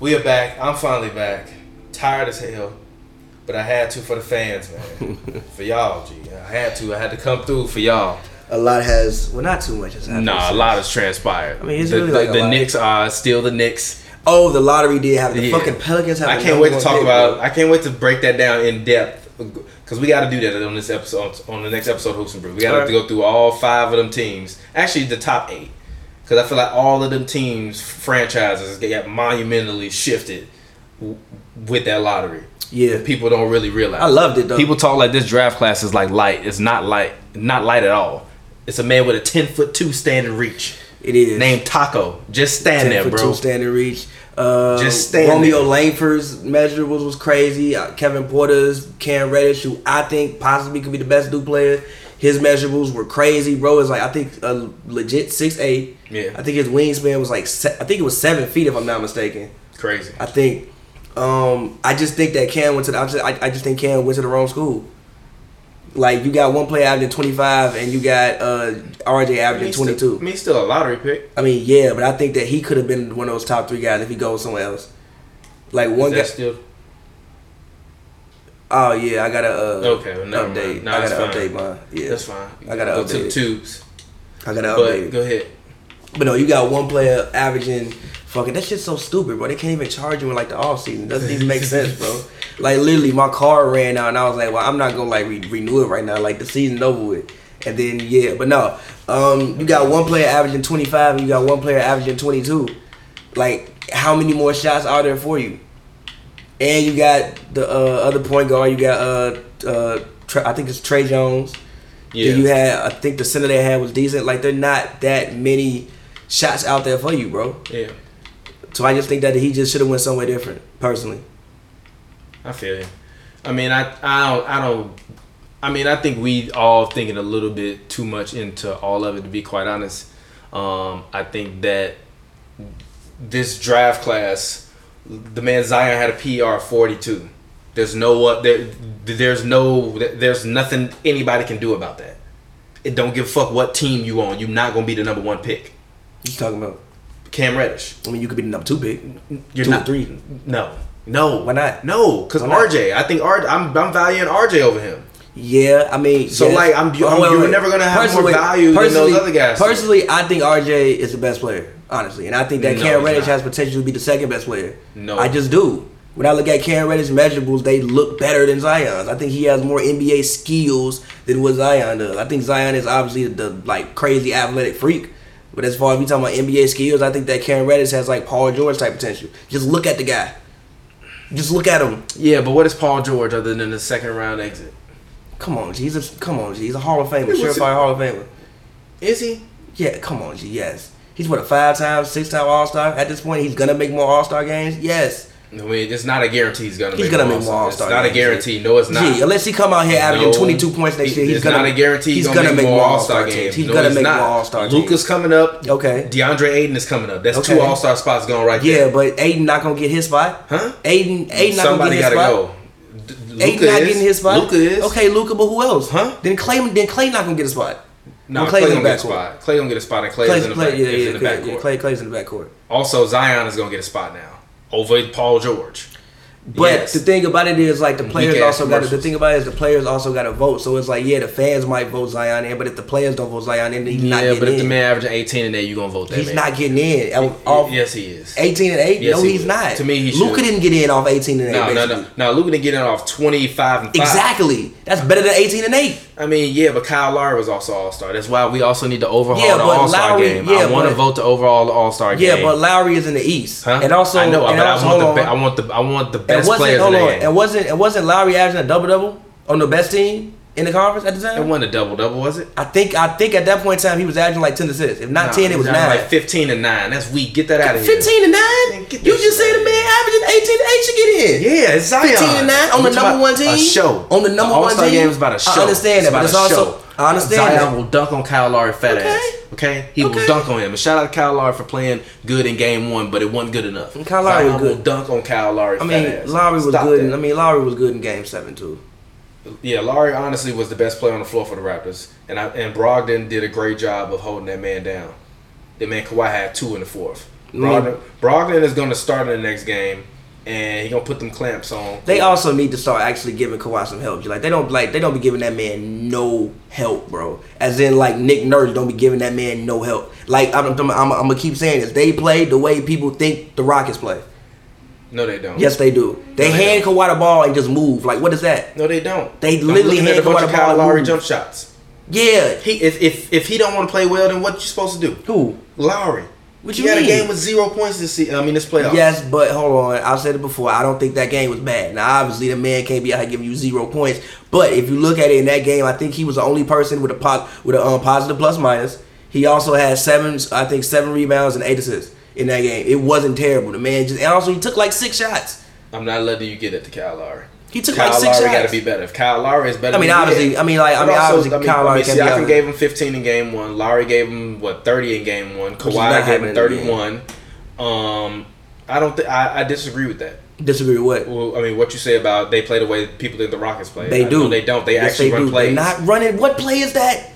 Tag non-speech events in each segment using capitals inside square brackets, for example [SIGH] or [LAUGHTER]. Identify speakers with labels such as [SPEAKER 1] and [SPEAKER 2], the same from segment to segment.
[SPEAKER 1] We are back. I'm finally back. Tired as hell, but I had to for the fans, man. [LAUGHS] for y'all, G. I had to. I had to come through for y'all.
[SPEAKER 2] A lot has well, not too much has happened.
[SPEAKER 1] Nah, a lot has transpired. I
[SPEAKER 2] mean, it's
[SPEAKER 1] the,
[SPEAKER 2] really
[SPEAKER 1] the,
[SPEAKER 2] like a
[SPEAKER 1] the
[SPEAKER 2] lot.
[SPEAKER 1] Knicks are still the Knicks.
[SPEAKER 2] Oh, the lottery did happen. The
[SPEAKER 1] Yeah.
[SPEAKER 2] fucking Pelicans have.
[SPEAKER 1] I
[SPEAKER 2] the
[SPEAKER 1] can't wait to
[SPEAKER 2] number
[SPEAKER 1] talk
[SPEAKER 2] one pick,
[SPEAKER 1] about.
[SPEAKER 2] bro.
[SPEAKER 1] I can't wait to break that down in depth because we got to do that on this episode. On the next episode, of Hoops and Brew, we got to
[SPEAKER 2] Alright.
[SPEAKER 1] go through all five of them teams. Actually, the top eight because I feel like all of them teams franchises they got monumentally shifted w- with that lottery.
[SPEAKER 2] Yeah.
[SPEAKER 1] People don't really realize.
[SPEAKER 2] I loved it, though.
[SPEAKER 1] People talk like this draft class is like light. It's not light. Not light at all. It's a man with a ten foot two standing reach.
[SPEAKER 2] It is
[SPEAKER 1] Named Taco. Just stand
[SPEAKER 2] ten
[SPEAKER 1] there,
[SPEAKER 2] foot
[SPEAKER 1] bro.
[SPEAKER 2] two standing reach. Uh,
[SPEAKER 1] Just stand
[SPEAKER 2] Romeo
[SPEAKER 1] there.
[SPEAKER 2] Langford's measurables was crazy. Uh, Kevin Porter's, Cam Reddish, who I think possibly could be the best Duke player, his measurables were crazy, bro. It's like I think a legit six eight.
[SPEAKER 1] Yeah.
[SPEAKER 2] I think his wingspan was like se- I think it was seven feet if I'm not mistaken.
[SPEAKER 1] Crazy.
[SPEAKER 2] I think. Um, I just think that Cam went to. The, I just. I, I just think Cam went to the wrong school. Like you got one player averaging twenty five, and you got uh RJ
[SPEAKER 1] I mean,
[SPEAKER 2] averaging twenty
[SPEAKER 1] still- I
[SPEAKER 2] two.
[SPEAKER 1] mean, still a lottery pick.
[SPEAKER 2] I mean, yeah, but I think that he could have been one of those top three guys if he goes somewhere else. Like one guy.
[SPEAKER 1] That's still
[SPEAKER 2] Oh yeah, I gotta uh,
[SPEAKER 1] Okay, well, never
[SPEAKER 2] update.
[SPEAKER 1] mind. No,
[SPEAKER 2] I
[SPEAKER 1] that's
[SPEAKER 2] gotta
[SPEAKER 1] fine.
[SPEAKER 2] update mine. Yeah,
[SPEAKER 1] That's fine.
[SPEAKER 2] I gotta
[SPEAKER 1] go
[SPEAKER 2] update
[SPEAKER 1] to the
[SPEAKER 2] it.
[SPEAKER 1] tubes.
[SPEAKER 2] I gotta
[SPEAKER 1] But
[SPEAKER 2] update.
[SPEAKER 1] go ahead.
[SPEAKER 2] But no, you got one player averaging fucking that shit's so stupid, bro. They can't even charge you in like the off season. Doesn't even make sense, bro. Like literally, my car ran out, and I was like, well, I'm not gonna like re- renew it right now. Like the season's over with. And then yeah, but no, um, you got one player averaging 25, and you got one player averaging 22. Like how many more shots are there for you? And you got the uh, other point guard. You got uh, uh, Tra- I think it's Trey Jones.
[SPEAKER 1] Yeah.
[SPEAKER 2] Then you had, I think the center they had was decent. Like they're not that many shots out there for you, bro.
[SPEAKER 1] yeah.
[SPEAKER 2] So I just think that he just should have went somewhere different, personally.
[SPEAKER 1] I feel you. I mean, I, I don't, I don't. I mean, I think we all thinking a little bit too much into all of it. To be quite honest, um, I think that this draft class, the man Zion had a PR forty two. There's no what there, there's no there's nothing anybody can do about that. It don't give a fuck what team you on. You're not gonna be the number one pick.
[SPEAKER 2] You talking about?
[SPEAKER 1] Cam Reddish.
[SPEAKER 2] I mean, you could be the number two pick,
[SPEAKER 1] You're
[SPEAKER 2] two
[SPEAKER 1] not
[SPEAKER 2] or three.
[SPEAKER 1] No. No.
[SPEAKER 2] Why not?
[SPEAKER 1] No, because
[SPEAKER 2] Why not?
[SPEAKER 1] RJ. I think R. I'm I'm valuing RJ over him.
[SPEAKER 2] Yeah, I mean,
[SPEAKER 1] So,
[SPEAKER 2] yes.
[SPEAKER 1] like, I'm-
[SPEAKER 2] But
[SPEAKER 1] I'm-
[SPEAKER 2] hold on,
[SPEAKER 1] you're
[SPEAKER 2] wait.
[SPEAKER 1] never gonna have more value than those other guys.
[SPEAKER 2] Personally, I think RJ is the best player, honestly, and I think that
[SPEAKER 1] No,
[SPEAKER 2] Cam
[SPEAKER 1] he's
[SPEAKER 2] Reddish
[SPEAKER 1] not.
[SPEAKER 2] has potential to be the second best player.
[SPEAKER 1] No.
[SPEAKER 2] I just do. When I look at Cam Reddish measurables, they look better than Zion's. I think he has more NBA skills than what Zion does. I think Zion is obviously the like crazy athletic freak. But as far as we talking about NBA skills, I think that Cam Reddish has like Paul George type potential. Just look at the guy. Just look at him.
[SPEAKER 1] Yeah, but what is Paul George other than the second round exit?
[SPEAKER 2] Come on, Jesus. Come on, G. He's a Hall of Famer.
[SPEAKER 1] Hey, what's
[SPEAKER 2] Surefire Hall of Famer.
[SPEAKER 1] Is he?
[SPEAKER 2] Yeah, come on, G. Yes, he's what a five-time, six-time All-Star. At this point, he's gonna make more All-Star games. Yes,
[SPEAKER 1] I mean, it's not a guarantee he's gonna.
[SPEAKER 2] he's
[SPEAKER 1] make
[SPEAKER 2] gonna
[SPEAKER 1] an
[SPEAKER 2] make more
[SPEAKER 1] All-Star. It's
[SPEAKER 2] All-Star.
[SPEAKER 1] not a
[SPEAKER 2] games,
[SPEAKER 1] guarantee.
[SPEAKER 2] G.
[SPEAKER 1] No, it's not.
[SPEAKER 2] G, unless he come out here averaging
[SPEAKER 1] No.
[SPEAKER 2] twenty-two points next
[SPEAKER 1] It-
[SPEAKER 2] year, he's
[SPEAKER 1] it's
[SPEAKER 2] gonna,
[SPEAKER 1] not a guarantee.
[SPEAKER 2] He's gonna, make more All-Star
[SPEAKER 1] games.
[SPEAKER 2] games. He's
[SPEAKER 1] No,
[SPEAKER 2] gonna
[SPEAKER 1] it's
[SPEAKER 2] make
[SPEAKER 1] not.
[SPEAKER 2] more All-Star games.
[SPEAKER 1] Luca's coming up.
[SPEAKER 2] Okay.
[SPEAKER 1] DeAndre Ayton is coming up. That's two
[SPEAKER 2] Okay.
[SPEAKER 1] All Star spots going right there.
[SPEAKER 2] Yeah, but Aiden not gonna get his spot.
[SPEAKER 1] Huh?
[SPEAKER 2] Aiden, Aiden not gonna
[SPEAKER 1] Somebody
[SPEAKER 2] get his
[SPEAKER 1] gotta
[SPEAKER 2] spot.
[SPEAKER 1] go. D-
[SPEAKER 2] Aiden
[SPEAKER 1] Luka
[SPEAKER 2] not
[SPEAKER 1] is.
[SPEAKER 2] getting his spot.
[SPEAKER 1] Luka is.
[SPEAKER 2] Okay, Luca, but who else?
[SPEAKER 1] Huh?
[SPEAKER 2] Then Clay. Then Clay not gonna get a spot.
[SPEAKER 1] No,
[SPEAKER 2] When
[SPEAKER 1] Clay,
[SPEAKER 2] Clay's
[SPEAKER 1] gonna
[SPEAKER 2] in
[SPEAKER 1] get
[SPEAKER 2] the
[SPEAKER 1] a
[SPEAKER 2] backcourt.
[SPEAKER 1] spot. Clay gonna get a spot, and Clay is in
[SPEAKER 2] Clay,
[SPEAKER 1] the back.
[SPEAKER 2] Clay, yeah,
[SPEAKER 1] is
[SPEAKER 2] yeah,
[SPEAKER 1] in the
[SPEAKER 2] Clay,
[SPEAKER 1] backcourt.
[SPEAKER 2] yeah, Clay, Clay's in the backcourt.
[SPEAKER 1] Also, Zion is gonna get a spot now over Paul George.
[SPEAKER 2] But
[SPEAKER 1] Yes.
[SPEAKER 2] the thing about it is like the players
[SPEAKER 1] Weak-ass
[SPEAKER 2] also got to, the
[SPEAKER 1] commercials.
[SPEAKER 2] thing about it is the players also got to vote. So it's like yeah, the fans might vote Zion in, but if the players don't vote Zion in, then he's not
[SPEAKER 1] yeah,
[SPEAKER 2] getting
[SPEAKER 1] but if
[SPEAKER 2] in.
[SPEAKER 1] the man averaging 18 in there, you gonna vote that
[SPEAKER 2] he's
[SPEAKER 1] man.
[SPEAKER 2] not getting in.
[SPEAKER 1] Y-
[SPEAKER 2] off
[SPEAKER 1] yes, he is.
[SPEAKER 2] eighteen and eight.
[SPEAKER 1] Yes,
[SPEAKER 2] no,
[SPEAKER 1] he
[SPEAKER 2] he's
[SPEAKER 1] is.
[SPEAKER 2] not.
[SPEAKER 1] To me, he
[SPEAKER 2] Luca
[SPEAKER 1] should.
[SPEAKER 2] didn't get in off eighteen and eight.
[SPEAKER 1] No, no,
[SPEAKER 2] basically.
[SPEAKER 1] no, no. Luka didn't get in off 25 and 5.
[SPEAKER 2] Exactly. That's better than eighteen and eight.
[SPEAKER 1] I mean, yeah, but Kyle Lowry was also All Star. That's why we also need to overhaul
[SPEAKER 2] Yeah,
[SPEAKER 1] the
[SPEAKER 2] but
[SPEAKER 1] All Star
[SPEAKER 2] Lowry-
[SPEAKER 1] game.
[SPEAKER 2] yeah,
[SPEAKER 1] I want to
[SPEAKER 2] but-
[SPEAKER 1] vote to overall All Star
[SPEAKER 2] Yeah,
[SPEAKER 1] game.
[SPEAKER 2] but Lowry is in the East,
[SPEAKER 1] Huh?
[SPEAKER 2] and also
[SPEAKER 1] I know,
[SPEAKER 2] and
[SPEAKER 1] but
[SPEAKER 2] also,
[SPEAKER 1] I want the
[SPEAKER 2] hold
[SPEAKER 1] be-
[SPEAKER 2] on.
[SPEAKER 1] I want the I want the
[SPEAKER 2] and
[SPEAKER 1] best
[SPEAKER 2] wasn't
[SPEAKER 1] players in
[SPEAKER 2] hold
[SPEAKER 1] the
[SPEAKER 2] on,
[SPEAKER 1] game.
[SPEAKER 2] and wasn't and wasn't Lowry averaging a double double on the best team in the conference at the time?
[SPEAKER 1] It wasn't a double double, was it?
[SPEAKER 2] I think I think at that point in time he was averaging like ten assists. If not
[SPEAKER 1] Nah,
[SPEAKER 2] ten, it was
[SPEAKER 1] nah,
[SPEAKER 2] nine.
[SPEAKER 1] Like 15 and nine. That's weak. Get that out of here.
[SPEAKER 2] 15 to 9?
[SPEAKER 1] Man, get
[SPEAKER 2] You
[SPEAKER 1] this
[SPEAKER 2] just
[SPEAKER 1] shit
[SPEAKER 2] said
[SPEAKER 1] out
[SPEAKER 2] a
[SPEAKER 1] of
[SPEAKER 2] man averaging 18 to 8 should get in.
[SPEAKER 1] Yeah, it's Zion.
[SPEAKER 2] 15 and 9 on
[SPEAKER 1] We
[SPEAKER 2] the
[SPEAKER 1] talking
[SPEAKER 2] number one
[SPEAKER 1] about
[SPEAKER 2] team?
[SPEAKER 1] A show.
[SPEAKER 2] On the number
[SPEAKER 1] All-Star
[SPEAKER 2] one team?
[SPEAKER 1] game is about a
[SPEAKER 2] I
[SPEAKER 1] show.
[SPEAKER 2] understand that,
[SPEAKER 1] about
[SPEAKER 2] but it's
[SPEAKER 1] a
[SPEAKER 2] also-
[SPEAKER 1] show.
[SPEAKER 2] I understand
[SPEAKER 1] Zion
[SPEAKER 2] that.
[SPEAKER 1] will dunk on Kyle Lowry fat
[SPEAKER 2] Okay.
[SPEAKER 1] ass. Okay, he
[SPEAKER 2] Okay.
[SPEAKER 1] will dunk on him. And shout out to Kyle Lowry for playing good in game one, but it wasn't good enough.
[SPEAKER 2] And Kyle Lowry
[SPEAKER 1] Zion
[SPEAKER 2] was good.
[SPEAKER 1] will dunk on Kyle Lowry.
[SPEAKER 2] I mean, Lowry was good. in- I mean, Lowry was good in Game Seven too.
[SPEAKER 1] yeah, Lowry honestly was the best player on the floor for the Raptors, and I, and Brogdon did a great job of holding that man down. That man Kawhi had two in the fourth.
[SPEAKER 2] Mm.
[SPEAKER 1] Brogdon, Brogdon is going to start in the next game, and he going to put them clamps on.
[SPEAKER 2] They also need to start actually giving Kawhi some help. Like they don't like they don't be giving that man no help, bro. As in like Nick Nurse don't be giving that man no help. Like I'm I'm, I'm, I'm gonna keep saying this. They play the way people think the Rockets play.
[SPEAKER 1] No, they don't.
[SPEAKER 2] Yes, they do. They
[SPEAKER 1] No, they
[SPEAKER 2] hand Kawhi the ball and just move. Like what is that?
[SPEAKER 1] No, they don't.
[SPEAKER 2] They
[SPEAKER 1] I'm
[SPEAKER 2] literally
[SPEAKER 1] looking at
[SPEAKER 2] hand
[SPEAKER 1] a bunch
[SPEAKER 2] Kawhi
[SPEAKER 1] of
[SPEAKER 2] the
[SPEAKER 1] Kyle
[SPEAKER 2] ball and
[SPEAKER 1] Lowry
[SPEAKER 2] move.
[SPEAKER 1] jump shots.
[SPEAKER 2] Yeah.
[SPEAKER 1] He if if, if he don't want to play well, then what you supposed to do?
[SPEAKER 2] Who?
[SPEAKER 1] Lowry.
[SPEAKER 2] What
[SPEAKER 1] he
[SPEAKER 2] you
[SPEAKER 1] had
[SPEAKER 2] mean?
[SPEAKER 1] a game with zero points this season. I mean, this playoff.
[SPEAKER 2] Yes, but hold on. I've said it before. I don't think that game was bad. Now, obviously, the man can't be out here giving you zero points. But if you look at it in that game, I think he was the only person with a po- with a um, positive plus minus. He also had seven, I think, seven rebounds and eight assists in that game. It wasn't terrible. The man just and also he took like six shots.
[SPEAKER 1] I'm not letting you get it to Kyle Lowry.
[SPEAKER 2] He took
[SPEAKER 1] Kyle
[SPEAKER 2] like six
[SPEAKER 1] Lowry
[SPEAKER 2] shots.
[SPEAKER 1] got to be better. If Kyle Lowry is better,
[SPEAKER 2] I mean,
[SPEAKER 1] than he
[SPEAKER 2] obviously,
[SPEAKER 1] is,
[SPEAKER 2] I mean, like, I
[SPEAKER 1] But
[SPEAKER 2] mean,
[SPEAKER 1] also,
[SPEAKER 2] obviously, Kyle Lowry can't be
[SPEAKER 1] Siakam
[SPEAKER 2] out there.
[SPEAKER 1] gave him 15 in game one. Lowry gave him what 30 in game one.
[SPEAKER 2] is not
[SPEAKER 1] Kawhi gave him
[SPEAKER 2] happening in
[SPEAKER 1] 31. Um, I don't. Th- I, I disagree with that.
[SPEAKER 2] Disagree with what?
[SPEAKER 1] Well, I mean, what you say about they play the way people think the Rockets play?
[SPEAKER 2] They
[SPEAKER 1] I-
[SPEAKER 2] do.
[SPEAKER 1] no, they don't. They
[SPEAKER 2] Yes,
[SPEAKER 1] actually
[SPEAKER 2] they
[SPEAKER 1] run
[SPEAKER 2] do.
[SPEAKER 1] plays.
[SPEAKER 2] They're not running. What play is that?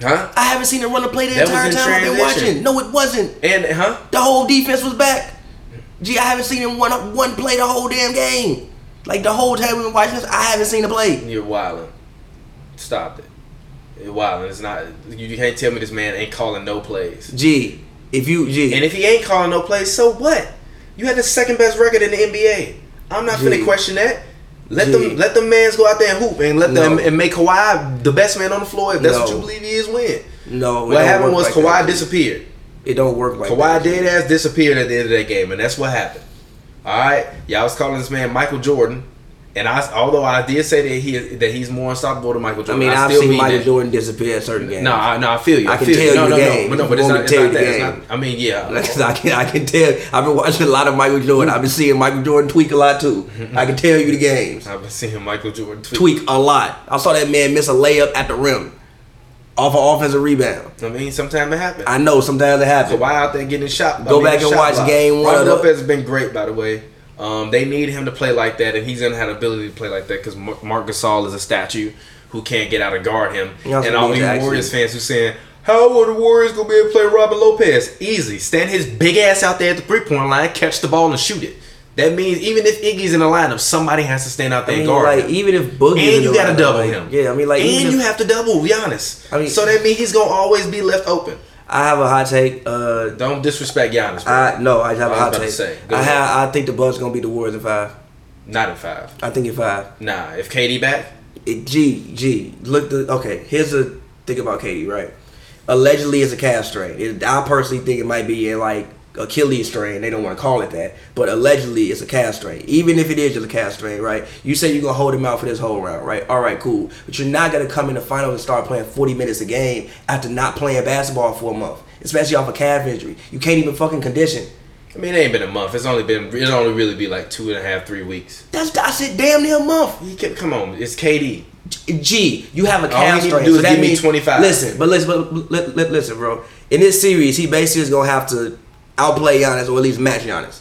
[SPEAKER 1] huh?
[SPEAKER 2] I haven't seen him run a play the
[SPEAKER 1] That was
[SPEAKER 2] entire
[SPEAKER 1] in
[SPEAKER 2] time I've been
[SPEAKER 1] transition.
[SPEAKER 2] watching. No, it wasn't.
[SPEAKER 1] And huh?
[SPEAKER 2] The whole defense was back. Gee, I haven't seen him one one play the whole damn game. Like the whole time we've been watching this, I haven't seen a play.
[SPEAKER 1] You're wilding. Stop it. You're wilding. It's not. You you can't tell me this man ain't calling no plays.
[SPEAKER 2] Gee, if you gee,
[SPEAKER 1] And if he ain't calling no plays, so what? You had the second best record in the NBA. I'm not
[SPEAKER 2] Gee.
[SPEAKER 1] finna question that. Let
[SPEAKER 2] Gee.
[SPEAKER 1] them let them mans go out there and hoop and let them
[SPEAKER 2] No.
[SPEAKER 1] and make Kawhi the best man on the floor. If that's what
[SPEAKER 2] No.
[SPEAKER 1] you believe he is, win.
[SPEAKER 2] no, it
[SPEAKER 1] What
[SPEAKER 2] don't
[SPEAKER 1] happened
[SPEAKER 2] work
[SPEAKER 1] was
[SPEAKER 2] like
[SPEAKER 1] Kawhi
[SPEAKER 2] that.
[SPEAKER 1] disappeared.
[SPEAKER 2] It don't work like
[SPEAKER 1] Kawhi
[SPEAKER 2] that.
[SPEAKER 1] dead ass disappeared at the end of that game, and that's what happened. All right, y'all was calling this man Michael Jordan, and I although I did say that he is, that he's more unstoppable than Michael
[SPEAKER 2] I
[SPEAKER 1] Jordan.
[SPEAKER 2] mean,
[SPEAKER 1] I
[SPEAKER 2] I've
[SPEAKER 1] still
[SPEAKER 2] seen
[SPEAKER 1] mean
[SPEAKER 2] Michael
[SPEAKER 1] that.
[SPEAKER 2] Jordan disappear at certain games.
[SPEAKER 1] No,
[SPEAKER 2] [LAUGHS]
[SPEAKER 1] I, no, I feel you. I,
[SPEAKER 2] I can
[SPEAKER 1] feel you.
[SPEAKER 2] tell
[SPEAKER 1] No,
[SPEAKER 2] you
[SPEAKER 1] no,
[SPEAKER 2] the
[SPEAKER 1] no,
[SPEAKER 2] game.
[SPEAKER 1] but no,
[SPEAKER 2] You
[SPEAKER 1] but it's
[SPEAKER 2] want
[SPEAKER 1] not.
[SPEAKER 2] me
[SPEAKER 1] It's
[SPEAKER 2] to tell
[SPEAKER 1] not
[SPEAKER 2] you the
[SPEAKER 1] that. It's
[SPEAKER 2] game.
[SPEAKER 1] not. I mean, yeah.
[SPEAKER 2] Because I can, I can tell. I've been watching a lot of Michael Jordan. I've been seeing Michael Jordan tweak a
[SPEAKER 1] [LAUGHS]
[SPEAKER 2] lot too. I can tell you the games.
[SPEAKER 1] I've been seeing Michael Jordan tweet.
[SPEAKER 2] Tweak a lot. I saw that man miss a layup at the rim off an offensive rebound.
[SPEAKER 1] I mean, sometimes it happens.
[SPEAKER 2] I know sometimes it happens.
[SPEAKER 1] Kawhi out there getting shot.
[SPEAKER 2] Go
[SPEAKER 1] I mean,
[SPEAKER 2] back and
[SPEAKER 1] shot
[SPEAKER 2] watch
[SPEAKER 1] blocked.
[SPEAKER 2] game one of
[SPEAKER 1] Robin
[SPEAKER 2] the-
[SPEAKER 1] Lopez has been great, by the way. Um, they need him to play like that, and he's gonna have the ability to play like that because Mark Gasol is a statue who can't get out and guard him.
[SPEAKER 2] He also
[SPEAKER 1] And all
[SPEAKER 2] needs
[SPEAKER 1] these
[SPEAKER 2] to actually-
[SPEAKER 1] Warriors fans who saying, "How are the Warriors gonna be able to play Robin Lopez? Easy, stand his big ass out there at the three point line, catch the ball, and shoot it." That means even if Iggy's in the lineup, somebody has to stand out there
[SPEAKER 2] I mean,
[SPEAKER 1] and guard. him.
[SPEAKER 2] like even if Boogie
[SPEAKER 1] And you gotta double
[SPEAKER 2] like,
[SPEAKER 1] him.
[SPEAKER 2] Yeah, I mean like even
[SPEAKER 1] and
[SPEAKER 2] if-
[SPEAKER 1] you have to double Giannis.
[SPEAKER 2] I mean-
[SPEAKER 1] so that means he's gonna always be left open.
[SPEAKER 2] I have a hot take. Uh,
[SPEAKER 1] Don't disrespect Giannis. Bro.
[SPEAKER 2] I no, I have
[SPEAKER 1] I
[SPEAKER 2] a
[SPEAKER 1] was
[SPEAKER 2] hot
[SPEAKER 1] about to
[SPEAKER 2] take.
[SPEAKER 1] say, go
[SPEAKER 2] I
[SPEAKER 1] ahead.
[SPEAKER 2] have, I think the Bucks gonna be the Warriors in five.
[SPEAKER 1] Not in five.
[SPEAKER 2] I think in five.
[SPEAKER 1] Nah, if KD back,
[SPEAKER 2] It, G G. Look the okay. Here's the thing about Katie. Right. Allegedly, it's a calf strain. It, I personally think it might be in like Achilles strain. They don't want to call it that, but allegedly, it's a calf strain. Even if it is just a calf strain, right? You say you're gonna hold him out for this whole round, right? All right, cool. But you're not gonna come in the finals and start playing 40 minutes a game after not playing basketball for a month, especially off a calf injury. You can't even fucking condition.
[SPEAKER 1] I mean, it ain't been a month. It's only been it only really be like two and a half, three weeks.
[SPEAKER 2] That's I said damn near a month.
[SPEAKER 1] He kept, come on, it's KD.
[SPEAKER 2] G, you have a
[SPEAKER 1] All you
[SPEAKER 2] calf
[SPEAKER 1] Oh, need to
[SPEAKER 2] strain.
[SPEAKER 1] do
[SPEAKER 2] so
[SPEAKER 1] is
[SPEAKER 2] that
[SPEAKER 1] give me
[SPEAKER 2] means
[SPEAKER 1] 25.
[SPEAKER 2] Listen, but listen, but li- li- listen, bro. In this series, he basically is gonna have to outplay Giannis or at least match Giannis.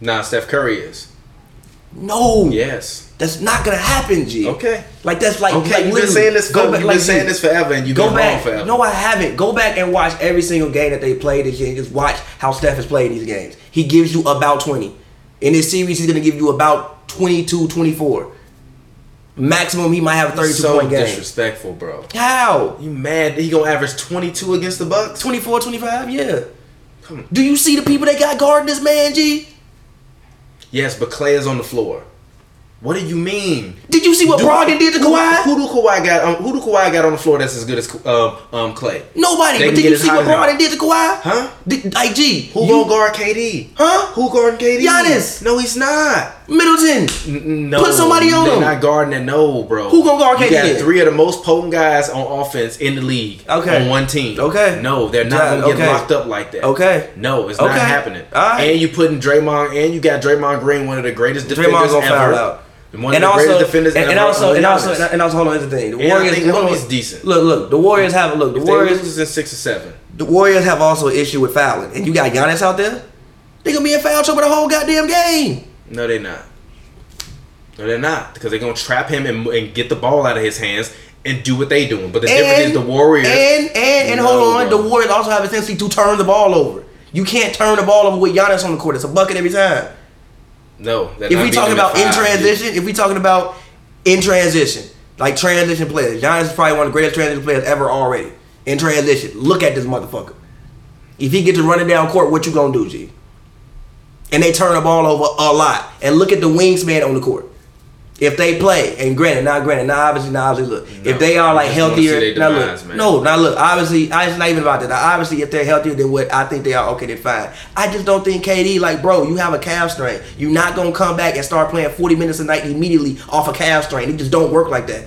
[SPEAKER 1] Nah, Steph Curry is.
[SPEAKER 2] No,
[SPEAKER 1] Yes.
[SPEAKER 2] that's not gonna happen, G.
[SPEAKER 1] Okay.
[SPEAKER 2] like that's like
[SPEAKER 1] Okay,
[SPEAKER 2] like,
[SPEAKER 1] you've been
[SPEAKER 2] literally,
[SPEAKER 1] saying this.
[SPEAKER 2] go
[SPEAKER 1] For,
[SPEAKER 2] back-
[SPEAKER 1] you've
[SPEAKER 2] like,
[SPEAKER 1] been saying
[SPEAKER 2] G,
[SPEAKER 1] this forever, and you've
[SPEAKER 2] Go
[SPEAKER 1] been wrong
[SPEAKER 2] back.
[SPEAKER 1] forever.
[SPEAKER 2] No, I haven't. Go back and watch every single game that they played this year and just watch how Steph has played these games. He gives you about 20. In this series, he's going to give you about 22, 24. Maximum, he might have a 32
[SPEAKER 1] so
[SPEAKER 2] point game.
[SPEAKER 1] disrespectful, bro.
[SPEAKER 2] How?
[SPEAKER 1] You mad? that He gonna average twenty two against the Bucks?
[SPEAKER 2] 24, 25? Yeah.
[SPEAKER 1] Come on.
[SPEAKER 2] Do you see the people that got guarding this man, G?
[SPEAKER 1] Yes, but Clay is on the floor. What do you mean?
[SPEAKER 2] Did you see what
[SPEAKER 1] Do-
[SPEAKER 2] Brogdon did to
[SPEAKER 1] who-
[SPEAKER 2] Kawhi?
[SPEAKER 1] Who, do Kawhi got? Um, who do Kawhi got on the floor that's as good as um, um Clay?
[SPEAKER 2] Nobody.
[SPEAKER 1] They
[SPEAKER 2] But
[SPEAKER 1] can
[SPEAKER 2] did
[SPEAKER 1] get
[SPEAKER 2] you
[SPEAKER 1] as
[SPEAKER 2] see
[SPEAKER 1] high
[SPEAKER 2] what
[SPEAKER 1] as him.
[SPEAKER 2] Brogdon did to Kawhi?
[SPEAKER 1] Huh?
[SPEAKER 2] Did, like, G.
[SPEAKER 1] Who
[SPEAKER 2] you-
[SPEAKER 1] gonna guard KD?
[SPEAKER 2] Huh?
[SPEAKER 1] Who guarding KD?
[SPEAKER 2] Giannis.
[SPEAKER 1] No, he's not.
[SPEAKER 2] Middleton.
[SPEAKER 1] N- No,
[SPEAKER 2] Put somebody on
[SPEAKER 1] they're
[SPEAKER 2] him.
[SPEAKER 1] Not guarding that. No, bro.
[SPEAKER 2] Who gonna guard
[SPEAKER 1] You
[SPEAKER 2] KD then?
[SPEAKER 1] got three of the most potent guys on offense in the league.
[SPEAKER 2] Okay.
[SPEAKER 1] On one team.
[SPEAKER 2] Okay.
[SPEAKER 1] No, they're not
[SPEAKER 2] Yeah,
[SPEAKER 1] gonna get
[SPEAKER 2] okay.
[SPEAKER 1] locked up like that.
[SPEAKER 2] Okay.
[SPEAKER 1] No, it's not
[SPEAKER 2] Okay.
[SPEAKER 1] happening.
[SPEAKER 2] All right.
[SPEAKER 1] And you putting Draymond, and you got Draymond Green, one of the greatest
[SPEAKER 2] Draymond's
[SPEAKER 1] defenders
[SPEAKER 2] gonna
[SPEAKER 1] ever.
[SPEAKER 2] foul out.
[SPEAKER 1] One of the greatest defenders
[SPEAKER 2] and, and
[SPEAKER 1] ever.
[SPEAKER 2] also,
[SPEAKER 1] on
[SPEAKER 2] and also,
[SPEAKER 1] Giannis.
[SPEAKER 2] and, also, hold on. Here's the thing: the
[SPEAKER 1] And I
[SPEAKER 2] Warriors.
[SPEAKER 1] think
[SPEAKER 2] hold on.
[SPEAKER 1] Looney's decent.
[SPEAKER 2] Look, look. The Warriors have look. The
[SPEAKER 1] If
[SPEAKER 2] Warriors.
[SPEAKER 1] They lose in six or seven.
[SPEAKER 2] the Warriors have also an issue with fouling, and you got Giannis out there. They gonna be in foul trouble the whole goddamn game.
[SPEAKER 1] No, they're not. No, they're not because they're gonna trap him and, and get the ball out of his hands and do what they doing. But the difference is
[SPEAKER 2] And
[SPEAKER 1] the Warriors.
[SPEAKER 2] And and and
[SPEAKER 1] No,
[SPEAKER 2] hold on,
[SPEAKER 1] bro.
[SPEAKER 2] the Warriors also have a tendency to turn the ball over. You can't turn the ball over with Giannis on the court. It's a bucket every time.
[SPEAKER 1] No. that
[SPEAKER 2] If
[SPEAKER 1] not
[SPEAKER 2] we
[SPEAKER 1] beating
[SPEAKER 2] talking
[SPEAKER 1] him
[SPEAKER 2] about
[SPEAKER 1] at
[SPEAKER 2] in
[SPEAKER 1] five,
[SPEAKER 2] transition, if we talking about in transition, like transition players, Giannis is probably one of the greatest transition players ever already. In transition, look at this motherfucker. If he get to running down court, what you gonna do, G? And they turn the ball over a lot. And look at the wingspan on the court. If they play, and granted, not granted, now obviously, now obviously, look.
[SPEAKER 1] No,
[SPEAKER 2] if they are
[SPEAKER 1] I
[SPEAKER 2] like
[SPEAKER 1] just wanna see
[SPEAKER 2] healthier,
[SPEAKER 1] they
[SPEAKER 2] now
[SPEAKER 1] demise,
[SPEAKER 2] look,
[SPEAKER 1] man.
[SPEAKER 2] no, now look. Obviously, I- it's not even about that. Now, obviously, if they're healthier than what I think they are, okay, they're fine. I just don't think KD, like, bro, you have a calf strain. You're not gonna come back and start playing 40 minutes a night immediately off a calf strain. It just don't work like that,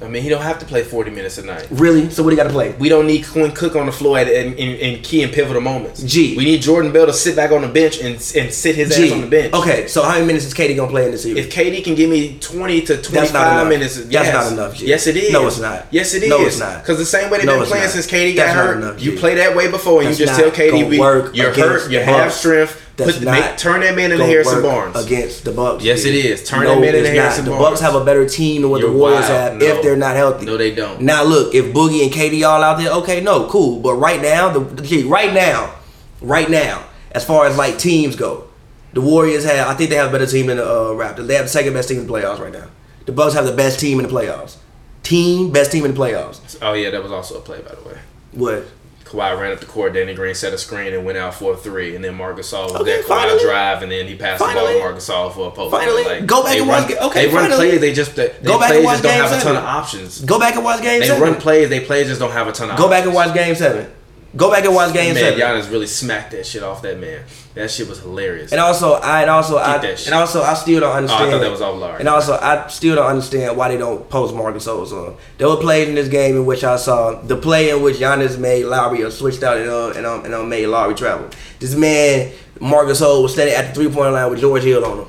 [SPEAKER 1] I mean, he don't have to play 40 minutes a night.
[SPEAKER 2] really. So what do you got to play?
[SPEAKER 1] We don't need Quinn Cook on the floor at, in, in, in key and pivotal moments.
[SPEAKER 2] G.
[SPEAKER 1] We need Jordan Bell to sit back on the bench and, and sit his
[SPEAKER 2] G.
[SPEAKER 1] ass on the bench.
[SPEAKER 2] Okay, so how many minutes is KD gonna play in this series?
[SPEAKER 1] If KD can give me 20 to
[SPEAKER 2] That's not
[SPEAKER 1] 25
[SPEAKER 2] enough.
[SPEAKER 1] minutes,
[SPEAKER 2] That's
[SPEAKER 1] yes.
[SPEAKER 2] not enough, G.
[SPEAKER 1] Yes, it is.
[SPEAKER 2] No, it's not.
[SPEAKER 1] Yes, it is.
[SPEAKER 2] No, it's not.
[SPEAKER 1] Because the same way they've
[SPEAKER 2] No,
[SPEAKER 1] been
[SPEAKER 2] it's
[SPEAKER 1] playing
[SPEAKER 2] not.
[SPEAKER 1] since KD
[SPEAKER 2] That's
[SPEAKER 1] got
[SPEAKER 2] not
[SPEAKER 1] hurt,
[SPEAKER 2] enough,
[SPEAKER 1] you
[SPEAKER 2] G.
[SPEAKER 1] play that way before, and you
[SPEAKER 2] That's
[SPEAKER 1] just tell
[SPEAKER 2] not gonna
[SPEAKER 1] KD, we,
[SPEAKER 2] work
[SPEAKER 1] you're
[SPEAKER 2] against
[SPEAKER 1] hurt,
[SPEAKER 2] the
[SPEAKER 1] you have
[SPEAKER 2] Bucks.
[SPEAKER 1] strength.
[SPEAKER 2] That's
[SPEAKER 1] Put,
[SPEAKER 2] not
[SPEAKER 1] make, turn that man into
[SPEAKER 2] gonna
[SPEAKER 1] Harrison
[SPEAKER 2] work
[SPEAKER 1] Barnes.
[SPEAKER 2] against the Bucks.
[SPEAKER 1] Yes,
[SPEAKER 2] dude.
[SPEAKER 1] it is. Turn that man
[SPEAKER 2] it's
[SPEAKER 1] into
[SPEAKER 2] not.
[SPEAKER 1] Harrison
[SPEAKER 2] The
[SPEAKER 1] Barnes.
[SPEAKER 2] Bucks have a better team than what
[SPEAKER 1] You're
[SPEAKER 2] the Warriors
[SPEAKER 1] wild.
[SPEAKER 2] have
[SPEAKER 1] No.
[SPEAKER 2] if they're not healthy.
[SPEAKER 1] No, they don't.
[SPEAKER 2] Now look, if Boogie and KD all out there, okay, no, cool. But right now, the gee, right now, right now, as far as like teams go, the Warriors have. I think they have a better team than the uh, Raptors. They have the second best team in the playoffs right now. The Bucks have the best team in the playoffs. Team best team in the playoffs.
[SPEAKER 1] Oh, yeah, that was also a play, by the way.
[SPEAKER 2] What?
[SPEAKER 1] Kawhi ran up the court. Danny Green set a screen and went out for a three. And then Marcus Gasol was
[SPEAKER 2] Okay,
[SPEAKER 1] that Kawhi
[SPEAKER 2] finally.
[SPEAKER 1] drive, and then he passed the
[SPEAKER 2] Finally.
[SPEAKER 1] ball to Marcus Gasol for a post.
[SPEAKER 2] Finally. Go back
[SPEAKER 1] they
[SPEAKER 2] and
[SPEAKER 1] run,
[SPEAKER 2] watch ga- okay,
[SPEAKER 1] they run
[SPEAKER 2] finally.
[SPEAKER 1] plays. They just they, they
[SPEAKER 2] Go back and
[SPEAKER 1] plays
[SPEAKER 2] watch
[SPEAKER 1] just don't
[SPEAKER 2] game
[SPEAKER 1] have a ton
[SPEAKER 2] seven.
[SPEAKER 1] of options.
[SPEAKER 2] Go back and watch game
[SPEAKER 1] They
[SPEAKER 2] seven.
[SPEAKER 1] run plays. They plays just don't have a ton of.
[SPEAKER 2] Go back and
[SPEAKER 1] options.
[SPEAKER 2] watch game seven. Go back and watch game
[SPEAKER 1] Man,
[SPEAKER 2] seven.
[SPEAKER 1] Giannis really smacked that shit off that man. That shit was hilarious.
[SPEAKER 2] And also, I and also I
[SPEAKER 1] that shit.
[SPEAKER 2] and also I still don't
[SPEAKER 1] oh, I
[SPEAKER 2] understand.
[SPEAKER 1] thought that was all large.
[SPEAKER 2] And also, I still don't understand why they don't post Marcus Ozon. There were plays in this game in which I saw the play in which Giannis made Lowry or switched out and uh, and um, and um, made Lowry travel. This man Marcus Ozon was standing at the three point line with George Hill on him.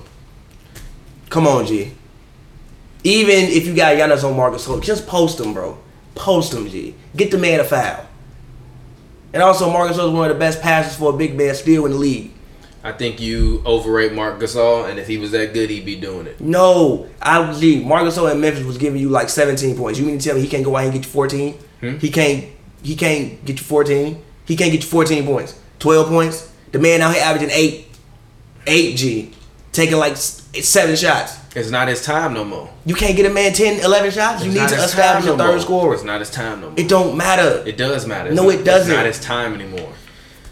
[SPEAKER 2] Come on, G. Even if you got Giannis on Marcus Ozon, just post him, bro. Post him, G. Get the man a foul. And also, Marcus Ozon one of the best passes for a big man still in the league.
[SPEAKER 1] I think you overrate Mark Gasol, and if he was that good, he'd be doing it.
[SPEAKER 2] No, I gee, Marcus O in Memphis was giving you like 17 points. You mean to tell me he can't go out and get you 14?
[SPEAKER 1] Hmm?
[SPEAKER 2] He can't. He can't get you 14. He can't get you 14 points. 12 points. The man out here averaging eight, eight G, taking like s- seven shots.
[SPEAKER 1] It's not his time no more.
[SPEAKER 2] You can't get a man 10, 11 shots. You
[SPEAKER 1] It's
[SPEAKER 2] need
[SPEAKER 1] not
[SPEAKER 2] to
[SPEAKER 1] his
[SPEAKER 2] establish
[SPEAKER 1] time
[SPEAKER 2] a
[SPEAKER 1] no
[SPEAKER 2] third
[SPEAKER 1] more.
[SPEAKER 2] scorer.
[SPEAKER 1] It's not his time no more.
[SPEAKER 2] It don't matter.
[SPEAKER 1] It does matter.
[SPEAKER 2] No, it doesn't.
[SPEAKER 1] It's not his time anymore.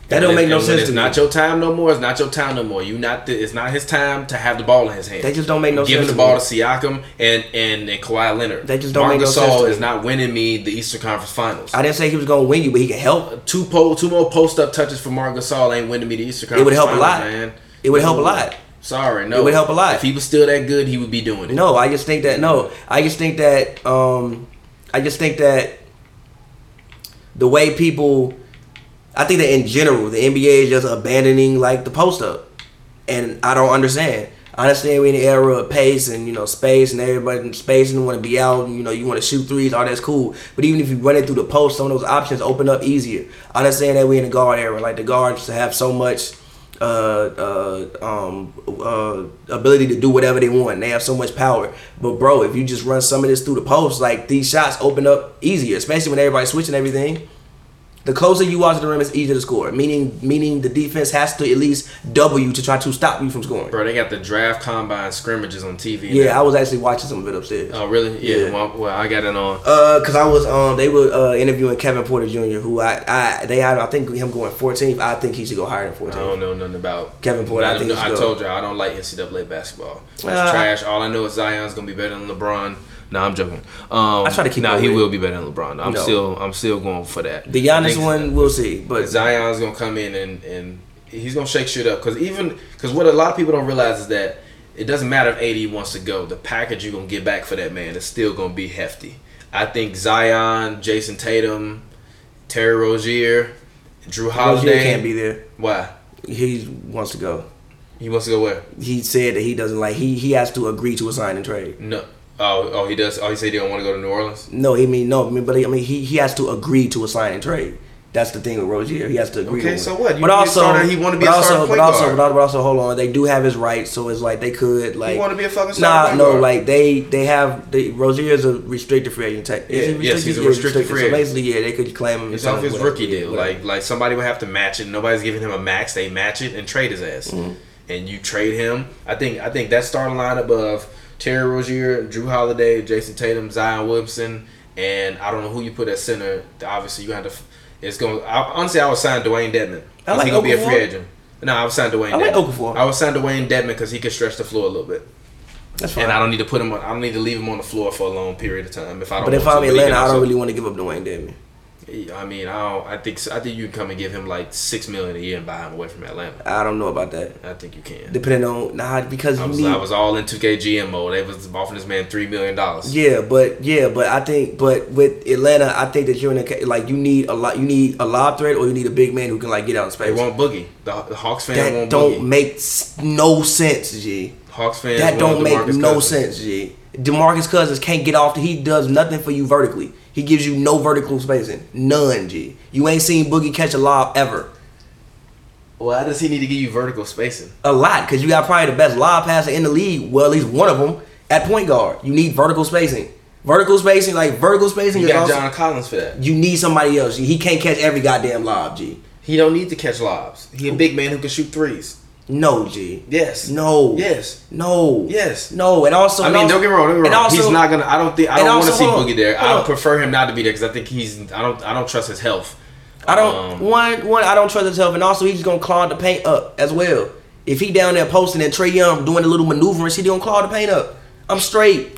[SPEAKER 2] That don't
[SPEAKER 1] And
[SPEAKER 2] make no
[SPEAKER 1] when
[SPEAKER 2] sense
[SPEAKER 1] It's
[SPEAKER 2] to
[SPEAKER 1] not
[SPEAKER 2] me.
[SPEAKER 1] your time no more. It's not your time no more. You not. The, it's not his time to have the ball in his hand.
[SPEAKER 2] That just don't make no
[SPEAKER 1] Giving
[SPEAKER 2] sense
[SPEAKER 1] the ball to
[SPEAKER 2] to
[SPEAKER 1] Siakam and and, and Kawhi Leonard.
[SPEAKER 2] That just don't
[SPEAKER 1] Marc
[SPEAKER 2] make no
[SPEAKER 1] Gasol
[SPEAKER 2] sense to me.
[SPEAKER 1] is not winning me the Eastern Conference Finals.
[SPEAKER 2] I didn't say he was gonna win you, but he can help.
[SPEAKER 1] two po- two more post up touches for Marc Gasol ain't winning me the Eastern Conference.
[SPEAKER 2] It would help a
[SPEAKER 1] Finals,
[SPEAKER 2] lot.
[SPEAKER 1] man.
[SPEAKER 2] It would help a lot.
[SPEAKER 1] Sorry, no.
[SPEAKER 2] It would help a lot.
[SPEAKER 1] If he was still that good, he would be doing it.
[SPEAKER 2] No, I just think that no, I just think that um, I just think that the way people, I think that in general the NBA is just abandoning like the post up, and I don't understand. I understand we're in the era of pace and you know space and everybody in space and want to be out and you know you want to shoot threes, all that's cool. But even if you run it through the post, some of those options open up easier. I understand that we're in the guard era, like the guards have so much uh, uh, um, uh, ability to do whatever they want. They have so much power. But bro, if you just run some of this through the post, like these shots open up easier, especially when everybody's switching everything. The closer you are to the rim, it's easier to score. Meaning, meaning the defense has to at least double you to try to stop you from scoring.
[SPEAKER 1] bro, they got the draft combine scrimmages on TV.
[SPEAKER 2] Yeah,
[SPEAKER 1] now.
[SPEAKER 2] I was actually watching some of it upstairs.
[SPEAKER 1] oh really? Yeah.
[SPEAKER 2] Yeah.
[SPEAKER 1] Well, well, I got it on.
[SPEAKER 2] Uh, cause I was um, they were uh interviewing Kevin Porter Jr. who I I they had I think him going 14th. I think he should go higher than
[SPEAKER 1] I
[SPEAKER 2] 14th.
[SPEAKER 1] don't know nothing about
[SPEAKER 2] Kevin Porter, I
[SPEAKER 1] Not-
[SPEAKER 2] think
[SPEAKER 1] no,
[SPEAKER 2] he's
[SPEAKER 1] I
[SPEAKER 2] dope.
[SPEAKER 1] told y'all I don't like NCAA basketball. It's
[SPEAKER 2] Uh,
[SPEAKER 1] trash. All I know is Zion's gonna be better than LeBron. No, I'm joking. Um,
[SPEAKER 2] I try to keep
[SPEAKER 1] Nah,
[SPEAKER 2] up
[SPEAKER 1] he
[SPEAKER 2] with-
[SPEAKER 1] will be better than LeBron. I'm
[SPEAKER 2] No.
[SPEAKER 1] still, I'm still going for that.
[SPEAKER 2] The
[SPEAKER 1] I
[SPEAKER 2] Giannis
[SPEAKER 1] think
[SPEAKER 2] one, we'll see. But
[SPEAKER 1] Zion's gonna come in and and he's gonna shake shit up. Cause even, cause what a lot of people don't realize is that it doesn't matter if AD wants to go. The package you're gonna get back for that man is still gonna be hefty. I think Zion, Jason Tatum, Terry Rozier, Drew
[SPEAKER 2] Rozier
[SPEAKER 1] Holiday.
[SPEAKER 2] can't be there.
[SPEAKER 1] Why?
[SPEAKER 2] He wants to go.
[SPEAKER 1] He wants to go where?
[SPEAKER 2] He said that he doesn't like. He he has to agree to a sign and trade.
[SPEAKER 1] No. Oh, oh, he does. Oh, he said he don't want to go to New Orleans.
[SPEAKER 2] No, he mean no. I mean, but he, I mean he he has to agree to a sign and trade. That's the thing with Rozier. He has to agree.
[SPEAKER 1] Okay,
[SPEAKER 2] with
[SPEAKER 1] so
[SPEAKER 2] it.
[SPEAKER 1] what? You
[SPEAKER 2] but
[SPEAKER 1] be a
[SPEAKER 2] also,
[SPEAKER 1] starter, he wanna be
[SPEAKER 2] but
[SPEAKER 1] a starting
[SPEAKER 2] also,
[SPEAKER 1] point
[SPEAKER 2] but also,
[SPEAKER 1] guard.
[SPEAKER 2] but also, but also, hold on. They do have his rights, so it's like they could like.
[SPEAKER 1] wanna be a fucking
[SPEAKER 2] Nah,
[SPEAKER 1] starting point
[SPEAKER 2] no,
[SPEAKER 1] guard.
[SPEAKER 2] like they they have the Rozier is a restricted free agent. Tech.
[SPEAKER 1] Yeah,
[SPEAKER 2] Is he
[SPEAKER 1] yes, he's a
[SPEAKER 2] Yeah,
[SPEAKER 1] restricted free agent.
[SPEAKER 2] So basically, yeah, they could claim him.
[SPEAKER 1] It's
[SPEAKER 2] and
[SPEAKER 1] off his
[SPEAKER 2] whatever,
[SPEAKER 1] rookie
[SPEAKER 2] yeah,
[SPEAKER 1] deal.
[SPEAKER 2] whatever.
[SPEAKER 1] Like like somebody would have to match it. Nobody's giving him a max. They match it and trade his ass.
[SPEAKER 2] Mm-hmm.
[SPEAKER 1] And you trade him. I think I think that starting lineup of Terry Rozier, Drew Holiday, Jason Tatum, Zion Williamson, and I don't know who you put at center. Obviously, you have to. It's going. I, honestly, I would sign Dwayne Dedman.
[SPEAKER 2] I like
[SPEAKER 1] he's gonna be a
[SPEAKER 2] Okafor.
[SPEAKER 1] free agent. No, I would sign Dwayne.
[SPEAKER 2] I like
[SPEAKER 1] Dedmon.
[SPEAKER 2] Okafor.
[SPEAKER 1] I would sign Dwayne Dedman because he could stretch the floor a little bit,
[SPEAKER 2] that's fine.
[SPEAKER 1] and I don't need to put him on. I don't need to leave him on the floor for a long period of time. If I don't.
[SPEAKER 2] but if
[SPEAKER 1] want
[SPEAKER 2] I'm
[SPEAKER 1] to, he can
[SPEAKER 2] Atlanta, I
[SPEAKER 1] also-
[SPEAKER 2] don't really want to give up Dwayne Damon.
[SPEAKER 1] I mean, I don't. I think I think you can come and give him like six million a year and buy him away from Atlanta.
[SPEAKER 2] I don't know about that.
[SPEAKER 1] I think you can.
[SPEAKER 2] Depending on nah, because
[SPEAKER 1] I
[SPEAKER 2] you
[SPEAKER 1] was,
[SPEAKER 2] need.
[SPEAKER 1] I was all in 2K GM mode. They was offering this man three million dollars.
[SPEAKER 2] Yeah, but yeah, but I think, but with Atlanta, I think that you're in a ca- like you need a lot, you need a lob threat, or you need a big man who can like get out in
[SPEAKER 1] They
[SPEAKER 2] space.
[SPEAKER 1] want Boogie. The, the Hawks fan
[SPEAKER 2] that
[SPEAKER 1] want
[SPEAKER 2] don't
[SPEAKER 1] Boogie.
[SPEAKER 2] make s- no sense, G.
[SPEAKER 1] Hawks fans
[SPEAKER 2] That
[SPEAKER 1] want
[SPEAKER 2] don't make
[SPEAKER 1] DeMarcus
[SPEAKER 2] no
[SPEAKER 1] Cousins.
[SPEAKER 2] sense, G. Demarcus Cousins can't get off. The, he does nothing for you vertically. He gives you no vertical spacing, none, G. You ain't seen Boogie catch a lob ever.
[SPEAKER 1] Why does he need to give you vertical spacing?
[SPEAKER 2] a lot because you got probably the best lob passer in the league. Well, at least one of them at point guard. You need vertical spacing. Vertical spacing, like vertical spacing,
[SPEAKER 1] You
[SPEAKER 2] is
[SPEAKER 1] got
[SPEAKER 2] also,
[SPEAKER 1] John Collins for that.
[SPEAKER 2] you need somebody else. He can't catch every goddamn lob, G.
[SPEAKER 1] He don't need to catch lobs. He a big man who can shoot threes.
[SPEAKER 2] No, G.
[SPEAKER 1] Yes.
[SPEAKER 2] No.
[SPEAKER 1] Yes.
[SPEAKER 2] No.
[SPEAKER 1] Yes.
[SPEAKER 2] No. And also,
[SPEAKER 1] I
[SPEAKER 2] and
[SPEAKER 1] mean,
[SPEAKER 2] also-
[SPEAKER 1] don't get me wrong. Don't get me
[SPEAKER 2] and
[SPEAKER 1] wrong.
[SPEAKER 2] also-
[SPEAKER 1] he's not gonna. I don't think. I
[SPEAKER 2] and
[SPEAKER 1] don't want to
[SPEAKER 2] also,
[SPEAKER 1] see
[SPEAKER 2] hold on,
[SPEAKER 1] Boogie there. I
[SPEAKER 2] hold on.
[SPEAKER 1] would prefer him not to be there because I think he's. I don't. I don't trust his health.
[SPEAKER 2] I don't
[SPEAKER 1] Um,
[SPEAKER 2] one one. I don't trust his help, and also he's gonna clog the paint up as well. If he down there posting and Trey Young doing a little maneuvering, he gonna clog the paint up. I'm straight.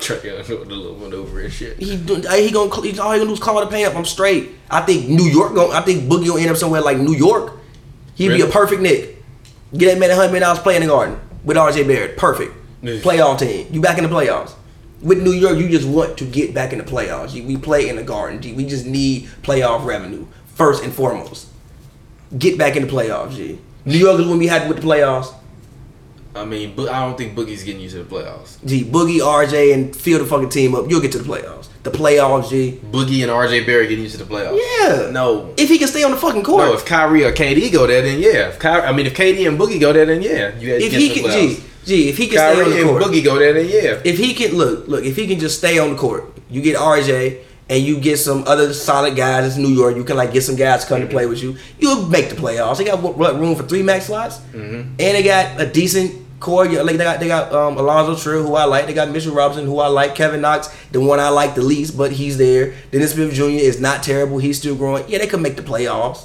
[SPEAKER 1] [LAUGHS] Trey Young doing the little maneuver and shit.
[SPEAKER 2] He do- uh, he gonna cl- he's all he gonna do is call the paint up. I'm straight. I think New York. Gonna, I think Boogie gonna end up somewhere like New York. He'd be
[SPEAKER 1] Really?
[SPEAKER 2] a perfect Nick. Get that man a hundred million dollars playing the Garden with RJ Barrett. Perfect
[SPEAKER 1] Yeah.
[SPEAKER 2] playoff team. You back in the playoffs. With New York, you just want to get back in the playoffs. You- We play in the Garden. G. We just need playoff revenue first and foremost. Get back in the playoffs, G. New Yorkers wouldn't be happy with the playoffs.
[SPEAKER 1] I mean, Bo- I don't think Boogie's getting you to the playoffs.
[SPEAKER 2] G. Boogie, RJ, and fill the fucking team up. You'll get to the playoffs. The playoffs, G.
[SPEAKER 1] Boogie and RJ Barrett getting you to the playoffs.
[SPEAKER 2] Yeah.
[SPEAKER 1] No.
[SPEAKER 2] If he can stay on the fucking court.
[SPEAKER 1] No, if Kyrie or KD go there, then yeah. If Kyrie, I mean, if KD and Boogie go there, then yeah. You guys
[SPEAKER 2] if
[SPEAKER 1] get
[SPEAKER 2] he
[SPEAKER 1] to the
[SPEAKER 2] can,
[SPEAKER 1] playoffs.
[SPEAKER 2] gee, gee, if he can stay on
[SPEAKER 1] Kyrie
[SPEAKER 2] the
[SPEAKER 1] and
[SPEAKER 2] court,
[SPEAKER 1] Boogie go there, then yeah.
[SPEAKER 2] if he can look, look, if he can just stay on the court, you get RJ and you get some other solid guys. It's New York. You can like get some guys to come to play with you. You'll make the playoffs. They got what, what, room for three max slots,
[SPEAKER 1] Mm-hmm.
[SPEAKER 2] and they got a decent core. You- Like they got they got um, Alonzo Trill, who I like. They got Mitchell Robinson, who I like. Kevin Knox, the one I like the least, but he's there. Dennis Smith Jr. is not terrible. He's still growing. Yeah, they could make the playoffs.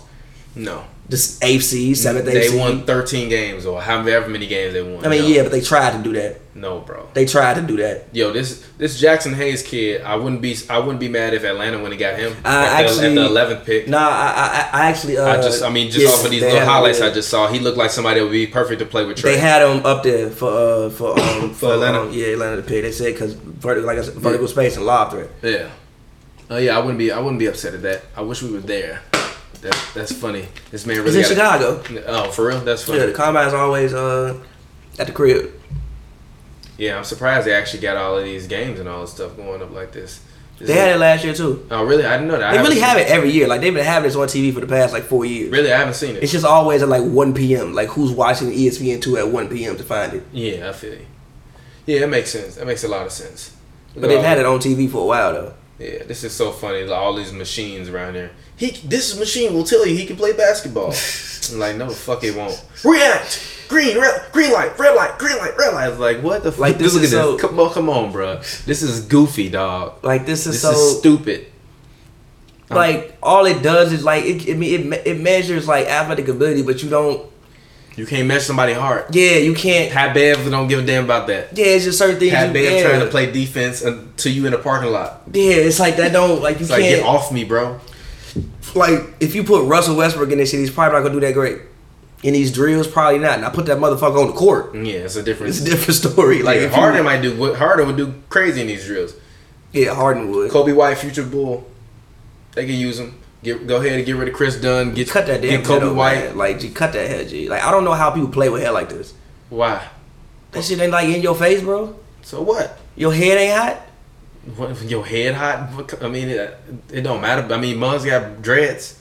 [SPEAKER 1] No.
[SPEAKER 2] This AFC seventh
[SPEAKER 1] They
[SPEAKER 2] AFC.
[SPEAKER 1] won 13 games or however many games they won.
[SPEAKER 2] I mean,
[SPEAKER 1] no.
[SPEAKER 2] yeah, but they tried to do that.
[SPEAKER 1] No, bro.
[SPEAKER 2] They tried to do that.
[SPEAKER 1] Yo, this this Jackson Hayes kid, I wouldn't be I wouldn't be mad if Atlanta went and got him
[SPEAKER 2] I
[SPEAKER 1] at, the, at
[SPEAKER 2] actually-
[SPEAKER 1] the 11th pick.
[SPEAKER 2] Nah, I I, I actually. Uh,
[SPEAKER 1] I just I mean just
[SPEAKER 2] yes,
[SPEAKER 1] off of these
[SPEAKER 2] they
[SPEAKER 1] little
[SPEAKER 2] had
[SPEAKER 1] highlights
[SPEAKER 2] him,
[SPEAKER 1] I just saw, he looked like somebody that would be perfect to play with Trey.
[SPEAKER 2] They had him up there for uh
[SPEAKER 1] [COUGHS]
[SPEAKER 2] for um for,
[SPEAKER 1] Atlanta.
[SPEAKER 2] um, yeah, Atlanta to pick. They said because vertical, like I said, vertical space and lob threat.
[SPEAKER 1] Yeah. Oh yeah, I wouldn't be. I wouldn't be upset at that. I wish we were there. That, that's funny. This man
[SPEAKER 2] It's
[SPEAKER 1] really.
[SPEAKER 2] in
[SPEAKER 1] got
[SPEAKER 2] Chicago.
[SPEAKER 1] a- oh, for real? That's
[SPEAKER 2] Yeah,
[SPEAKER 1] funny.
[SPEAKER 2] the
[SPEAKER 1] Yeah.
[SPEAKER 2] combine's always uh at the crib.
[SPEAKER 1] I'm surprised they actually got all of these games and all this stuff going up like this. This
[SPEAKER 2] They
[SPEAKER 1] is-
[SPEAKER 2] had it last year too.
[SPEAKER 1] oh really? I didn't know that. I
[SPEAKER 2] They
[SPEAKER 1] haven't
[SPEAKER 2] really
[SPEAKER 1] seen
[SPEAKER 2] have it every year. Like they've been having this on TV for the past like four years.
[SPEAKER 1] Really, I haven't seen
[SPEAKER 2] It's
[SPEAKER 1] it.
[SPEAKER 2] just always at like 1 p.m. Like who's watching E ESPN two at 1 p.m. to find it?
[SPEAKER 1] Yeah, I feel you. Yeah, it makes sense. That makes a lot of sense.
[SPEAKER 2] But they've had it on TV for a while though.
[SPEAKER 1] Yeah, this is so funny. like, All these machines around here. He, this machine will tell you he can play [LAUGHS] basketball. I'm like, no, the fuck, it won't. React. Green, red, green light, red light, green light, red light. I was Like, what the fuck?
[SPEAKER 2] Like, this
[SPEAKER 1] Look
[SPEAKER 2] is
[SPEAKER 1] at
[SPEAKER 2] so-
[SPEAKER 1] this. Come on, come on, bro. This is goofy, dog.
[SPEAKER 2] Like this is
[SPEAKER 1] This
[SPEAKER 2] so
[SPEAKER 1] is stupid.
[SPEAKER 2] like all it does is like it. I mean, it, me- it measures like athletic ability, but you don't.
[SPEAKER 1] You can't measure somebody's heart.
[SPEAKER 2] Yeah, you can't.
[SPEAKER 1] Pat Bev don't give a damn about that.
[SPEAKER 2] Yeah, it's just certain things.
[SPEAKER 1] Pat
[SPEAKER 2] you,
[SPEAKER 1] Bev
[SPEAKER 2] yeah.
[SPEAKER 1] trying to play defense until you in a parking lot.
[SPEAKER 2] Yeah, it's like that. Don't like you
[SPEAKER 1] It's like, get
[SPEAKER 2] can't.
[SPEAKER 1] off me, bro.
[SPEAKER 2] like if you put Russell Westbrook in this shit, he's probably not gonna do that great. In these drills, probably not. And I put that motherfucker on the court. [LAUGHS]
[SPEAKER 1] Yeah, it's a different.
[SPEAKER 2] It's a different story.
[SPEAKER 1] like
[SPEAKER 2] Like if you-
[SPEAKER 1] Harden might do. what Harden would do crazy in these drills.
[SPEAKER 2] yeah, Harden would.
[SPEAKER 1] Kobe White, future Bull. They can use him. Get, go ahead and get rid of Chris Dunn. Get
[SPEAKER 2] Cut that damn
[SPEAKER 1] Get Kobe
[SPEAKER 2] head off,
[SPEAKER 1] White.
[SPEAKER 2] man. Like, G, cut that head, G. Like, I don't know how people play with hair like this.
[SPEAKER 1] Why?
[SPEAKER 2] That shit ain't like in your face, bro.
[SPEAKER 1] So what?
[SPEAKER 2] Your head ain't hot.
[SPEAKER 1] what? Your head hot? What co- I mean, it, it don't matter. I mean, Muggs got dreads.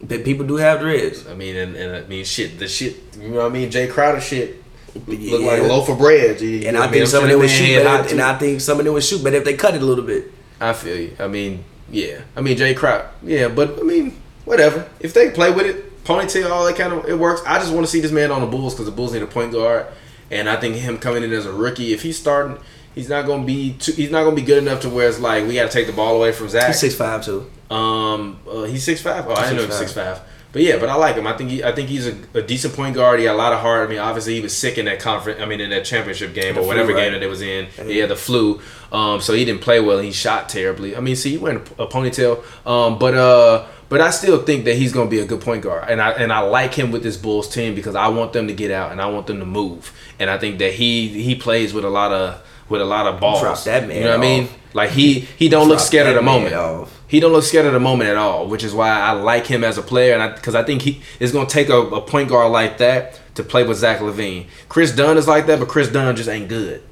[SPEAKER 2] But people do have dreads.
[SPEAKER 1] I mean, and, and I mean, shit, the shit, you know what I mean? Jay Crowder shit look like a
[SPEAKER 2] Yeah.
[SPEAKER 1] loop of bread. You, you
[SPEAKER 2] And
[SPEAKER 1] know what mean?
[SPEAKER 2] I think
[SPEAKER 1] I'm
[SPEAKER 2] some of
[SPEAKER 1] sure
[SPEAKER 2] them would
[SPEAKER 1] that
[SPEAKER 2] shoot,
[SPEAKER 1] man had
[SPEAKER 2] better,
[SPEAKER 1] hot
[SPEAKER 2] and I think some of them would shoot better if they cut it a little bit.
[SPEAKER 1] I feel you. I mean, yeah. I mean, Jay Crowder. Yeah, but I mean, whatever. If they play with it, ponytail, all that kind of, it works. I just want to see this man on the Bulls because the Bulls need a point guard, and I think him coming in as a rookie, if he's starting, he's not gonna be too, he's not gonna be good enough to where it's like we got to take the ball away from Zach.
[SPEAKER 2] He's six five too.
[SPEAKER 1] Um, uh, he's six five. Oh, I didn't know he was six
[SPEAKER 2] 6'5".
[SPEAKER 1] five. But yeah, but I like him. I think he, I think he's a, a decent point guard. He got a lot of heart. I mean, obviously he was sick in that conference. I mean, in that championship game
[SPEAKER 2] The
[SPEAKER 1] or
[SPEAKER 2] flu,
[SPEAKER 1] whatever
[SPEAKER 2] right?
[SPEAKER 1] game that it was in. Yeah, the flu. Um, so he didn't play well. He shot terribly. I mean, see, he wearing a, a ponytail. Um, but uh, but I still think that he's gonna be a good point guard. And I and I like him with this Bulls team because I want them to get out and I want them to move. And I think that he he plays with a lot of with a lot of balls.
[SPEAKER 2] that man
[SPEAKER 1] You know what I mean?
[SPEAKER 2] off.
[SPEAKER 1] Like he he don't look
[SPEAKER 2] Drop
[SPEAKER 1] scared at
[SPEAKER 2] that
[SPEAKER 1] the
[SPEAKER 2] man
[SPEAKER 1] moment.
[SPEAKER 2] off.
[SPEAKER 1] He don't look scared at the moment at all, which is why I like him as a player, and I because I think he it's gonna take a, a point guard like that to play with Zach Levine. Chris Dunn is like that, but Chris Dunn just ain't
[SPEAKER 2] [LAUGHS]
[SPEAKER 1] good.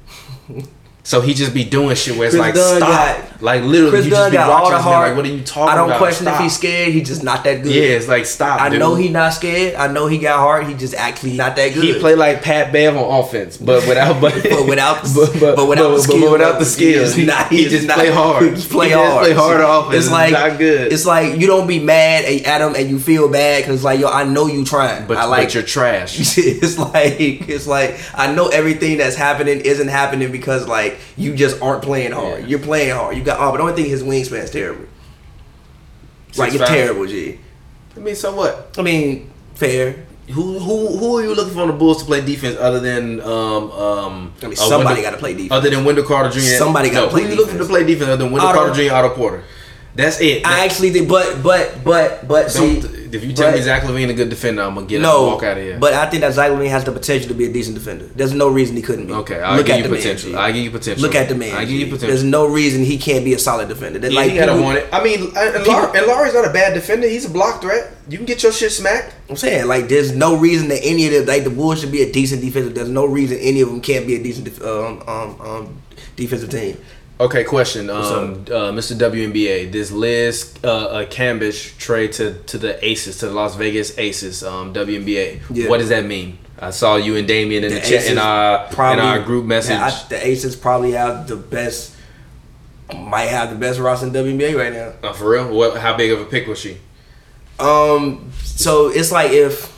[SPEAKER 1] So he just be doing shit where it's
[SPEAKER 2] Chris
[SPEAKER 1] like
[SPEAKER 2] Dunn
[SPEAKER 1] stop,
[SPEAKER 2] got-
[SPEAKER 1] like literally
[SPEAKER 2] Chris
[SPEAKER 1] you
[SPEAKER 2] Dunn
[SPEAKER 1] just be
[SPEAKER 2] got
[SPEAKER 1] watching
[SPEAKER 2] all the
[SPEAKER 1] this man,
[SPEAKER 2] heart.
[SPEAKER 1] like what are you talking
[SPEAKER 2] I don't
[SPEAKER 1] about?
[SPEAKER 2] question if
[SPEAKER 1] Stop.
[SPEAKER 2] he's scared. He's just not that good.
[SPEAKER 1] Yeah, it's like stop.
[SPEAKER 2] I
[SPEAKER 1] dude.
[SPEAKER 2] know he not scared. I know he got heart. He just actually not that good.
[SPEAKER 1] He play like Pat Bev on offense, but without but,
[SPEAKER 2] [LAUGHS] But without- but without the
[SPEAKER 1] [LAUGHS] but,
[SPEAKER 2] skill
[SPEAKER 1] without the
[SPEAKER 2] level. He
[SPEAKER 1] skills,
[SPEAKER 2] is
[SPEAKER 1] he, [LAUGHS]
[SPEAKER 2] not-
[SPEAKER 1] he
[SPEAKER 2] he is
[SPEAKER 1] just
[SPEAKER 2] not-
[SPEAKER 1] play hard.
[SPEAKER 2] he just [LAUGHS] play
[SPEAKER 1] just
[SPEAKER 2] hard.
[SPEAKER 1] play hard on offense.
[SPEAKER 2] It's like
[SPEAKER 1] not good.
[SPEAKER 2] It's like you don't be mad at at him and you feel bad because like yo, I know you trying.
[SPEAKER 1] but,
[SPEAKER 2] I like
[SPEAKER 1] but you're trash.
[SPEAKER 2] [LAUGHS] it's like it's like I know everything that's happening isn't happening because like you just aren't playing hard.
[SPEAKER 1] Yeah.
[SPEAKER 2] You're playing hard. You got oh, but the only thing his wingspan's terrible. like it's
[SPEAKER 1] 6'5".
[SPEAKER 2] terrible, G.
[SPEAKER 1] I mean, so what?
[SPEAKER 2] I mean, fair.
[SPEAKER 1] Who who who are you looking for on the Bulls to play defense other than um um?
[SPEAKER 2] I mean,
[SPEAKER 1] uh,
[SPEAKER 2] somebody
[SPEAKER 1] Wendell-
[SPEAKER 2] got to play defense.
[SPEAKER 1] other than Wendell Carter Jr.
[SPEAKER 2] Somebody gotta play
[SPEAKER 1] Who you looking to
[SPEAKER 2] defense.
[SPEAKER 1] play defense other than Wendell
[SPEAKER 2] Otto.
[SPEAKER 1] Carter Jr. Otto Porter? That's it.
[SPEAKER 2] I actually think, but but but but see,
[SPEAKER 1] Don't- if you tell
[SPEAKER 2] but-
[SPEAKER 1] me Zach Levine a good defender, I'm gonna get up
[SPEAKER 2] no,
[SPEAKER 1] and walk out of here.
[SPEAKER 2] But I think that Zach Levine has the potential to be a decent defender. There's no reason he couldn't be.
[SPEAKER 1] okay, I will
[SPEAKER 2] Look
[SPEAKER 1] give
[SPEAKER 2] at
[SPEAKER 1] you
[SPEAKER 2] the man,
[SPEAKER 1] potential.
[SPEAKER 2] G.
[SPEAKER 1] I give you potential.
[SPEAKER 2] Look at the man.
[SPEAKER 1] I give you
[SPEAKER 2] G.
[SPEAKER 1] potential.
[SPEAKER 2] There's no reason he can't be a solid defender. That,
[SPEAKER 1] Yeah,
[SPEAKER 2] like
[SPEAKER 1] you gotta
[SPEAKER 2] people-
[SPEAKER 1] want it. I mean, and, and, Lar- and Laurie's not a bad defender. He's a block threat. You can get your shit smacked.
[SPEAKER 2] I'm saying like there's no reason that any of them like the Bulls should be a decent defensive. There's no reason any of them can't be a decent def- um, um, um, defensive team.
[SPEAKER 1] Okay, question. Um,
[SPEAKER 2] up?
[SPEAKER 1] uh, Mr. WNBA, this Liz uh, uh, Cambish trade to, to the Aces, to the Las Vegas Aces, um, WNBA.
[SPEAKER 2] Yeah.
[SPEAKER 1] What does that mean? I saw you and Damien in the, chat in
[SPEAKER 2] Aces
[SPEAKER 1] our in our group message.
[SPEAKER 2] Yeah, I- the Aces probably have the best, might have the best roster in WNBA right now.
[SPEAKER 1] Uh, for real, what? How big of a pick was she?
[SPEAKER 2] Um, so it's like if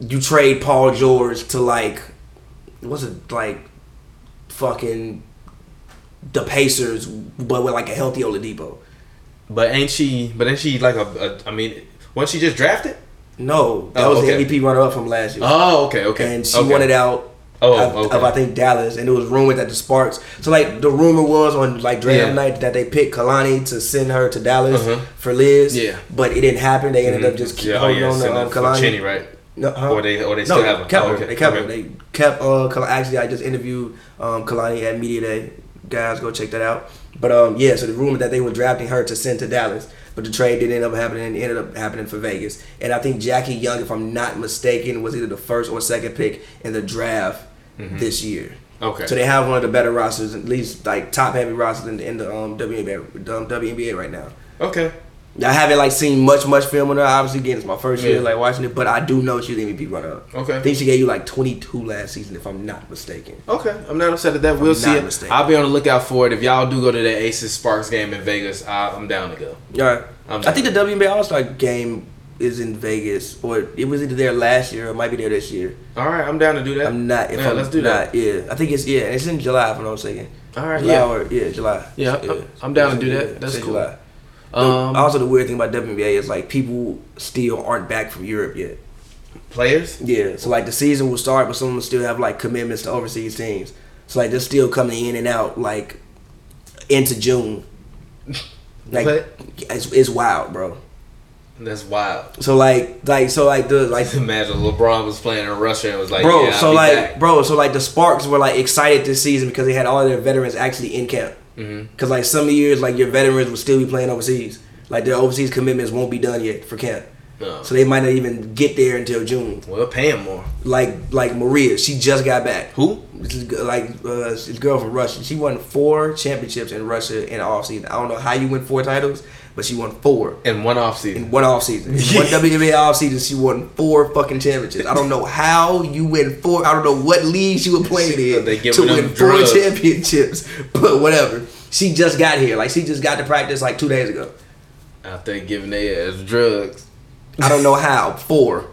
[SPEAKER 2] you trade Paul George to like, what's it like, fucking the Pacers, but with like a healthy Oladipo.
[SPEAKER 1] But ain't she? But ain't she like a? a I mean, wasn't she just drafted?
[SPEAKER 2] No, that
[SPEAKER 1] Oh,
[SPEAKER 2] was
[SPEAKER 1] okay.
[SPEAKER 2] the MVP runner up from last year.
[SPEAKER 1] Oh, okay, okay.
[SPEAKER 2] and she
[SPEAKER 1] okay.
[SPEAKER 2] wanted out
[SPEAKER 1] Oh,
[SPEAKER 2] of,
[SPEAKER 1] okay.
[SPEAKER 2] of I think Dallas, and it was rumored that the Sparks. So like the rumor was on like draft
[SPEAKER 1] Yeah.
[SPEAKER 2] night that they picked Kalani to send her to Dallas
[SPEAKER 1] Uh-huh.
[SPEAKER 2] for Liz.
[SPEAKER 1] Yeah.
[SPEAKER 2] but it didn't happen. They ended up just keep
[SPEAKER 1] yeah, oh,
[SPEAKER 2] holding
[SPEAKER 1] yeah,
[SPEAKER 2] on to
[SPEAKER 1] sending
[SPEAKER 2] um,
[SPEAKER 1] it for
[SPEAKER 2] Kalani.
[SPEAKER 1] Cheney, right?
[SPEAKER 2] No, huh?
[SPEAKER 1] Or they- or they still
[SPEAKER 2] no,
[SPEAKER 1] have her.
[SPEAKER 2] Kept
[SPEAKER 1] Oh,
[SPEAKER 2] her.
[SPEAKER 1] okay,
[SPEAKER 2] They kept her.
[SPEAKER 1] okay.
[SPEAKER 2] They kept uh, Kalani. Actually, I just interviewed um, Kalani at media day. Guys, go check that out. But um, yeah, so the rumor that they were drafting her to send to Dallas, but the trade didn't end up happening. and It ended up happening for Vegas, and I think Jackie Young, if I'm not mistaken, was either the first or second pick in the draft this year.
[SPEAKER 1] Mm-hmm. Okay.
[SPEAKER 2] So they have one of the better rosters, at least like top heavy rosters in, in the um, WNBA, um, WNBA right now.
[SPEAKER 1] Okay.
[SPEAKER 2] I haven't like seen much much film on her. Obviously, again, it's my first year
[SPEAKER 1] Yeah.
[SPEAKER 2] like watching it, but I do know she's the MVP runner up.
[SPEAKER 1] Okay.
[SPEAKER 2] I think she gave you like 22 last season, if I'm not mistaken.
[SPEAKER 1] Okay, I'm not upset at that. We'll
[SPEAKER 2] I'm
[SPEAKER 1] see
[SPEAKER 2] not
[SPEAKER 1] it.
[SPEAKER 2] mistaken.
[SPEAKER 1] I'll be on the lookout for it. If y'all do go to that Aces Sparks game in Vegas, I, I'm down to go.
[SPEAKER 2] All right.
[SPEAKER 1] I'm
[SPEAKER 2] I think the WNBA All Star game is in Vegas, or it was either there last year or it might be there this year.
[SPEAKER 1] All right, I'm down to do that.
[SPEAKER 2] I'm not. If
[SPEAKER 1] yeah,
[SPEAKER 2] I'm
[SPEAKER 1] let's do
[SPEAKER 2] not, Yeah, I think it's yeah, and it's in July, if I'm not mistaken.
[SPEAKER 1] that. All right,
[SPEAKER 2] July
[SPEAKER 1] yeah.
[SPEAKER 2] or yeah, July.
[SPEAKER 1] Yeah, I'm- I'm down to do that. That's
[SPEAKER 2] it's in
[SPEAKER 1] cool.
[SPEAKER 2] July. The-
[SPEAKER 1] Um,
[SPEAKER 2] also, the weird thing about WNBA is like people still aren't back from Europe yet.
[SPEAKER 1] players.
[SPEAKER 2] Yeah, so like the season will start, but some of them still have like commitments to overseas teams. So like they're still coming in and out like into June. Like
[SPEAKER 1] What?
[SPEAKER 2] it's, it's wild, bro.
[SPEAKER 1] That's wild. [LAUGHS]
[SPEAKER 2] So like like so like the like
[SPEAKER 1] Imagine LeBron was playing in Russia and was like,
[SPEAKER 2] bro.
[SPEAKER 1] yeah, I'll
[SPEAKER 2] so
[SPEAKER 1] be
[SPEAKER 2] like
[SPEAKER 1] back.
[SPEAKER 2] bro. So like the Sparks were like excited this season because they had all their veterans actually in camp.
[SPEAKER 1] Mhm.
[SPEAKER 2] Because like some years like your veterans will still be playing overseas. Like their overseas commitments won't be done yet for camp.
[SPEAKER 1] No.
[SPEAKER 2] So they might not even get there until June.
[SPEAKER 1] Well, pay him more.
[SPEAKER 2] Like like Maria, she just got back.
[SPEAKER 1] Who?
[SPEAKER 2] This is g- like uh, this girl from Russia. She won four championships in Russia in off season. I don't know how you win four titles, but she won four
[SPEAKER 1] In one off season.
[SPEAKER 2] in one off season.
[SPEAKER 1] [LAUGHS]
[SPEAKER 2] In one WWE off season, she won four fucking championships. I don't know how you win four. I don't know what league you were playing in
[SPEAKER 1] They
[SPEAKER 2] to
[SPEAKER 1] giving them
[SPEAKER 2] win four
[SPEAKER 1] drugs.
[SPEAKER 2] championships, [LAUGHS] but whatever. She just got here. Like she just got to practice like two days ago.
[SPEAKER 1] Out there giving their ass drugs.
[SPEAKER 2] I don't know how. Four.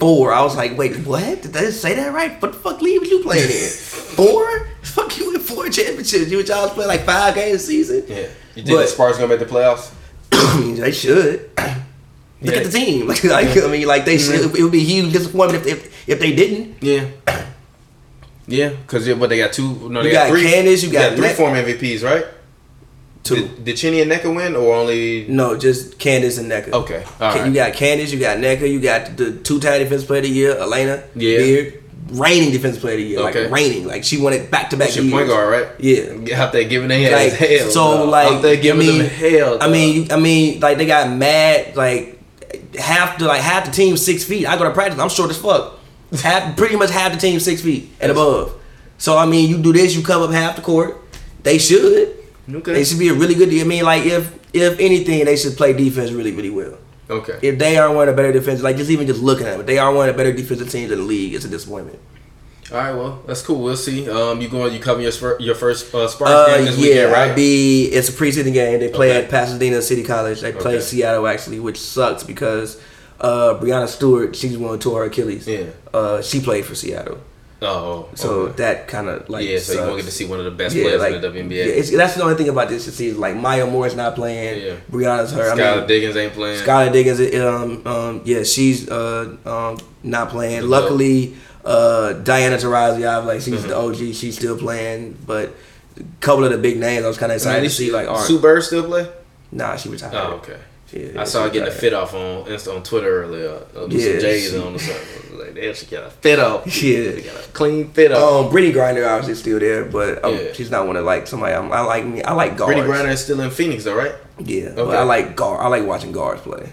[SPEAKER 2] Four. I was like, wait, what? Did they say that right? What the fuck league was you playing in? Four? Fuck you in four championships. You and y'all was playing like five games a season?
[SPEAKER 1] Yeah.
[SPEAKER 2] [CLEARS THROAT]
[SPEAKER 1] You think
[SPEAKER 2] But-
[SPEAKER 1] the Spurs gonna make the playoffs?
[SPEAKER 2] they should. Look
[SPEAKER 1] Yeah. Mm-hmm.
[SPEAKER 2] at the team. [LAUGHS] Like, I mean, like they should. It would be a huge disappointment if, if, if they didn't.
[SPEAKER 1] Yeah. Yeah, because what they got two. No, they
[SPEAKER 2] You
[SPEAKER 1] got,
[SPEAKER 2] got
[SPEAKER 1] three.
[SPEAKER 2] Candace, you
[SPEAKER 1] They
[SPEAKER 2] got
[SPEAKER 1] three
[SPEAKER 2] Let-
[SPEAKER 1] form MVPs, right?
[SPEAKER 2] Two.
[SPEAKER 1] Did, did Chinny and Necker win or only?
[SPEAKER 2] No, just Candace and NECA.
[SPEAKER 1] Okay, all
[SPEAKER 2] Ca-
[SPEAKER 1] right.
[SPEAKER 2] You got Candace, you got NECA, you got the two-time defense player of the year, Elena
[SPEAKER 1] Yeah.
[SPEAKER 2] Beard, reigning defense player of the year,
[SPEAKER 1] Okay.
[SPEAKER 2] like reigning, like she won it back-to-back
[SPEAKER 1] That's your
[SPEAKER 2] years.
[SPEAKER 1] point guard, right?
[SPEAKER 2] Yeah.
[SPEAKER 1] Out there giving their ass
[SPEAKER 2] Like,
[SPEAKER 1] hell.
[SPEAKER 2] so
[SPEAKER 1] dog.
[SPEAKER 2] like
[SPEAKER 1] out there giving
[SPEAKER 2] I mean,
[SPEAKER 1] them hell.
[SPEAKER 2] I
[SPEAKER 1] dog.
[SPEAKER 2] mean, you- I mean, like they got mad. Like half the like half the team six feet. I go to practice. I'm short as fuck. Half, pretty much half the team six feet and above. So I mean, you do this, you cover up half the court. They should.
[SPEAKER 1] Okay.
[SPEAKER 2] They should be a really good. I mean, like if if anything, they should play defense really really well.
[SPEAKER 1] okay.
[SPEAKER 2] If they aren't one of the better defense, like just even just looking at it, they are one of the better defensive teams in the league. It's a disappointment.
[SPEAKER 1] All right, well, that's cool. We'll see. Um, you going? You covering your spur, your first uh, Spurs
[SPEAKER 2] Uh,
[SPEAKER 1] game this
[SPEAKER 2] yeah,
[SPEAKER 1] weekend, right?
[SPEAKER 2] I be. It's a preseason game. They play
[SPEAKER 1] Okay.
[SPEAKER 2] at Pasadena City College. They play
[SPEAKER 1] Okay.
[SPEAKER 2] Seattle actually, which sucks because uh, Brianna Stewart, she's one of her Achilles.
[SPEAKER 1] Yeah.
[SPEAKER 2] Uh, she played for Seattle,
[SPEAKER 1] oh,
[SPEAKER 2] so
[SPEAKER 1] okay.
[SPEAKER 2] that kind of like
[SPEAKER 1] yeah, so you
[SPEAKER 2] sucks.
[SPEAKER 1] won't get to see one of the best
[SPEAKER 2] Yeah,
[SPEAKER 1] players
[SPEAKER 2] like,
[SPEAKER 1] in the WNBA.
[SPEAKER 2] yeah, it's, that's the only thing about this season. Like Maya Moore's not playing.
[SPEAKER 1] Yeah.
[SPEAKER 2] Brianna's her.
[SPEAKER 1] Skylar
[SPEAKER 2] I mean,
[SPEAKER 1] Diggins ain't playing.
[SPEAKER 2] Skylar Diggins, um, um, yeah, she's uh, um, not playing. Luckily, uh, Diana Taurasi, like she's the OG, she's still playing. But a couple of the big names, I was kind of excited to see. Like, all right,
[SPEAKER 1] Sue Bird still play?
[SPEAKER 2] nah, she retired.
[SPEAKER 1] Oh, okay.
[SPEAKER 2] Yeah, yeah,
[SPEAKER 1] I saw her
[SPEAKER 2] she
[SPEAKER 1] getting a
[SPEAKER 2] retired.
[SPEAKER 1] fit off on Insta on Twitter earlier. Uh, with some
[SPEAKER 2] Yeah,
[SPEAKER 1] J's
[SPEAKER 2] she-
[SPEAKER 1] on or something. I
[SPEAKER 2] [LAUGHS]
[SPEAKER 1] was Like, damn, she got a fit off. She
[SPEAKER 2] Yeah.
[SPEAKER 1] got a clean fit off.
[SPEAKER 2] Um, Brittany Grinder obviously still there, but um,
[SPEAKER 1] Yeah.
[SPEAKER 2] she's not one of like somebody. I'm, I like me. I like guards.
[SPEAKER 1] Brittany Griner is still in Phoenix, though, right?
[SPEAKER 2] Yeah, but
[SPEAKER 1] Okay.
[SPEAKER 2] I like guard. I like watching guards play.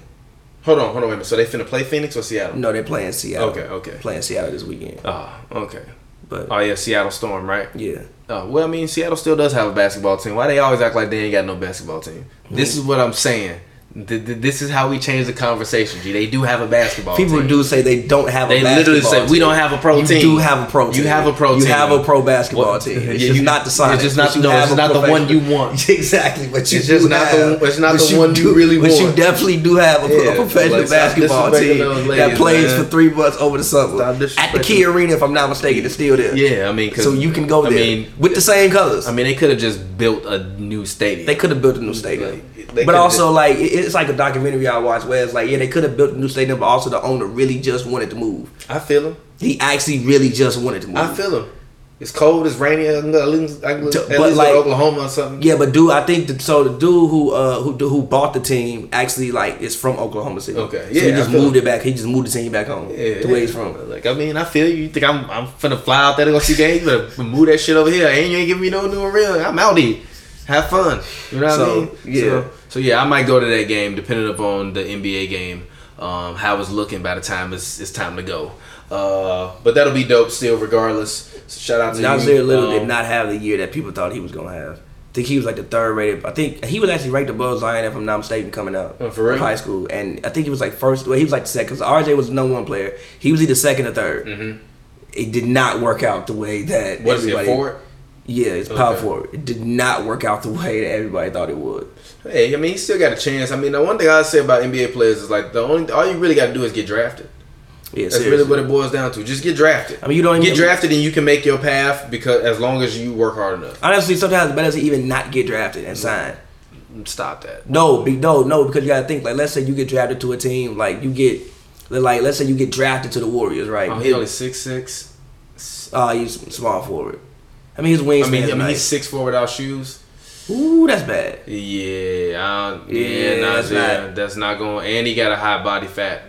[SPEAKER 1] Hold on, hold on, wait a minute. So they finna play Phoenix or Seattle?
[SPEAKER 2] No, they're playing Seattle.
[SPEAKER 1] Okay, okay.
[SPEAKER 2] Playing Seattle this weekend,
[SPEAKER 1] Ah, okay.
[SPEAKER 2] but
[SPEAKER 1] Oh yeah, Seattle Storm, right?
[SPEAKER 2] yeah.
[SPEAKER 1] Oh, well, I mean, Seattle still does have a basketball team. Why they always act like they ain't got no basketball team?
[SPEAKER 2] Mm.
[SPEAKER 1] This is what I'm saying. Th- th- This is how we change the conversation. G. They do have a basketball.
[SPEAKER 2] People
[SPEAKER 1] team.
[SPEAKER 2] do say they don't have.
[SPEAKER 1] They
[SPEAKER 2] a basketball
[SPEAKER 1] literally say
[SPEAKER 2] team.
[SPEAKER 1] we don't have a pro
[SPEAKER 2] you
[SPEAKER 1] team.
[SPEAKER 2] do have a pro team.
[SPEAKER 1] You have a pro
[SPEAKER 2] You
[SPEAKER 1] team.
[SPEAKER 2] have a pro basketball
[SPEAKER 1] What-
[SPEAKER 2] team. It's
[SPEAKER 1] Yeah,
[SPEAKER 2] just
[SPEAKER 1] you-
[SPEAKER 2] not the sign.
[SPEAKER 1] It's just not, no, it's not the one you want.
[SPEAKER 2] [LAUGHS] exactly, but you
[SPEAKER 1] It's just
[SPEAKER 2] do
[SPEAKER 1] not the-
[SPEAKER 2] have,
[SPEAKER 1] it's not
[SPEAKER 2] but
[SPEAKER 1] the one you
[SPEAKER 2] do,
[SPEAKER 1] really
[SPEAKER 2] but you
[SPEAKER 1] want.
[SPEAKER 2] definitely do have a, pro-
[SPEAKER 1] Yeah,
[SPEAKER 2] a professional
[SPEAKER 1] like, stop
[SPEAKER 2] basketball
[SPEAKER 1] disrespecting
[SPEAKER 2] team
[SPEAKER 1] those
[SPEAKER 2] that
[SPEAKER 1] ladies,
[SPEAKER 2] plays
[SPEAKER 1] man.
[SPEAKER 2] for three months over the summer
[SPEAKER 1] Stop
[SPEAKER 2] at the
[SPEAKER 1] disrespecting
[SPEAKER 2] Key Arena, if I'm not mistaken. It's still there.
[SPEAKER 1] Yeah, I mean, 'cause-
[SPEAKER 2] so you can go there
[SPEAKER 1] I mean,
[SPEAKER 2] with the same colors.
[SPEAKER 1] I mean, they could have just built a new stadium.
[SPEAKER 2] They could have built a new stadium,
[SPEAKER 1] Like, they
[SPEAKER 2] but
[SPEAKER 1] could've
[SPEAKER 2] also
[SPEAKER 1] just-
[SPEAKER 2] like it- it's like a documentary I watched where it's like yeah they could have built a new stadium, but also the owner really just wanted to move.
[SPEAKER 1] I feel them.
[SPEAKER 2] He actually really just wanted to move.
[SPEAKER 1] I feel them. It's cold. It's rainy. I can go, at least, I can go,
[SPEAKER 2] D-
[SPEAKER 1] at
[SPEAKER 2] but
[SPEAKER 1] least
[SPEAKER 2] like-
[SPEAKER 1] go to Oklahoma or something.
[SPEAKER 2] Yeah, but dude, I think the, so. The dude who uh who who bought the team actually like is from Oklahoma City.
[SPEAKER 1] Okay,
[SPEAKER 2] so he
[SPEAKER 1] yeah,
[SPEAKER 2] just
[SPEAKER 1] I feel
[SPEAKER 2] moved
[SPEAKER 1] it.
[SPEAKER 2] it back. He just moved the team back home.
[SPEAKER 1] Yeah,
[SPEAKER 2] the way he's from.
[SPEAKER 1] Like I mean, I feel you. You think I'm I'm finna fly out there to go see games, but [LAUGHS] move that shit over here, and you ain't giving me no new real. I'm out here. Have fun. You know what
[SPEAKER 2] So,
[SPEAKER 1] I mean?
[SPEAKER 2] yeah.
[SPEAKER 1] So, so, yeah, I might go to that game depending upon the NBA game, um, how it's looking by the time it's it's time to go. Uh, but that'll be dope still, regardless. So shout out to you.
[SPEAKER 2] Nazir Little did
[SPEAKER 1] Um,
[SPEAKER 2] not have the year that people thought he was gonna have. I think he was like the third rated. I think he was actually ranked above Zion, if I'm not mistaken, coming out
[SPEAKER 1] Oh, for real?
[SPEAKER 2] of high school. And I think he was like first. Well, he was like second. Because RJ was the number one player. He was either second or 3rd It did not work out the way that
[SPEAKER 1] Mm-hmm. What is it forward?
[SPEAKER 2] Yeah, it's power
[SPEAKER 1] Okay.
[SPEAKER 2] forward. It did not work out the way that everybody thought it would.
[SPEAKER 1] Hey, I mean, he still got a chance. I mean, the one thing I say about NBA players is like the only all you really got to do is get drafted.
[SPEAKER 2] Yeah,
[SPEAKER 1] That's
[SPEAKER 2] seriously.
[SPEAKER 1] really what it boils down to. Just get drafted.
[SPEAKER 2] I mean, you don't even
[SPEAKER 1] get drafted and you can make your path because as long as you work hard enough.
[SPEAKER 2] Honestly, sometimes it's better to even not get drafted and sign.
[SPEAKER 1] Stop that.
[SPEAKER 2] No, be, no, no, because you gotta think. Like, let's say you get drafted to a team, like you get, like let's say you get drafted to the Warriors, right?
[SPEAKER 1] Oh, he's only six six.
[SPEAKER 2] Uh, he's small forward. I mean, his wings.
[SPEAKER 1] I mean, I mean, he's
[SPEAKER 2] nice.
[SPEAKER 1] six four without shoes.
[SPEAKER 2] Ooh, that's bad.
[SPEAKER 1] Yeah, I, yeah,
[SPEAKER 2] Yeah,
[SPEAKER 1] nah,
[SPEAKER 2] that's
[SPEAKER 1] yeah,
[SPEAKER 2] not-
[SPEAKER 1] that's not going. And he got a high body fat.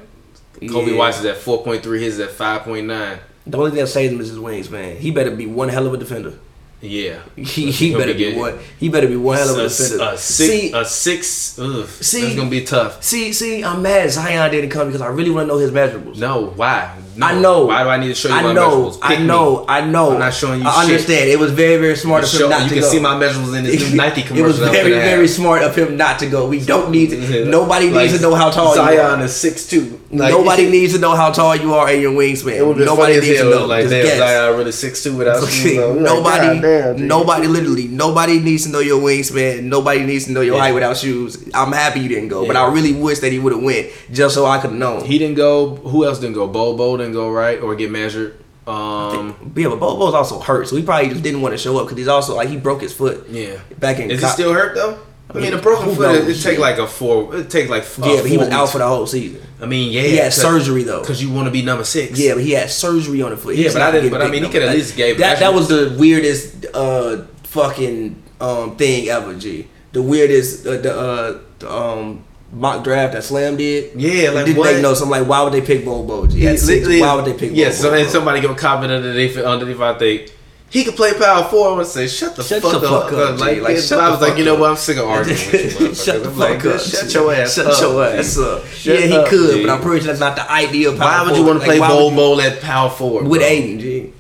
[SPEAKER 1] Kobe
[SPEAKER 2] Yeah.
[SPEAKER 1] White's is at four point three. His is at five point nine.
[SPEAKER 2] The only thing that saves him is his wings, man. He better be one hell of a defender. [LAUGHS]
[SPEAKER 1] Yeah,
[SPEAKER 2] He, he better be
[SPEAKER 1] getting-
[SPEAKER 2] one. He better be one hell of
[SPEAKER 1] a,
[SPEAKER 2] a
[SPEAKER 1] a
[SPEAKER 2] defender.
[SPEAKER 1] six.
[SPEAKER 2] See,
[SPEAKER 1] a six. Ugh,
[SPEAKER 2] See-
[SPEAKER 1] that's gonna be tough.
[SPEAKER 2] see, see. I'm mad Zion didn't come because I really want to know his measurables.
[SPEAKER 1] No, why? No.
[SPEAKER 2] I know.
[SPEAKER 1] Why do I need to show you
[SPEAKER 2] I
[SPEAKER 1] my
[SPEAKER 2] know.
[SPEAKER 1] measurables?
[SPEAKER 2] I
[SPEAKER 1] Pick me.
[SPEAKER 2] know. I know.
[SPEAKER 1] I'm not showing you
[SPEAKER 2] I
[SPEAKER 1] shit.
[SPEAKER 2] understand. It was very, very smart of him
[SPEAKER 1] Show-
[SPEAKER 2] not
[SPEAKER 1] you
[SPEAKER 2] to
[SPEAKER 1] can
[SPEAKER 2] go.
[SPEAKER 1] see my measurables in [LAUGHS] this new Nike commercial.
[SPEAKER 2] It was
[SPEAKER 1] I'm
[SPEAKER 2] very,
[SPEAKER 1] finna have.
[SPEAKER 2] very smart of him not to go. We don't need to. [LAUGHS]
[SPEAKER 1] Yeah.
[SPEAKER 2] Nobody
[SPEAKER 1] Like,
[SPEAKER 2] needs to know how tall you
[SPEAKER 1] Zion
[SPEAKER 2] are.
[SPEAKER 1] is six two. [LAUGHS]
[SPEAKER 2] Nobody needs to know how tall you are and your wingspan. Nobody needs to know.
[SPEAKER 1] Like
[SPEAKER 2] Just
[SPEAKER 1] damn,
[SPEAKER 2] guess.
[SPEAKER 1] Zion really six two without shoes on.
[SPEAKER 2] nobody,
[SPEAKER 3] God damn, dude.
[SPEAKER 2] nobody, literally, nobody needs to know your wingspan. Nobody needs to know your
[SPEAKER 1] Yeah.
[SPEAKER 2] height without shoes. I'm happy you didn't go, but
[SPEAKER 1] Yeah.
[SPEAKER 2] I really wish that he would have went just so I could have known.
[SPEAKER 1] He didn't go. Who else didn't go? Bobo didn't go right or get measured. Um,
[SPEAKER 2] yeah, but Bobo's also hurt, so he probably just didn't want to show up because he's also like he broke his foot.
[SPEAKER 1] yeah.
[SPEAKER 2] back in.
[SPEAKER 1] Is he
[SPEAKER 2] co-
[SPEAKER 1] still hurt though? I mean,
[SPEAKER 2] mean,
[SPEAKER 1] a broken
[SPEAKER 2] who
[SPEAKER 1] foot. It, it
[SPEAKER 2] knows?
[SPEAKER 1] take like a four. It take like f- uh,
[SPEAKER 2] Yeah, but he
[SPEAKER 1] four
[SPEAKER 2] was out
[SPEAKER 1] weeks.
[SPEAKER 2] for the whole season.
[SPEAKER 1] I mean, yeah.
[SPEAKER 2] He had surgery though.
[SPEAKER 1] because you want to be number six.
[SPEAKER 2] Yeah, but he had surgery on the foot.
[SPEAKER 1] Yeah,
[SPEAKER 2] He's
[SPEAKER 1] but
[SPEAKER 2] not
[SPEAKER 1] I didn't-
[SPEAKER 2] getting
[SPEAKER 1] but I
[SPEAKER 2] big
[SPEAKER 1] mean, he
[SPEAKER 2] no-
[SPEAKER 1] could've at
[SPEAKER 2] like,
[SPEAKER 1] least gave
[SPEAKER 2] that. That was
[SPEAKER 1] measurements.
[SPEAKER 2] the weirdest uh, fucking um, thing ever. G. The weirdest uh, the uh, the, um, mock draft that Slam did.
[SPEAKER 1] Yeah,
[SPEAKER 2] It
[SPEAKER 1] like
[SPEAKER 2] didn't
[SPEAKER 1] what?
[SPEAKER 2] make no. So I'm like, why would they pick Bobo? G? At six,
[SPEAKER 1] literally-
[SPEAKER 2] why would they pick?
[SPEAKER 1] Yeah,
[SPEAKER 2] Bobo,
[SPEAKER 1] so then
[SPEAKER 2] bro?
[SPEAKER 1] somebody gonna comment underneath underneath I think he could play power forward. I would say shut the
[SPEAKER 2] Shut
[SPEAKER 1] fuck
[SPEAKER 2] the
[SPEAKER 1] up.
[SPEAKER 2] fuck up,
[SPEAKER 1] like,
[SPEAKER 2] G. Like,
[SPEAKER 1] yeah,
[SPEAKER 2] shut
[SPEAKER 1] but I
[SPEAKER 2] the
[SPEAKER 1] was like,
[SPEAKER 2] fuck
[SPEAKER 1] you know
[SPEAKER 2] up.
[SPEAKER 1] what? I'm sick of arguing. with you,
[SPEAKER 2] [LAUGHS] Shut
[SPEAKER 1] motherfuckers.
[SPEAKER 2] the
[SPEAKER 1] I'm
[SPEAKER 2] fuck
[SPEAKER 1] like,
[SPEAKER 2] up.
[SPEAKER 1] Shut
[SPEAKER 2] G.
[SPEAKER 1] your ass
[SPEAKER 2] Shut
[SPEAKER 1] up.
[SPEAKER 2] your
[SPEAKER 1] G. [LAUGHS]
[SPEAKER 2] ass up.
[SPEAKER 1] Shut
[SPEAKER 2] yeah, he
[SPEAKER 1] up,
[SPEAKER 2] could,
[SPEAKER 1] G.
[SPEAKER 2] but I'm pretty sure that's not the
[SPEAKER 1] Why
[SPEAKER 2] ideal. power
[SPEAKER 1] would you
[SPEAKER 2] forward.
[SPEAKER 1] want to
[SPEAKER 2] Like,
[SPEAKER 1] play
[SPEAKER 2] why would
[SPEAKER 1] bowl
[SPEAKER 2] you-
[SPEAKER 1] bowl at power forward?
[SPEAKER 2] with
[SPEAKER 1] bro?
[SPEAKER 2] Aiden, G.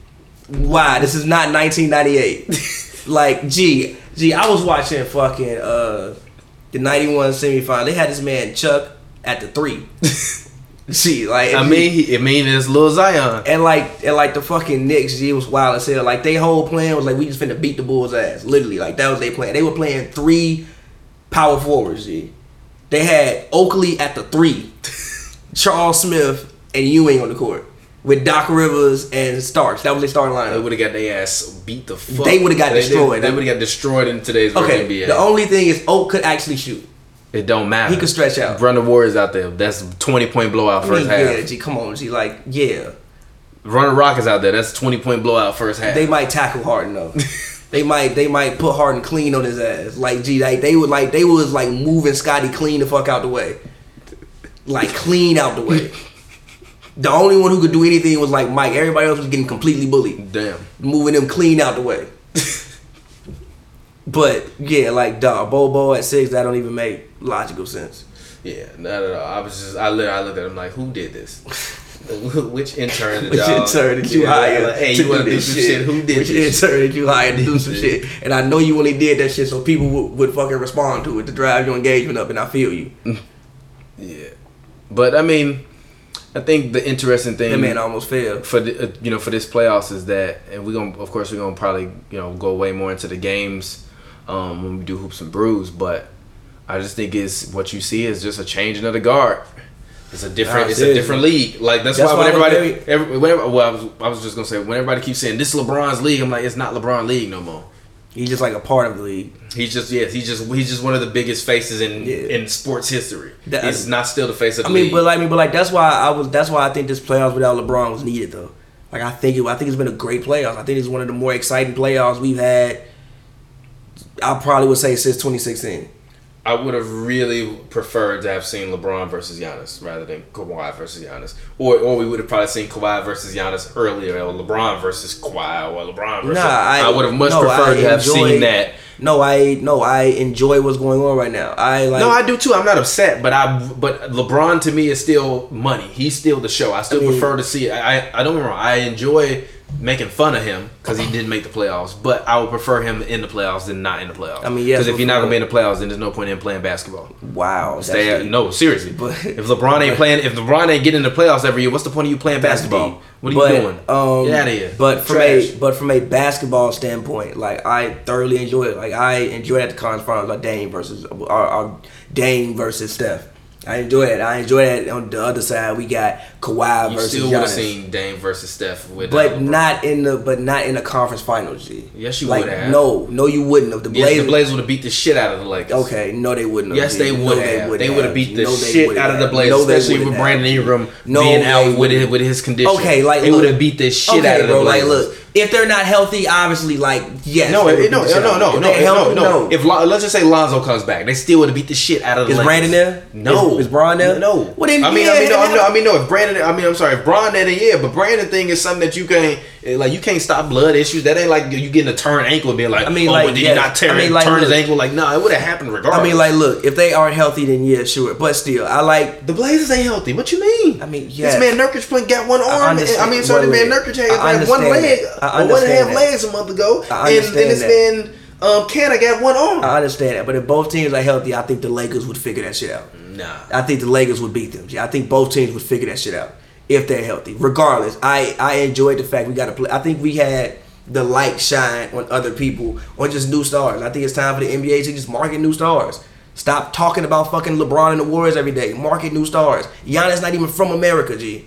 [SPEAKER 2] Why? This is
[SPEAKER 1] [LAUGHS]
[SPEAKER 2] not 1998. like, G, G, I was watching fucking uh the 91 semifinal. They had this man Chuck at
[SPEAKER 1] [LAUGHS]
[SPEAKER 2] the three. G, like
[SPEAKER 1] I mean, he, I mean, it's Lil Zion.
[SPEAKER 2] and like and like the fucking Knicks, G was wild as hell. Like they whole plan was like we just finna beat the Bulls ass. Literally, like that was their plan. They were playing three power forwards, G. They had Oakley at the three, [LAUGHS] Charles Smith and Ewing on the court. With Doc Rivers and Starks. That was their starting
[SPEAKER 1] They
[SPEAKER 2] lineup.
[SPEAKER 1] would have got their ass beat the fuck.
[SPEAKER 2] They would've got destroyed.
[SPEAKER 1] They, would have got destroyed in today's
[SPEAKER 2] Okay,
[SPEAKER 1] NBA.
[SPEAKER 2] the only thing is Oak could actually shoot.
[SPEAKER 1] it don't matter.
[SPEAKER 2] He could stretch out.
[SPEAKER 1] Run the Warriors out there. That's twenty point blowout
[SPEAKER 2] I mean,
[SPEAKER 1] first
[SPEAKER 2] yeah,
[SPEAKER 1] half.
[SPEAKER 2] G, come on, G, like, yeah.
[SPEAKER 1] Run the Rockets out there. That's twenty point blowout first half.
[SPEAKER 2] They might tackle Harden though. they might they might put Harden clean on his ass. Like, G, like they would like they was like moving Scotty clean the fuck out the way. Like clean out the way. the only one who could do anything was like Mike. Everybody else was getting completely bullied.
[SPEAKER 1] Damn.
[SPEAKER 2] Moving them clean out the way. but yeah, like dog, Bobo at six, that don't even make logical sense.
[SPEAKER 1] Yeah, not at all. I was just, I literally, I looked at him like, who did this? [LAUGHS] Which intern did
[SPEAKER 2] Which
[SPEAKER 1] y'all?
[SPEAKER 2] intern did you
[SPEAKER 1] Yeah,
[SPEAKER 2] hire
[SPEAKER 1] like, hey,
[SPEAKER 2] to
[SPEAKER 1] you want
[SPEAKER 2] do
[SPEAKER 1] to do
[SPEAKER 2] this
[SPEAKER 1] some
[SPEAKER 2] shit?
[SPEAKER 1] shit? Who did
[SPEAKER 2] Which
[SPEAKER 1] this?
[SPEAKER 2] intern did you hire to do some shit? And I know you only did that shit so people would, would fucking respond to it to drive your engagement up, and I feel you.
[SPEAKER 1] Yeah, but I mean, I think the interesting thing
[SPEAKER 2] That man almost failed.
[SPEAKER 1] for the, uh, you know for this playoffs is that, and we're gonna of course we're gonna probably you know go way more into the games um, when we do hoops and brews, but I just think it's what you see is just a changing of the guard. It's a different,
[SPEAKER 2] Nah,
[SPEAKER 1] it's a
[SPEAKER 2] seriously.
[SPEAKER 1] different league. Like that's,
[SPEAKER 2] That's
[SPEAKER 1] why, when
[SPEAKER 2] why I'm
[SPEAKER 1] everybody, every, whenever, well, I was, I was just gonna say when everybody keeps saying this is LeBron's league, I'm like it's not LeBron league no more.
[SPEAKER 2] He's just like a part of the league.
[SPEAKER 1] He's just yes, he's just he's just one of the biggest faces in
[SPEAKER 2] Yeah.
[SPEAKER 1] in sports history.
[SPEAKER 2] That-
[SPEAKER 1] he's not still the face of the
[SPEAKER 2] I mean,
[SPEAKER 1] league.
[SPEAKER 2] but like, I mean, but like, that's why I was. That's why I think this playoffs without LeBron was needed, though. Like, I think it. I think it's been a great playoffs. I think it's one of the more exciting playoffs we've had. I probably would say since 2016.
[SPEAKER 1] I would have really preferred to have seen LeBron versus Giannis rather than Kawhi versus Giannis, or or we would have probably seen Kawhi versus Giannis earlier, or LeBron versus Kawhi, or LeBron versus.
[SPEAKER 2] Nah, I-
[SPEAKER 1] would have much
[SPEAKER 2] no,
[SPEAKER 1] preferred
[SPEAKER 2] I
[SPEAKER 1] to have
[SPEAKER 2] enjoy-
[SPEAKER 1] seen that.
[SPEAKER 2] No, I no, I enjoy what's going on right now. I like.
[SPEAKER 1] No, I do too. I'm not upset, but I but LeBron to me is still money. He's still the show. I still
[SPEAKER 2] I mean-
[SPEAKER 1] prefer to see. I I, I don't get me wrong. I enjoy making fun of him because he didn't make the playoffs. But I would prefer him in the playoffs than not in the playoffs.
[SPEAKER 2] I mean, yeah,
[SPEAKER 1] because if you're not gonna
[SPEAKER 2] before-
[SPEAKER 1] be in the playoffs, then there's no point in playing basketball.
[SPEAKER 2] wow. that's
[SPEAKER 1] Stay
[SPEAKER 2] deep.
[SPEAKER 1] out. No, seriously.
[SPEAKER 2] But-
[SPEAKER 1] if LeBron ain't playing, if LeBron ain't getting in the playoffs every year, what's the point of you playing
[SPEAKER 2] That's
[SPEAKER 1] basketball?
[SPEAKER 2] deep.
[SPEAKER 1] What are
[SPEAKER 2] But,
[SPEAKER 1] you doing?
[SPEAKER 2] Um,
[SPEAKER 1] Get out of here.
[SPEAKER 2] But from
[SPEAKER 1] Trash.
[SPEAKER 2] a but from a basketball standpoint, like I thoroughly enjoy it. Like I enjoy at the conference finals, like Dame versus or, or Dame versus Steph. I enjoy it. I enjoy that. On the other side, we got Kawhi
[SPEAKER 1] you
[SPEAKER 2] versus
[SPEAKER 1] still would
[SPEAKER 2] Giannis,
[SPEAKER 1] have seen Dame versus Steph with
[SPEAKER 2] but not in the but not in the conference finals. G.
[SPEAKER 1] Yes, you
[SPEAKER 2] like,
[SPEAKER 1] would have.
[SPEAKER 2] No, no, you wouldn't have. The
[SPEAKER 1] Yes,
[SPEAKER 2] Blazers.
[SPEAKER 1] the Blazers would have beat the shit out of the Lakers.
[SPEAKER 2] Okay, no, they wouldn't. have,
[SPEAKER 1] Yes,
[SPEAKER 2] G.
[SPEAKER 1] they
[SPEAKER 2] No,
[SPEAKER 1] would have.
[SPEAKER 2] wouldn't
[SPEAKER 1] they would have beat the
[SPEAKER 2] No, they
[SPEAKER 1] shit
[SPEAKER 2] wouldn't
[SPEAKER 1] out of the
[SPEAKER 2] have.
[SPEAKER 1] Blazers,
[SPEAKER 2] No, they
[SPEAKER 1] especially
[SPEAKER 2] wouldn't
[SPEAKER 1] with
[SPEAKER 2] have.
[SPEAKER 1] Brandon Ingram
[SPEAKER 2] No,
[SPEAKER 1] being
[SPEAKER 2] they
[SPEAKER 1] out with his,
[SPEAKER 2] wouldn't.
[SPEAKER 1] with his condition.
[SPEAKER 2] Okay, like
[SPEAKER 1] they
[SPEAKER 2] look-
[SPEAKER 1] would have beat the shit out of the
[SPEAKER 2] bro,
[SPEAKER 1] Blazers.
[SPEAKER 2] Like, look, if they're not healthy, obviously, like yes.
[SPEAKER 1] No,
[SPEAKER 2] they
[SPEAKER 1] it,
[SPEAKER 2] would
[SPEAKER 1] no,
[SPEAKER 2] beat
[SPEAKER 1] no,
[SPEAKER 2] the shit
[SPEAKER 1] no,
[SPEAKER 2] out of
[SPEAKER 1] no,
[SPEAKER 2] them.
[SPEAKER 1] no,
[SPEAKER 2] If they're
[SPEAKER 1] no,
[SPEAKER 2] healthy,
[SPEAKER 1] no. If Lon- let's just say Lonzo comes back, they still would have beat the shit out of the
[SPEAKER 2] Is
[SPEAKER 1] Lakers.
[SPEAKER 2] Brandon there?
[SPEAKER 1] No,
[SPEAKER 2] Is-
[SPEAKER 1] No.
[SPEAKER 2] Is Braun there?
[SPEAKER 1] No.
[SPEAKER 2] What do you
[SPEAKER 1] I mean, I
[SPEAKER 2] mean?
[SPEAKER 1] mean, no, I mean, no, I mean, no. If Brandon, I mean, I'm sorry, if Braun that a year, but Brandon thing is something that you can't, eh, like, you can't stop blood issues. That ain't like you getting a turned ankle and being like, I mean, oh, like, did
[SPEAKER 2] yeah.
[SPEAKER 1] he not tear
[SPEAKER 2] I mean,
[SPEAKER 1] it-
[SPEAKER 2] like,
[SPEAKER 1] turn his
[SPEAKER 2] look.
[SPEAKER 1] ankle? Like, no, it would have happened regardless.
[SPEAKER 2] I mean, like, look, if they aren't healthy, then yeah, sure. But still, I like.
[SPEAKER 1] the Blazers ain't healthy. What you mean?
[SPEAKER 2] I mean,
[SPEAKER 1] This
[SPEAKER 2] yes.
[SPEAKER 1] man Nurkic played got one arm. and- I,
[SPEAKER 2] understand.
[SPEAKER 1] mean, sorry,
[SPEAKER 2] One
[SPEAKER 1] man
[SPEAKER 2] leg.
[SPEAKER 1] Nurkic had
[SPEAKER 2] I
[SPEAKER 1] like one
[SPEAKER 2] understand
[SPEAKER 1] leg,
[SPEAKER 2] that. I
[SPEAKER 1] or one and a half
[SPEAKER 2] understand that.
[SPEAKER 1] legs a month ago, and,
[SPEAKER 2] I
[SPEAKER 1] and this
[SPEAKER 2] understand
[SPEAKER 1] man um, Canada got one arm.
[SPEAKER 2] I understand that, but if both teams are healthy, I think the Lakers would figure that shit out.
[SPEAKER 1] nah.
[SPEAKER 2] I think the Lakers would beat them. I think both teams would figure that shit out if they're healthy. Regardless, I I enjoyed the fact we got to play. I think we had the light shine on other people on just new stars. I think it's time for the NBA to just market new stars. Stop talking about fucking LeBron and the Warriors every day. Market new stars. Giannis not even from America, G.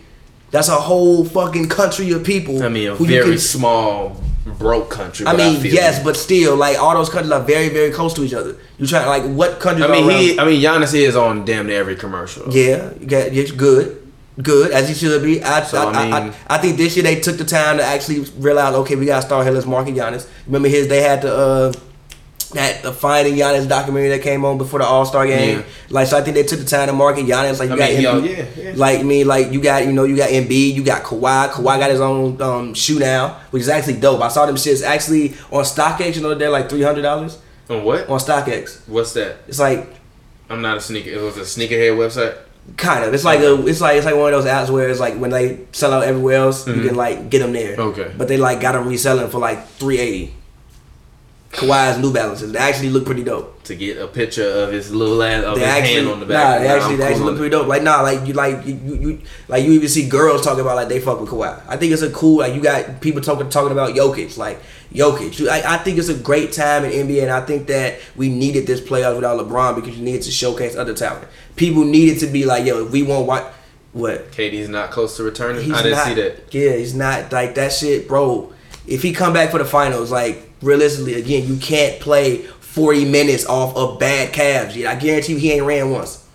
[SPEAKER 2] That's a whole fucking country of people.
[SPEAKER 1] I mean, a
[SPEAKER 2] who you
[SPEAKER 1] very
[SPEAKER 2] can-
[SPEAKER 1] small, broke country.
[SPEAKER 2] I
[SPEAKER 1] but
[SPEAKER 2] mean,
[SPEAKER 1] feel
[SPEAKER 2] yes,
[SPEAKER 1] you.
[SPEAKER 2] but still, like all those countries are very, very close to each other. You try like what countries?
[SPEAKER 1] I mean,
[SPEAKER 2] are around-
[SPEAKER 1] he. I mean, Giannis is on damn near every commercial.
[SPEAKER 2] Yeah, you got it's good, good as he should be. I,
[SPEAKER 1] So,
[SPEAKER 2] I,
[SPEAKER 1] I
[SPEAKER 2] I,
[SPEAKER 1] mean-
[SPEAKER 2] I, I think this year they took the time to actually realize, okay, we gotta start here. Let's market Giannis. Remember his? They had the uh, that the finding Giannis documentary that came on before the All Star game.
[SPEAKER 1] Yeah.
[SPEAKER 2] Like, so I think they took the time to market Giannis. Like, you
[SPEAKER 1] I
[SPEAKER 2] got
[SPEAKER 1] mean,
[SPEAKER 2] Embiid-
[SPEAKER 1] yeah, yeah.
[SPEAKER 2] like me, like you got you know you got Embiid, you got Kawhi. Kawhi got his own um, shoe now, which is actually dope. I saw them shits actually on StockX. You know they're like three hundred dollars
[SPEAKER 1] And what?
[SPEAKER 2] on StockX.
[SPEAKER 1] What's that?
[SPEAKER 2] It's like
[SPEAKER 1] I'm not a sneaker. It was a sneakerhead website.
[SPEAKER 2] Kind of. It's like a. It's like it's like one of those apps where it's like when they sell out everywhere else, you can like get them there.
[SPEAKER 1] Mm-hmm. Okay.
[SPEAKER 2] But they like got them reselling for like three eighty. Kawhi's New Balances. They actually look pretty dope.
[SPEAKER 1] To get a picture of his little ass of
[SPEAKER 2] They
[SPEAKER 1] his
[SPEAKER 2] actually,
[SPEAKER 1] Oh, hand on the
[SPEAKER 2] nah,
[SPEAKER 1] back.
[SPEAKER 2] they actually,
[SPEAKER 1] I'm
[SPEAKER 2] they actually
[SPEAKER 1] cool
[SPEAKER 2] look
[SPEAKER 1] on it.
[SPEAKER 2] pretty dope. Like, nah, like you, like you, you, you, like you even see girls talking about like they fuck with Kawhi. I think it's a cool. Like you got people talking talking about Jokic, like Jokic. You- I, I think it's a great time in NBA, and I think that we needed this playoffs without LeBron because you needed to showcase other talent. People needed to be like, yo, if we want what, what
[SPEAKER 1] KD's not close to returning.
[SPEAKER 2] He's
[SPEAKER 1] I didn't
[SPEAKER 2] not,
[SPEAKER 1] see that.
[SPEAKER 2] Yeah, he's not like that shit, bro. If he come back for the finals, like realistically, again, you can't play forty minutes off of bad calves. Yeah, I guarantee you, he ain't ran once,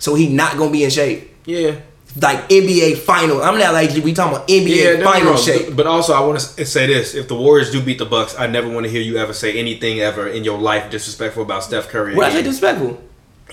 [SPEAKER 2] so he not gonna be in shape.
[SPEAKER 1] Yeah.
[SPEAKER 2] Like NBA final, I'm not like we talking about
[SPEAKER 1] Yeah,
[SPEAKER 2] NBA
[SPEAKER 1] no,
[SPEAKER 2] final
[SPEAKER 1] no,
[SPEAKER 2] shape.
[SPEAKER 1] But also, I want to say this: if the Warriors do beat the Bucks, I never want to hear you ever say anything ever in your life disrespectful about Steph Curry.
[SPEAKER 2] What I
[SPEAKER 1] again.
[SPEAKER 2] say disrespectful?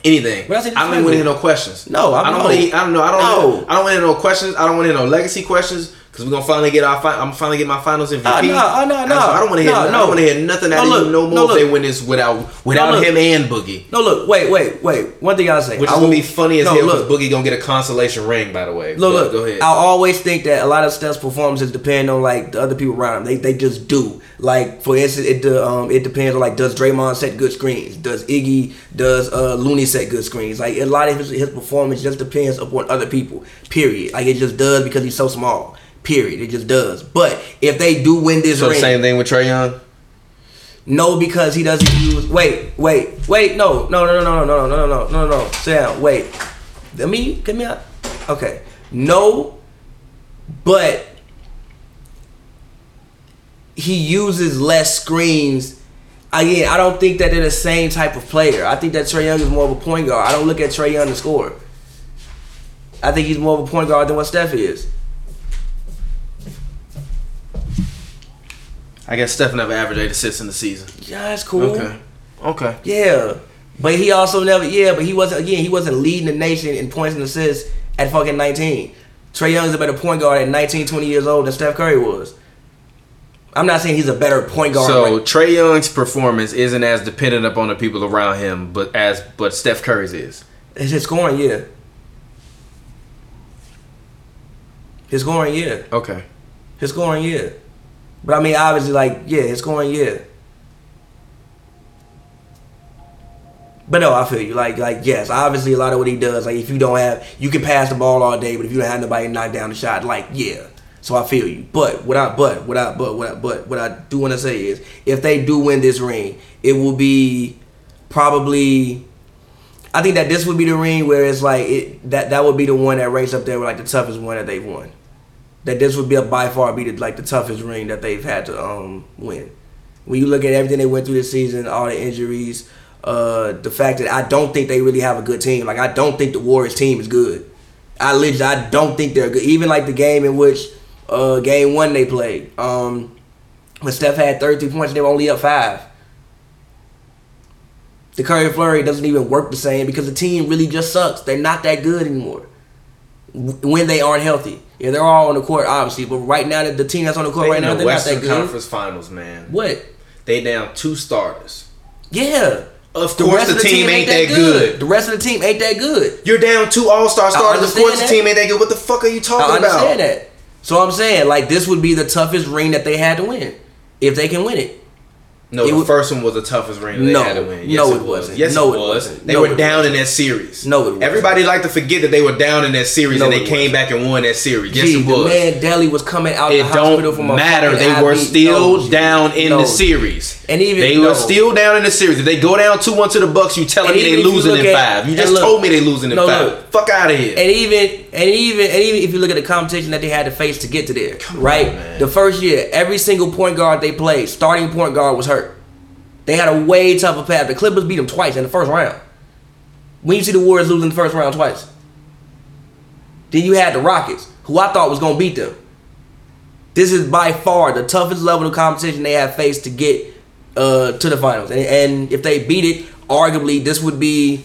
[SPEAKER 1] anything.
[SPEAKER 2] But I said
[SPEAKER 1] I don't even want to hear no questions.
[SPEAKER 2] No, I
[SPEAKER 1] I don't
[SPEAKER 2] know.
[SPEAKER 1] want to. I don't know. I don't.
[SPEAKER 2] No.
[SPEAKER 1] I don't want to hear no questions. I don't want to hear no legacy questions because we're gonna finally get our. Fi- I'm finally get my finals MVP.
[SPEAKER 2] Ah, no, ah, no,
[SPEAKER 1] I-
[SPEAKER 2] no.
[SPEAKER 1] so I don't want to hear.
[SPEAKER 2] No,
[SPEAKER 1] I
[SPEAKER 2] no.
[SPEAKER 1] don't want to hear nothing
[SPEAKER 2] No,
[SPEAKER 1] out of
[SPEAKER 2] look,
[SPEAKER 1] you no more
[SPEAKER 2] no,
[SPEAKER 1] if they
[SPEAKER 2] look.
[SPEAKER 1] win this without without
[SPEAKER 2] look.
[SPEAKER 1] him and Boogie.
[SPEAKER 2] No, look, wait, wait, wait. One thing I'll say,
[SPEAKER 1] Which
[SPEAKER 2] I
[SPEAKER 1] is gonna
[SPEAKER 2] will-
[SPEAKER 1] be funny as
[SPEAKER 2] No,
[SPEAKER 1] hell because Boogie gonna get a consolation ring, by the way.
[SPEAKER 2] Look,
[SPEAKER 1] But
[SPEAKER 2] look.
[SPEAKER 1] go ahead.
[SPEAKER 2] I always think that a lot of Steph's performances depend on like the other people around him. They they just do. Like for instance, it de- um it depends on like does Draymond set good screens? Does Iggy? Does uh Looney set good screens? Like a lot of his, his performance just depends upon other people. Period. Like it just does because he's so small. Period. It just does. But if they do win this
[SPEAKER 1] so the
[SPEAKER 2] ring,
[SPEAKER 1] same thing with Trey Young.
[SPEAKER 2] no, because he doesn't use. Wait, wait, wait. No, no, no, no, no, no, no, no, no, no, no, no. Sit down. Wait. Let me. Give me a. Okay. No, but he uses less screens. Again, I don't think that they're the same type of player. I think that Trey Young is more of a point guard. I don't look at Trey Young to score. I think he's more of a point guard than what Steph is.
[SPEAKER 1] I guess Steph never averaged eight assists in the season.
[SPEAKER 2] Yeah, that's cool.
[SPEAKER 1] Okay. Okay.
[SPEAKER 2] Yeah, but he also never. Yeah, but he wasn't. Again, he wasn't leading the nation in points and assists at fucking 19. Trey Young's a better point guard at 19, 20 years old than Steph Curry was. I'm not saying he's a better point guard.
[SPEAKER 1] So
[SPEAKER 2] right-
[SPEAKER 1] Trey Young's performance isn't as dependent upon the people around him, but as but Steph Curry's is.
[SPEAKER 2] it's his scoring, yeah. His scoring, yeah.
[SPEAKER 1] Okay.
[SPEAKER 2] His scoring, yeah. But I mean, obviously, like, yeah, his scoring, yeah. But no, I feel you. Like, like yes, obviously, a lot of what he does, like, if you don't have, you can pass the ball all day, but if you don't have nobody to knock down the shot, like, yeah. So I feel you. But what I, but what I, but what I, but what I do want to say is, if they do win this ring, it will be probably. I think that this would be the ring where it's like it that that would be the one that ranks up there with like the toughest one that they've won that this would be a by far be the, like the toughest ring that they've had to um win. When you look at everything they went through this season, all the injuries, uh, the fact that I don't think they really have a good team. Like I don't think the Warriors team is good. I legit I don't think they're good. Even like the game in which uh game one they played, um, when Steph had thirty two points, they were only up five. The Curry Flurry doesn't even work the same because the team really just sucks. They're not that good anymore w- when they aren't healthy. Yeah, they're all on the court, obviously, but right now, the- the team that's on the court
[SPEAKER 1] They
[SPEAKER 2] right
[SPEAKER 1] in
[SPEAKER 2] now,
[SPEAKER 1] the
[SPEAKER 2] they're not
[SPEAKER 1] Western
[SPEAKER 2] that good.
[SPEAKER 1] Conference Finals, man.
[SPEAKER 2] What?
[SPEAKER 1] They down two starters.
[SPEAKER 2] Yeah.
[SPEAKER 1] Of course, the, team, ain't that good.
[SPEAKER 2] The rest of the team ain't that good.
[SPEAKER 1] You're down two All Star starters. Of
[SPEAKER 2] understand
[SPEAKER 1] course, the
[SPEAKER 2] that.
[SPEAKER 1] team ain't that good. What the fuck are you
[SPEAKER 2] I
[SPEAKER 1] talking about?
[SPEAKER 2] understand that. So I'm saying, like, this would be the toughest ring that they had to win if they can win it.
[SPEAKER 1] No,
[SPEAKER 2] It
[SPEAKER 1] the
[SPEAKER 2] would-
[SPEAKER 1] first one was the toughest ring they
[SPEAKER 2] No.
[SPEAKER 1] had to win.
[SPEAKER 2] No,
[SPEAKER 1] it
[SPEAKER 2] it
[SPEAKER 1] was.
[SPEAKER 2] wasn't.
[SPEAKER 1] Yes,
[SPEAKER 2] No,
[SPEAKER 1] it
[SPEAKER 2] it
[SPEAKER 1] was.
[SPEAKER 2] wasn't.
[SPEAKER 1] They
[SPEAKER 2] No,
[SPEAKER 1] were
[SPEAKER 2] it
[SPEAKER 1] down in that series.
[SPEAKER 2] No, it wasn't.
[SPEAKER 1] Everybody like to forget that they were down in that series
[SPEAKER 2] No,
[SPEAKER 1] and
[SPEAKER 2] it
[SPEAKER 1] they came
[SPEAKER 2] wasn't.
[SPEAKER 1] back and won that series. Yes,
[SPEAKER 2] Gee,
[SPEAKER 1] it was.
[SPEAKER 2] The man Deli was coming out the
[SPEAKER 1] it
[SPEAKER 2] hospital
[SPEAKER 1] don't
[SPEAKER 2] from a
[SPEAKER 1] matter.
[SPEAKER 2] fucking
[SPEAKER 1] They were
[SPEAKER 2] IV.
[SPEAKER 1] still
[SPEAKER 2] No,
[SPEAKER 1] down in
[SPEAKER 2] no.
[SPEAKER 1] the series.
[SPEAKER 2] And even-
[SPEAKER 1] they
[SPEAKER 2] no.
[SPEAKER 1] were still down in the series. If they go down two one to the Bucks, you telling
[SPEAKER 2] And
[SPEAKER 1] me they
[SPEAKER 2] even if you
[SPEAKER 1] losing
[SPEAKER 2] look
[SPEAKER 1] in
[SPEAKER 2] at-
[SPEAKER 1] five? You
[SPEAKER 2] and
[SPEAKER 1] just
[SPEAKER 2] look.
[SPEAKER 1] told me they losing in
[SPEAKER 2] No,
[SPEAKER 1] five.
[SPEAKER 2] look.
[SPEAKER 1] Fuck out of here.
[SPEAKER 2] And even and even and even if you look at the competition that they had to face to get to there, right?
[SPEAKER 1] on, man.
[SPEAKER 2] the first year, every single point guard they played, starting point guard was hurt. They had a way tougher path. The Clippers beat them twice in the first round. When you see the Warriors losing the first round twice, then you had the Rockets, who I thought was gonna beat them. This is by far the toughest level of competition they have faced to get uh, to the finals, and, and if they beat it, arguably this would be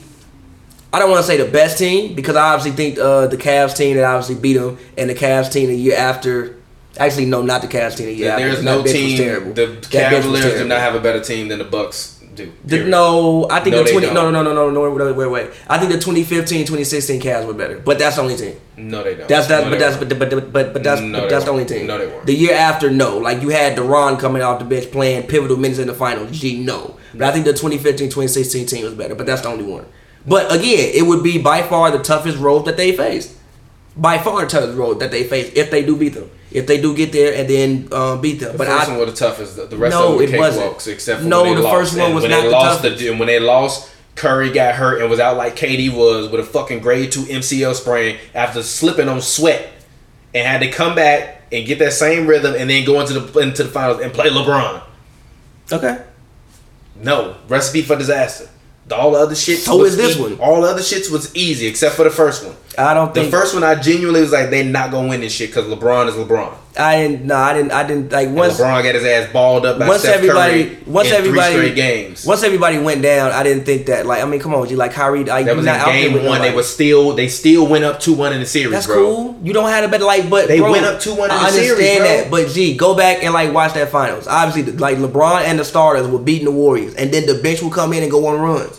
[SPEAKER 2] I don't want to say the best team because I obviously think uh, the Cavs team that obviously beat them and the Cavs team the year after. Actually, no, not the Cavs team the year after.
[SPEAKER 1] There's
[SPEAKER 2] because
[SPEAKER 1] no
[SPEAKER 2] that bench was
[SPEAKER 1] team.
[SPEAKER 2] terrible.
[SPEAKER 1] The
[SPEAKER 2] That bench was
[SPEAKER 1] Cavaliers do
[SPEAKER 2] terrible.
[SPEAKER 1] not have a better team than the Bucks do.
[SPEAKER 2] The-
[SPEAKER 1] period.
[SPEAKER 2] no, I think
[SPEAKER 1] No,
[SPEAKER 2] the
[SPEAKER 1] they
[SPEAKER 2] 20 no,
[SPEAKER 1] don't.
[SPEAKER 2] no, no, no, no, no, wait, wait, wait. I think the 2015, 2016 Cavs were better, but that's the only team.
[SPEAKER 1] no, they don't.
[SPEAKER 2] That's that's
[SPEAKER 1] No, they
[SPEAKER 2] but that's
[SPEAKER 1] don't.
[SPEAKER 2] but but but but, but that's
[SPEAKER 1] No,
[SPEAKER 2] but
[SPEAKER 1] they
[SPEAKER 2] that's the only
[SPEAKER 1] weren't.
[SPEAKER 2] team.
[SPEAKER 1] No, they weren't.
[SPEAKER 2] The year after, no. Like you had Duran coming off the bench playing pivotal minutes in the finals. Gee, no. But I think the 2015-2016 team was better. But that's the only one. But again, it would be by far the toughest road that they faced. By far the toughest road that they faced if they do beat them. If they do get there and then uh, beat them.
[SPEAKER 1] The
[SPEAKER 2] but
[SPEAKER 1] first
[SPEAKER 2] I
[SPEAKER 1] one was the toughest. The, the rest
[SPEAKER 2] No,
[SPEAKER 1] of them
[SPEAKER 2] it
[SPEAKER 1] were
[SPEAKER 2] wasn't.
[SPEAKER 1] cakewalks, except for
[SPEAKER 2] No,
[SPEAKER 1] when they
[SPEAKER 2] the
[SPEAKER 1] lost.
[SPEAKER 2] first one
[SPEAKER 1] And
[SPEAKER 2] was
[SPEAKER 1] when
[SPEAKER 2] not
[SPEAKER 1] they
[SPEAKER 2] the
[SPEAKER 1] lost.
[SPEAKER 2] toughest.
[SPEAKER 1] The, and when they lost, Curry got hurt and was out like KD was with a fucking grade two MCL sprain after slipping on sweat, and had to come back and get that same rhythm and then go into the into the finals and play LeBron.
[SPEAKER 2] okay.
[SPEAKER 1] No recipe for disaster. The- All the other shit.
[SPEAKER 2] So
[SPEAKER 1] was
[SPEAKER 2] is this
[SPEAKER 1] ea-
[SPEAKER 2] one.
[SPEAKER 1] All the other shits was easy except for the first one.
[SPEAKER 2] I don't
[SPEAKER 1] The
[SPEAKER 2] think
[SPEAKER 1] first one, I genuinely was like, they not gonna win this shit because LeBron is LeBron.
[SPEAKER 2] I didn't no, I didn't I didn't like
[SPEAKER 1] And
[SPEAKER 2] once
[SPEAKER 1] LeBron got his ass balled up by
[SPEAKER 2] once
[SPEAKER 1] Steph
[SPEAKER 2] everybody,
[SPEAKER 1] Curry
[SPEAKER 2] once
[SPEAKER 1] in
[SPEAKER 2] everybody,
[SPEAKER 1] three straight games.
[SPEAKER 2] once everybody went down, I didn't think that. Like, I mean, come on, G, like Kyrie, like
[SPEAKER 1] that
[SPEAKER 2] you
[SPEAKER 1] was
[SPEAKER 2] not
[SPEAKER 1] in
[SPEAKER 2] out there
[SPEAKER 1] game
[SPEAKER 2] with
[SPEAKER 1] one. They
[SPEAKER 2] nobody.
[SPEAKER 1] were still, they still went up two one in the series,
[SPEAKER 2] That's
[SPEAKER 1] bro.
[SPEAKER 2] cool. You don't have a better like, but
[SPEAKER 1] They
[SPEAKER 2] bro,
[SPEAKER 1] went up 2-1 in
[SPEAKER 2] I
[SPEAKER 1] the series,
[SPEAKER 2] understand
[SPEAKER 1] bro.
[SPEAKER 2] that, but G, go back and like watch that finals. Obviously, the- like LeBron and the starters were beating the Warriors, and then the bench will come in and go on runs.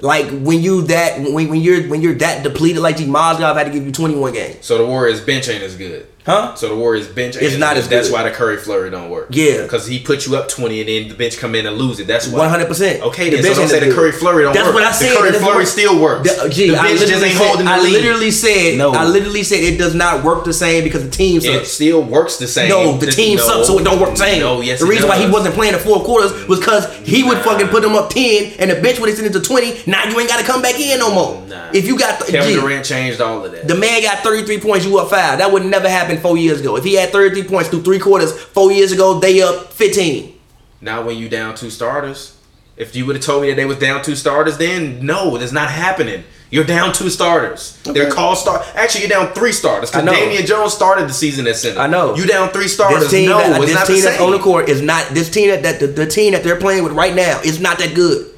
[SPEAKER 2] Like when you that when, when you're when you're that depleted, like G Mozgov had to give you 21 games,
[SPEAKER 1] So the Warriors bench ain't as good.
[SPEAKER 2] huh?
[SPEAKER 1] So the Warriors bench ain't
[SPEAKER 2] It's not as
[SPEAKER 1] That's
[SPEAKER 2] good.
[SPEAKER 1] why the Curry flurry don't work.
[SPEAKER 2] Yeah.
[SPEAKER 1] because he put you up twenty and then the bench come in and lose it. That's why.
[SPEAKER 2] 100. percent
[SPEAKER 1] Okay, then so don't say the Curry flurry don't
[SPEAKER 2] That's
[SPEAKER 1] work.
[SPEAKER 2] what I said.
[SPEAKER 1] The
[SPEAKER 2] It
[SPEAKER 1] Curry
[SPEAKER 2] doesn't
[SPEAKER 1] flurry
[SPEAKER 2] work.
[SPEAKER 1] still works.
[SPEAKER 2] The, gee,
[SPEAKER 1] the
[SPEAKER 2] I
[SPEAKER 1] bench just
[SPEAKER 2] literally
[SPEAKER 1] ain't
[SPEAKER 2] said-
[SPEAKER 1] holding the
[SPEAKER 2] I
[SPEAKER 1] lead.
[SPEAKER 2] literally said,
[SPEAKER 1] No.
[SPEAKER 2] I literally said it does not work the same because the team
[SPEAKER 1] It
[SPEAKER 2] sucks.
[SPEAKER 1] still works the same.
[SPEAKER 2] No, the
[SPEAKER 1] Just-
[SPEAKER 2] team
[SPEAKER 1] no.
[SPEAKER 2] sucks, so it don't work the same.
[SPEAKER 1] No, yes,
[SPEAKER 2] the
[SPEAKER 1] it
[SPEAKER 2] reason why he
[SPEAKER 1] does.
[SPEAKER 2] wasn't playing the four quarters was because he would
[SPEAKER 1] Nah.
[SPEAKER 2] fucking put them up ten, and the bench would extend it to twenty. Now you ain't got to come back in no more.
[SPEAKER 1] Nah.
[SPEAKER 2] If you got the,
[SPEAKER 1] Kevin
[SPEAKER 2] gee,
[SPEAKER 1] Durant changed all of that.
[SPEAKER 2] the man got thirty three points, you up five. That would never happen four years ago. If he had thirty three points through three quarters four years ago, they up fifteen.
[SPEAKER 1] Not when you down two starters. If you would have told me that they was down two starters, then no, that's not happening. You're down two starters. They're called star. Actually, you're down three starters.
[SPEAKER 2] I
[SPEAKER 1] Because
[SPEAKER 2] know.
[SPEAKER 1] Damian Jones started the season at center.
[SPEAKER 2] I know.
[SPEAKER 1] You down three starters.
[SPEAKER 2] This team,
[SPEAKER 1] no,
[SPEAKER 2] that,
[SPEAKER 1] it's
[SPEAKER 2] this
[SPEAKER 1] not
[SPEAKER 2] team
[SPEAKER 1] the
[SPEAKER 2] that's
[SPEAKER 1] same.
[SPEAKER 2] on the court is not this team that, that the, the team that they're playing with right now is not that good.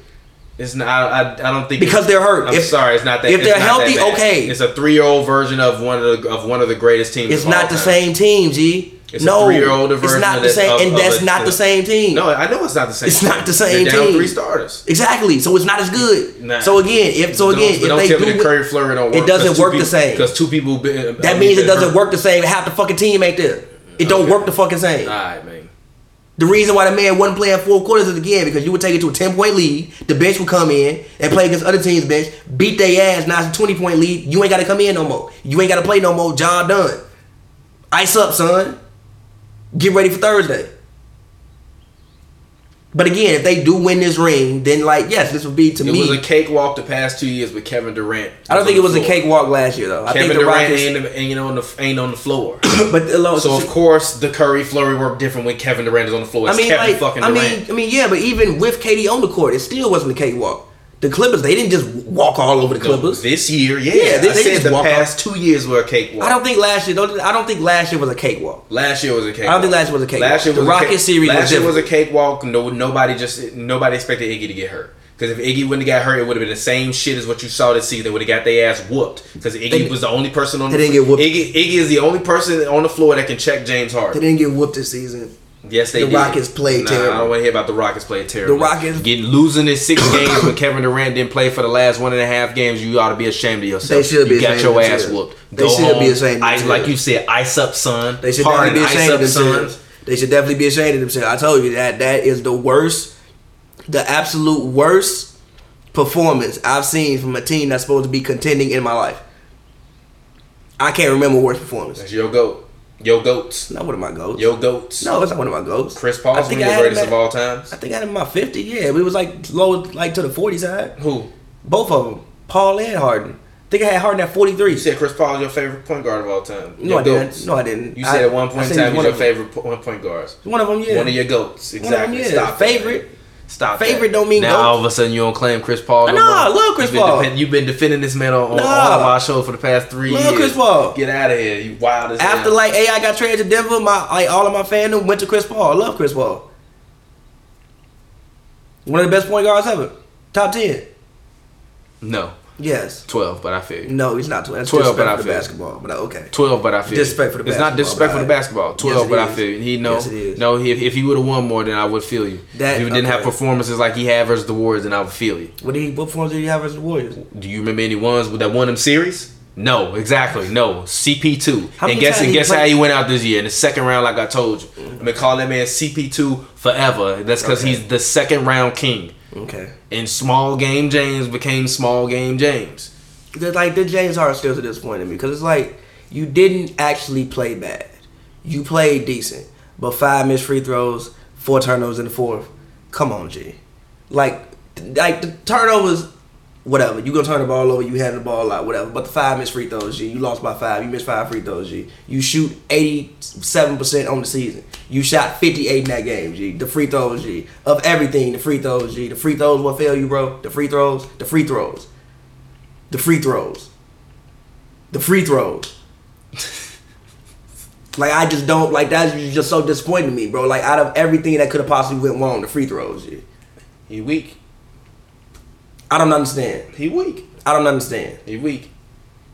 [SPEAKER 1] It's not. I, I, I don't think
[SPEAKER 2] Because they're hurt.
[SPEAKER 1] I'm
[SPEAKER 2] If-
[SPEAKER 1] sorry. It's not that.
[SPEAKER 2] if
[SPEAKER 1] it's
[SPEAKER 2] they're
[SPEAKER 1] not that
[SPEAKER 2] healthy,
[SPEAKER 1] bad.
[SPEAKER 2] okay.
[SPEAKER 1] It's a three-year-old version of one of the of one of the greatest teams.
[SPEAKER 2] It's
[SPEAKER 1] of all
[SPEAKER 2] not the
[SPEAKER 1] time.
[SPEAKER 2] same team, G.
[SPEAKER 1] It's a
[SPEAKER 2] no,
[SPEAKER 1] three-year-old
[SPEAKER 2] it's
[SPEAKER 1] version
[SPEAKER 2] not
[SPEAKER 1] of
[SPEAKER 2] the
[SPEAKER 1] that-
[SPEAKER 2] same,
[SPEAKER 1] of-
[SPEAKER 2] and
[SPEAKER 1] of
[SPEAKER 2] that's
[SPEAKER 1] a-
[SPEAKER 2] not the same team.
[SPEAKER 1] No, I know it's not the same.
[SPEAKER 2] It's not the same
[SPEAKER 1] They're down
[SPEAKER 2] team.
[SPEAKER 1] three starters.
[SPEAKER 2] Exactly. So it's not as good.
[SPEAKER 1] Nah.
[SPEAKER 2] So again, if so
[SPEAKER 1] Don't-
[SPEAKER 2] again,
[SPEAKER 1] but don't
[SPEAKER 2] if
[SPEAKER 1] tell
[SPEAKER 2] they
[SPEAKER 1] me
[SPEAKER 2] do,
[SPEAKER 1] the Curry Flurry don't work.
[SPEAKER 2] it doesn't work the same.
[SPEAKER 1] because two people. Been,
[SPEAKER 2] that means it doesn't work the same. Half the fucking team ain't there. It don't
[SPEAKER 1] Okay.
[SPEAKER 2] work the fucking same.
[SPEAKER 1] All right, man.
[SPEAKER 2] The reason why the man wasn't playing four quarters is again because you would take it to a ten point lead. The bench would come in and play against other teams' bench, beat their ass. Now it's a twenty point lead. You ain't got to come in no more. You ain't got to play no more. Job done. Ice up, son. Get ready for Thursday. But again, if they do win this ring, then like yes, this would be to
[SPEAKER 1] It
[SPEAKER 2] me.
[SPEAKER 1] was a cakewalk the past two years with Kevin Durant.
[SPEAKER 2] I don't think it was a
[SPEAKER 1] cakewalk.
[SPEAKER 2] cakewalk last year though. I
[SPEAKER 1] Kevin
[SPEAKER 2] think the
[SPEAKER 1] Durant
[SPEAKER 2] Rockets,
[SPEAKER 1] ain't, ain't on the ain't on the
[SPEAKER 2] [COUGHS]
[SPEAKER 1] floor.
[SPEAKER 2] but uh, the, low-
[SPEAKER 1] so of course the Curry Flurry work different when Kevin Durant is on the floor. It's
[SPEAKER 2] I mean,
[SPEAKER 1] Kevin
[SPEAKER 2] like,
[SPEAKER 1] fucking
[SPEAKER 2] I
[SPEAKER 1] Durant.
[SPEAKER 2] mean, I mean, yeah, but even with KD on the court, it still wasn't a cakewalk. The Clippers, they didn't just walk all over the
[SPEAKER 1] No,
[SPEAKER 2] Clippers.
[SPEAKER 1] this year, yeah.
[SPEAKER 2] Yeah, they-
[SPEAKER 1] I
[SPEAKER 2] they
[SPEAKER 1] said
[SPEAKER 2] just
[SPEAKER 1] the
[SPEAKER 2] walk
[SPEAKER 1] past two years were a cakewalk.
[SPEAKER 2] I don't think last year. Don't, I don't think last year was a cakewalk.
[SPEAKER 1] Last year was a cakewalk.
[SPEAKER 2] I don't think last year was a cakewalk.
[SPEAKER 1] Last year
[SPEAKER 2] The
[SPEAKER 1] was a
[SPEAKER 2] Rockets
[SPEAKER 1] cake-
[SPEAKER 2] series
[SPEAKER 1] Last
[SPEAKER 2] was
[SPEAKER 1] year was a cakewalk. No, nobody just nobody expected Iggy to get hurt. Because if Iggy wouldn't have got hurt, it would have been the same shit as what you saw this season. They would have got their ass whooped. Because Iggy
[SPEAKER 2] They-
[SPEAKER 1] was the only person on.
[SPEAKER 2] they
[SPEAKER 1] the
[SPEAKER 2] didn't get whooped.
[SPEAKER 1] Iggy, Iggy is the only person on the floor that can check James
[SPEAKER 2] They
[SPEAKER 1] Harden.
[SPEAKER 2] didn't get whooped this season.
[SPEAKER 1] Yes, they
[SPEAKER 2] the
[SPEAKER 1] did.
[SPEAKER 2] Rockets played
[SPEAKER 1] nah, I
[SPEAKER 2] terrible.
[SPEAKER 1] don't want to hear about the Rockets played terrible.
[SPEAKER 2] Rockets-
[SPEAKER 1] getting losing in six games when Kevin Durant didn't play for the last one and a half games. You ought to be ashamed of yourself.
[SPEAKER 2] They should be
[SPEAKER 1] You got
[SPEAKER 2] ashamed
[SPEAKER 1] your
[SPEAKER 2] of
[SPEAKER 1] ass
[SPEAKER 2] themselves.
[SPEAKER 1] whooped.
[SPEAKER 2] They should be ashamed of
[SPEAKER 1] Ice, like
[SPEAKER 2] themselves.
[SPEAKER 1] you said, ice up, son.
[SPEAKER 2] They should
[SPEAKER 1] Harden,
[SPEAKER 2] definitely be
[SPEAKER 1] ice
[SPEAKER 2] ashamed of
[SPEAKER 1] up, son.
[SPEAKER 2] themselves. They should definitely be ashamed of themselves. I told you that that is the worst, the absolute worst performance I've seen from a team that's supposed to be contending in my life. I can't remember worse performance.
[SPEAKER 1] That's your goat. Your goats.
[SPEAKER 2] It's not one of my goals.
[SPEAKER 1] Your goats.
[SPEAKER 2] No, it's not one of my goals.
[SPEAKER 1] Chris
[SPEAKER 2] I
[SPEAKER 1] Paul's one
[SPEAKER 2] think
[SPEAKER 1] of
[SPEAKER 2] I
[SPEAKER 1] the
[SPEAKER 2] had
[SPEAKER 1] greatest
[SPEAKER 2] him
[SPEAKER 1] of
[SPEAKER 2] at-
[SPEAKER 1] all times.
[SPEAKER 2] I think I had him about fifty. Yeah, we was like low, like to the forty side.
[SPEAKER 1] Who?
[SPEAKER 2] Both of them, Paul and Harden. I think I had Harden at forty three.
[SPEAKER 1] You said Chris Paul is your favorite point guard of all time.
[SPEAKER 2] No,
[SPEAKER 1] Your
[SPEAKER 2] I didn't.
[SPEAKER 1] goats.
[SPEAKER 2] No, I didn't.
[SPEAKER 1] You
[SPEAKER 2] I-
[SPEAKER 1] said at one
[SPEAKER 2] I
[SPEAKER 1] point in
[SPEAKER 2] said
[SPEAKER 1] time he's
[SPEAKER 2] one
[SPEAKER 1] your
[SPEAKER 2] of-
[SPEAKER 1] favorite po- point guards.
[SPEAKER 2] One of them, yeah.
[SPEAKER 1] One of your goats.
[SPEAKER 2] of them,
[SPEAKER 1] Exactly.
[SPEAKER 2] yeah.
[SPEAKER 1] Stop
[SPEAKER 2] Favorite.
[SPEAKER 1] That. Stop.
[SPEAKER 2] Favorite
[SPEAKER 1] that.
[SPEAKER 2] don't mean
[SPEAKER 1] now
[SPEAKER 2] goat.
[SPEAKER 1] all of a sudden you don't claim Chris Paul.
[SPEAKER 2] Nah, I
[SPEAKER 1] more.
[SPEAKER 2] love Chris
[SPEAKER 1] You've been
[SPEAKER 2] Paul.
[SPEAKER 1] defen- you've been defending this man on, on
[SPEAKER 2] Nah.
[SPEAKER 1] all of our shows for the past three
[SPEAKER 2] Love
[SPEAKER 1] years.
[SPEAKER 2] Chris Paul.
[SPEAKER 1] Get out of here. You wild as
[SPEAKER 2] After
[SPEAKER 1] hell.
[SPEAKER 2] like AI got traded to Denver, my like all of my fandom went to Chris Paul. I love Chris Paul. One of the best point guards ever. Top ten.
[SPEAKER 1] no
[SPEAKER 2] Yes.
[SPEAKER 1] twelve, but I feel you.
[SPEAKER 2] No, he's not twelve. That's
[SPEAKER 1] 12,
[SPEAKER 2] twelve,
[SPEAKER 1] but I
[SPEAKER 2] disrespectful to
[SPEAKER 1] feel-
[SPEAKER 2] basketball. But okay.
[SPEAKER 1] Twelve, but I feel
[SPEAKER 2] Disrespect for the
[SPEAKER 1] It's not
[SPEAKER 2] basketball,
[SPEAKER 1] disrespect for
[SPEAKER 2] but
[SPEAKER 1] the
[SPEAKER 2] I-
[SPEAKER 1] basketball. Twelve,
[SPEAKER 2] Yes, it
[SPEAKER 1] but I
[SPEAKER 2] is.
[SPEAKER 1] feel you. He know.
[SPEAKER 2] Yes, it is.
[SPEAKER 1] No, he, if he would have won more, then I would feel you.
[SPEAKER 2] That-
[SPEAKER 1] if you didn't have
[SPEAKER 2] okay.
[SPEAKER 1] performances like he had versus the Warriors, then I would feel you.
[SPEAKER 2] What did he? What forms did he have versus the Warriors?
[SPEAKER 1] Do you remember any ones that won them series? No, exactly. No, CP2.
[SPEAKER 2] How
[SPEAKER 1] and
[SPEAKER 2] many
[SPEAKER 1] guess
[SPEAKER 2] times
[SPEAKER 1] and
[SPEAKER 2] he
[SPEAKER 1] guess
[SPEAKER 2] played-
[SPEAKER 1] how he went out this year in the second round, like I told you. I'm gonna call that man CP2 forever. That's because
[SPEAKER 2] Okay.
[SPEAKER 1] he's the second round king.
[SPEAKER 2] Okay.
[SPEAKER 1] And small game James became small game James.
[SPEAKER 2] They're like the James Harden still to this point in me because it's like you didn't actually play bad. You played decent, but five missed free throws, four turnovers in the fourth. Come on, G. Like, like the turnovers, whatever. You gonna turn the ball over. You had the ball out, whatever. But the five missed free throws, G. You lost by five. You missed five free throws, G. You shoot eighty-seven percent on the season. You shot fifty-eight in that game, G. The free throws, G. Of everything, the free throws, G. The free throws will fail you, bro. The free throws, the free throws the free throws. The free [LAUGHS] throws. like I just don't like that's just so disappointing to me, bro. Like out of everything that could have possibly went wrong, the free throws. Yeah.
[SPEAKER 1] He weak.
[SPEAKER 2] I don't understand.
[SPEAKER 1] He weak.
[SPEAKER 2] I don't understand.
[SPEAKER 1] He weak.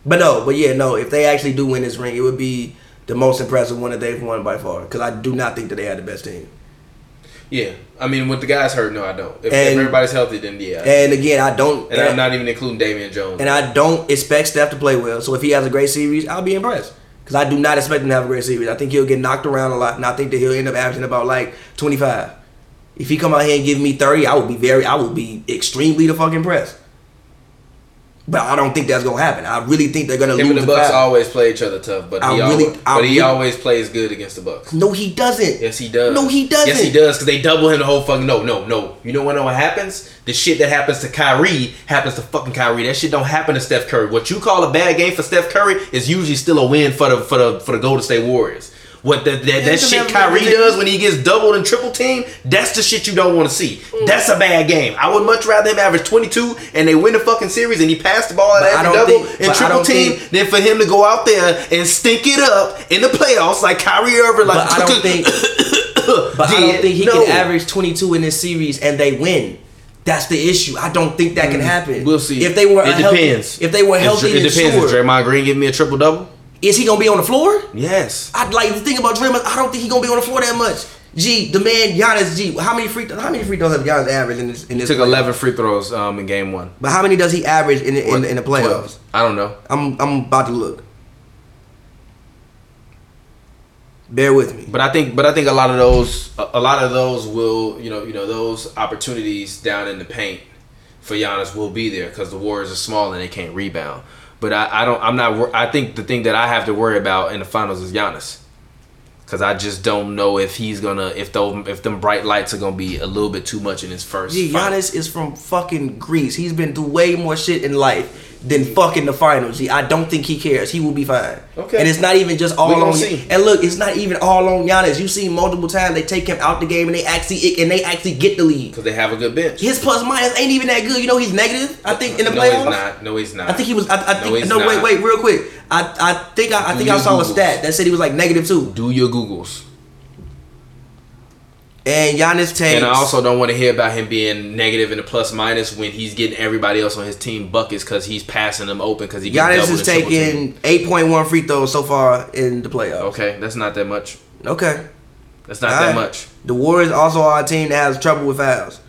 [SPEAKER 2] But no, but yeah, no. If they actually do win this ring, it would be the most impressive one that they've won by far. Because I do not think that they had the best team.
[SPEAKER 1] Yeah. I mean with the guys hurt, no, I don't. If, if
[SPEAKER 2] And-
[SPEAKER 1] everybody's healthy, then yeah. And,
[SPEAKER 2] And again, I don't. And,
[SPEAKER 1] I'm not even including Damian Jones.
[SPEAKER 2] and I don't expect Steph to play well. So if he has a great series, I'll be impressed. Because I do not expect him to have a great series. I think he'll get knocked around a lot, and I think that he'll end up averaging about like 25. If he come out here and give me 30, I would be very, I would be extremely the fucking impressed. But I don't think that's gonna happen. I really think they're gonna
[SPEAKER 1] him and
[SPEAKER 2] lose
[SPEAKER 1] the
[SPEAKER 2] the
[SPEAKER 1] Bucks
[SPEAKER 2] five.
[SPEAKER 1] always play each other tough, but
[SPEAKER 2] I
[SPEAKER 1] he,
[SPEAKER 2] really-
[SPEAKER 1] always,
[SPEAKER 2] I
[SPEAKER 1] but he
[SPEAKER 2] really-
[SPEAKER 1] always plays good against the Bucks.
[SPEAKER 2] no, he doesn't.
[SPEAKER 1] Yes, he does.
[SPEAKER 2] No, he doesn't.
[SPEAKER 1] Yes, he does because they double him the whole fucking. No, no, no. You know what? Know what happens? The shit that happens to Kyrie happens to fucking Kyrie. That shit don't happen to Steph Curry. What you call a bad game for Steph Curry is usually still a win for the for the for the Golden State Warriors. What the, that that
[SPEAKER 2] it's a
[SPEAKER 1] shit
[SPEAKER 2] never-
[SPEAKER 1] Kyrie does when he gets doubled and triple teamed, that's the shit you don't want to see.
[SPEAKER 2] Mm.
[SPEAKER 1] That's a bad game. I would much rather him average 22 and they win the fucking series and he passed the ball and
[SPEAKER 2] But I
[SPEAKER 1] every
[SPEAKER 2] don't
[SPEAKER 1] double
[SPEAKER 2] think-
[SPEAKER 1] and
[SPEAKER 2] but I
[SPEAKER 1] triple
[SPEAKER 2] don't
[SPEAKER 1] team
[SPEAKER 2] think-
[SPEAKER 1] than for him to go out there and stink it up in the playoffs like Kyrie Irving. Like
[SPEAKER 2] But
[SPEAKER 1] [LAUGHS]
[SPEAKER 2] I
[SPEAKER 1] [COUGHS]
[SPEAKER 2] don't think. But I don't
[SPEAKER 1] did.
[SPEAKER 2] think he
[SPEAKER 1] No.
[SPEAKER 2] can average 22 in this series and they win. That's the issue. I don't think that can happen.
[SPEAKER 1] Mm. We'll see.
[SPEAKER 2] If they were
[SPEAKER 1] it
[SPEAKER 2] healthy,
[SPEAKER 1] depends.
[SPEAKER 2] If they were
[SPEAKER 1] It's-
[SPEAKER 2] healthy,
[SPEAKER 1] it
[SPEAKER 2] and
[SPEAKER 1] depends.
[SPEAKER 2] sure,
[SPEAKER 1] Is Draymond Green give me a triple double?
[SPEAKER 2] is he gonna be on the floor?
[SPEAKER 1] Yes.
[SPEAKER 2] I like the thing about Draymond. I don't think he gonna be on the floor that much. Gee, the man Giannis. Gee, how many free how many free throws has Giannis averaged in this? In
[SPEAKER 1] He
[SPEAKER 2] this
[SPEAKER 1] took
[SPEAKER 2] play-
[SPEAKER 1] 11 free throws um, in game one.
[SPEAKER 2] But how many does he average in in, in, the playoffs?
[SPEAKER 1] Twelve. I don't know.
[SPEAKER 2] I'm I'm about to look. Bear with me.
[SPEAKER 1] But I think, but I think a lot of those, a a lot of those will, you know, you know, those opportunities down in the paint for Giannis will be there because the Warriors are small and they can't rebound. But I, I don't, I'm not. wor- I think the thing that I have to worry about in the finals is Giannis, because I just don't know if he's gonna, if those, if them bright lights are gonna be a little bit too much in his first.
[SPEAKER 2] Gee,
[SPEAKER 1] final.
[SPEAKER 2] Giannis is from fucking Greece. He's been through way more shit in life than fucking the finals. Gee, I don't think he cares. He will be fine.
[SPEAKER 1] Okay.
[SPEAKER 2] And it's not even just all
[SPEAKER 1] We gonna
[SPEAKER 2] on.
[SPEAKER 1] see.
[SPEAKER 2] And look, it's not even all on Giannis. You see multiple times they take him out the game and they actually and they actually get the lead.
[SPEAKER 1] because they have a good bench.
[SPEAKER 2] His plus minus ain't even that good. You know he's negative. I think in the
[SPEAKER 1] no,
[SPEAKER 2] playoffs.
[SPEAKER 1] he's not. No, he's not.
[SPEAKER 2] I think he was. I, I
[SPEAKER 1] No,
[SPEAKER 2] think.
[SPEAKER 1] he's
[SPEAKER 2] No, wait,
[SPEAKER 1] not.
[SPEAKER 2] wait, real quick. I, I think I, I think I
[SPEAKER 1] your
[SPEAKER 2] saw a
[SPEAKER 1] Googles.
[SPEAKER 2] stat that said he was like negative two.
[SPEAKER 1] Do your googles.
[SPEAKER 2] And Giannis takes.
[SPEAKER 1] And I also don't want to hear about him being negative in the plus minus when he's getting everybody else on his team buckets because he's passing them open because he gets
[SPEAKER 2] Giannis
[SPEAKER 1] double
[SPEAKER 2] is
[SPEAKER 1] and triple teamed.
[SPEAKER 2] taking 8.1 free throws so far in the playoffs.
[SPEAKER 1] Okay, that's not that much.
[SPEAKER 2] Okay.
[SPEAKER 1] That's not that
[SPEAKER 2] Alright.
[SPEAKER 1] much.
[SPEAKER 2] The Warriors also are a team that has trouble with fouls.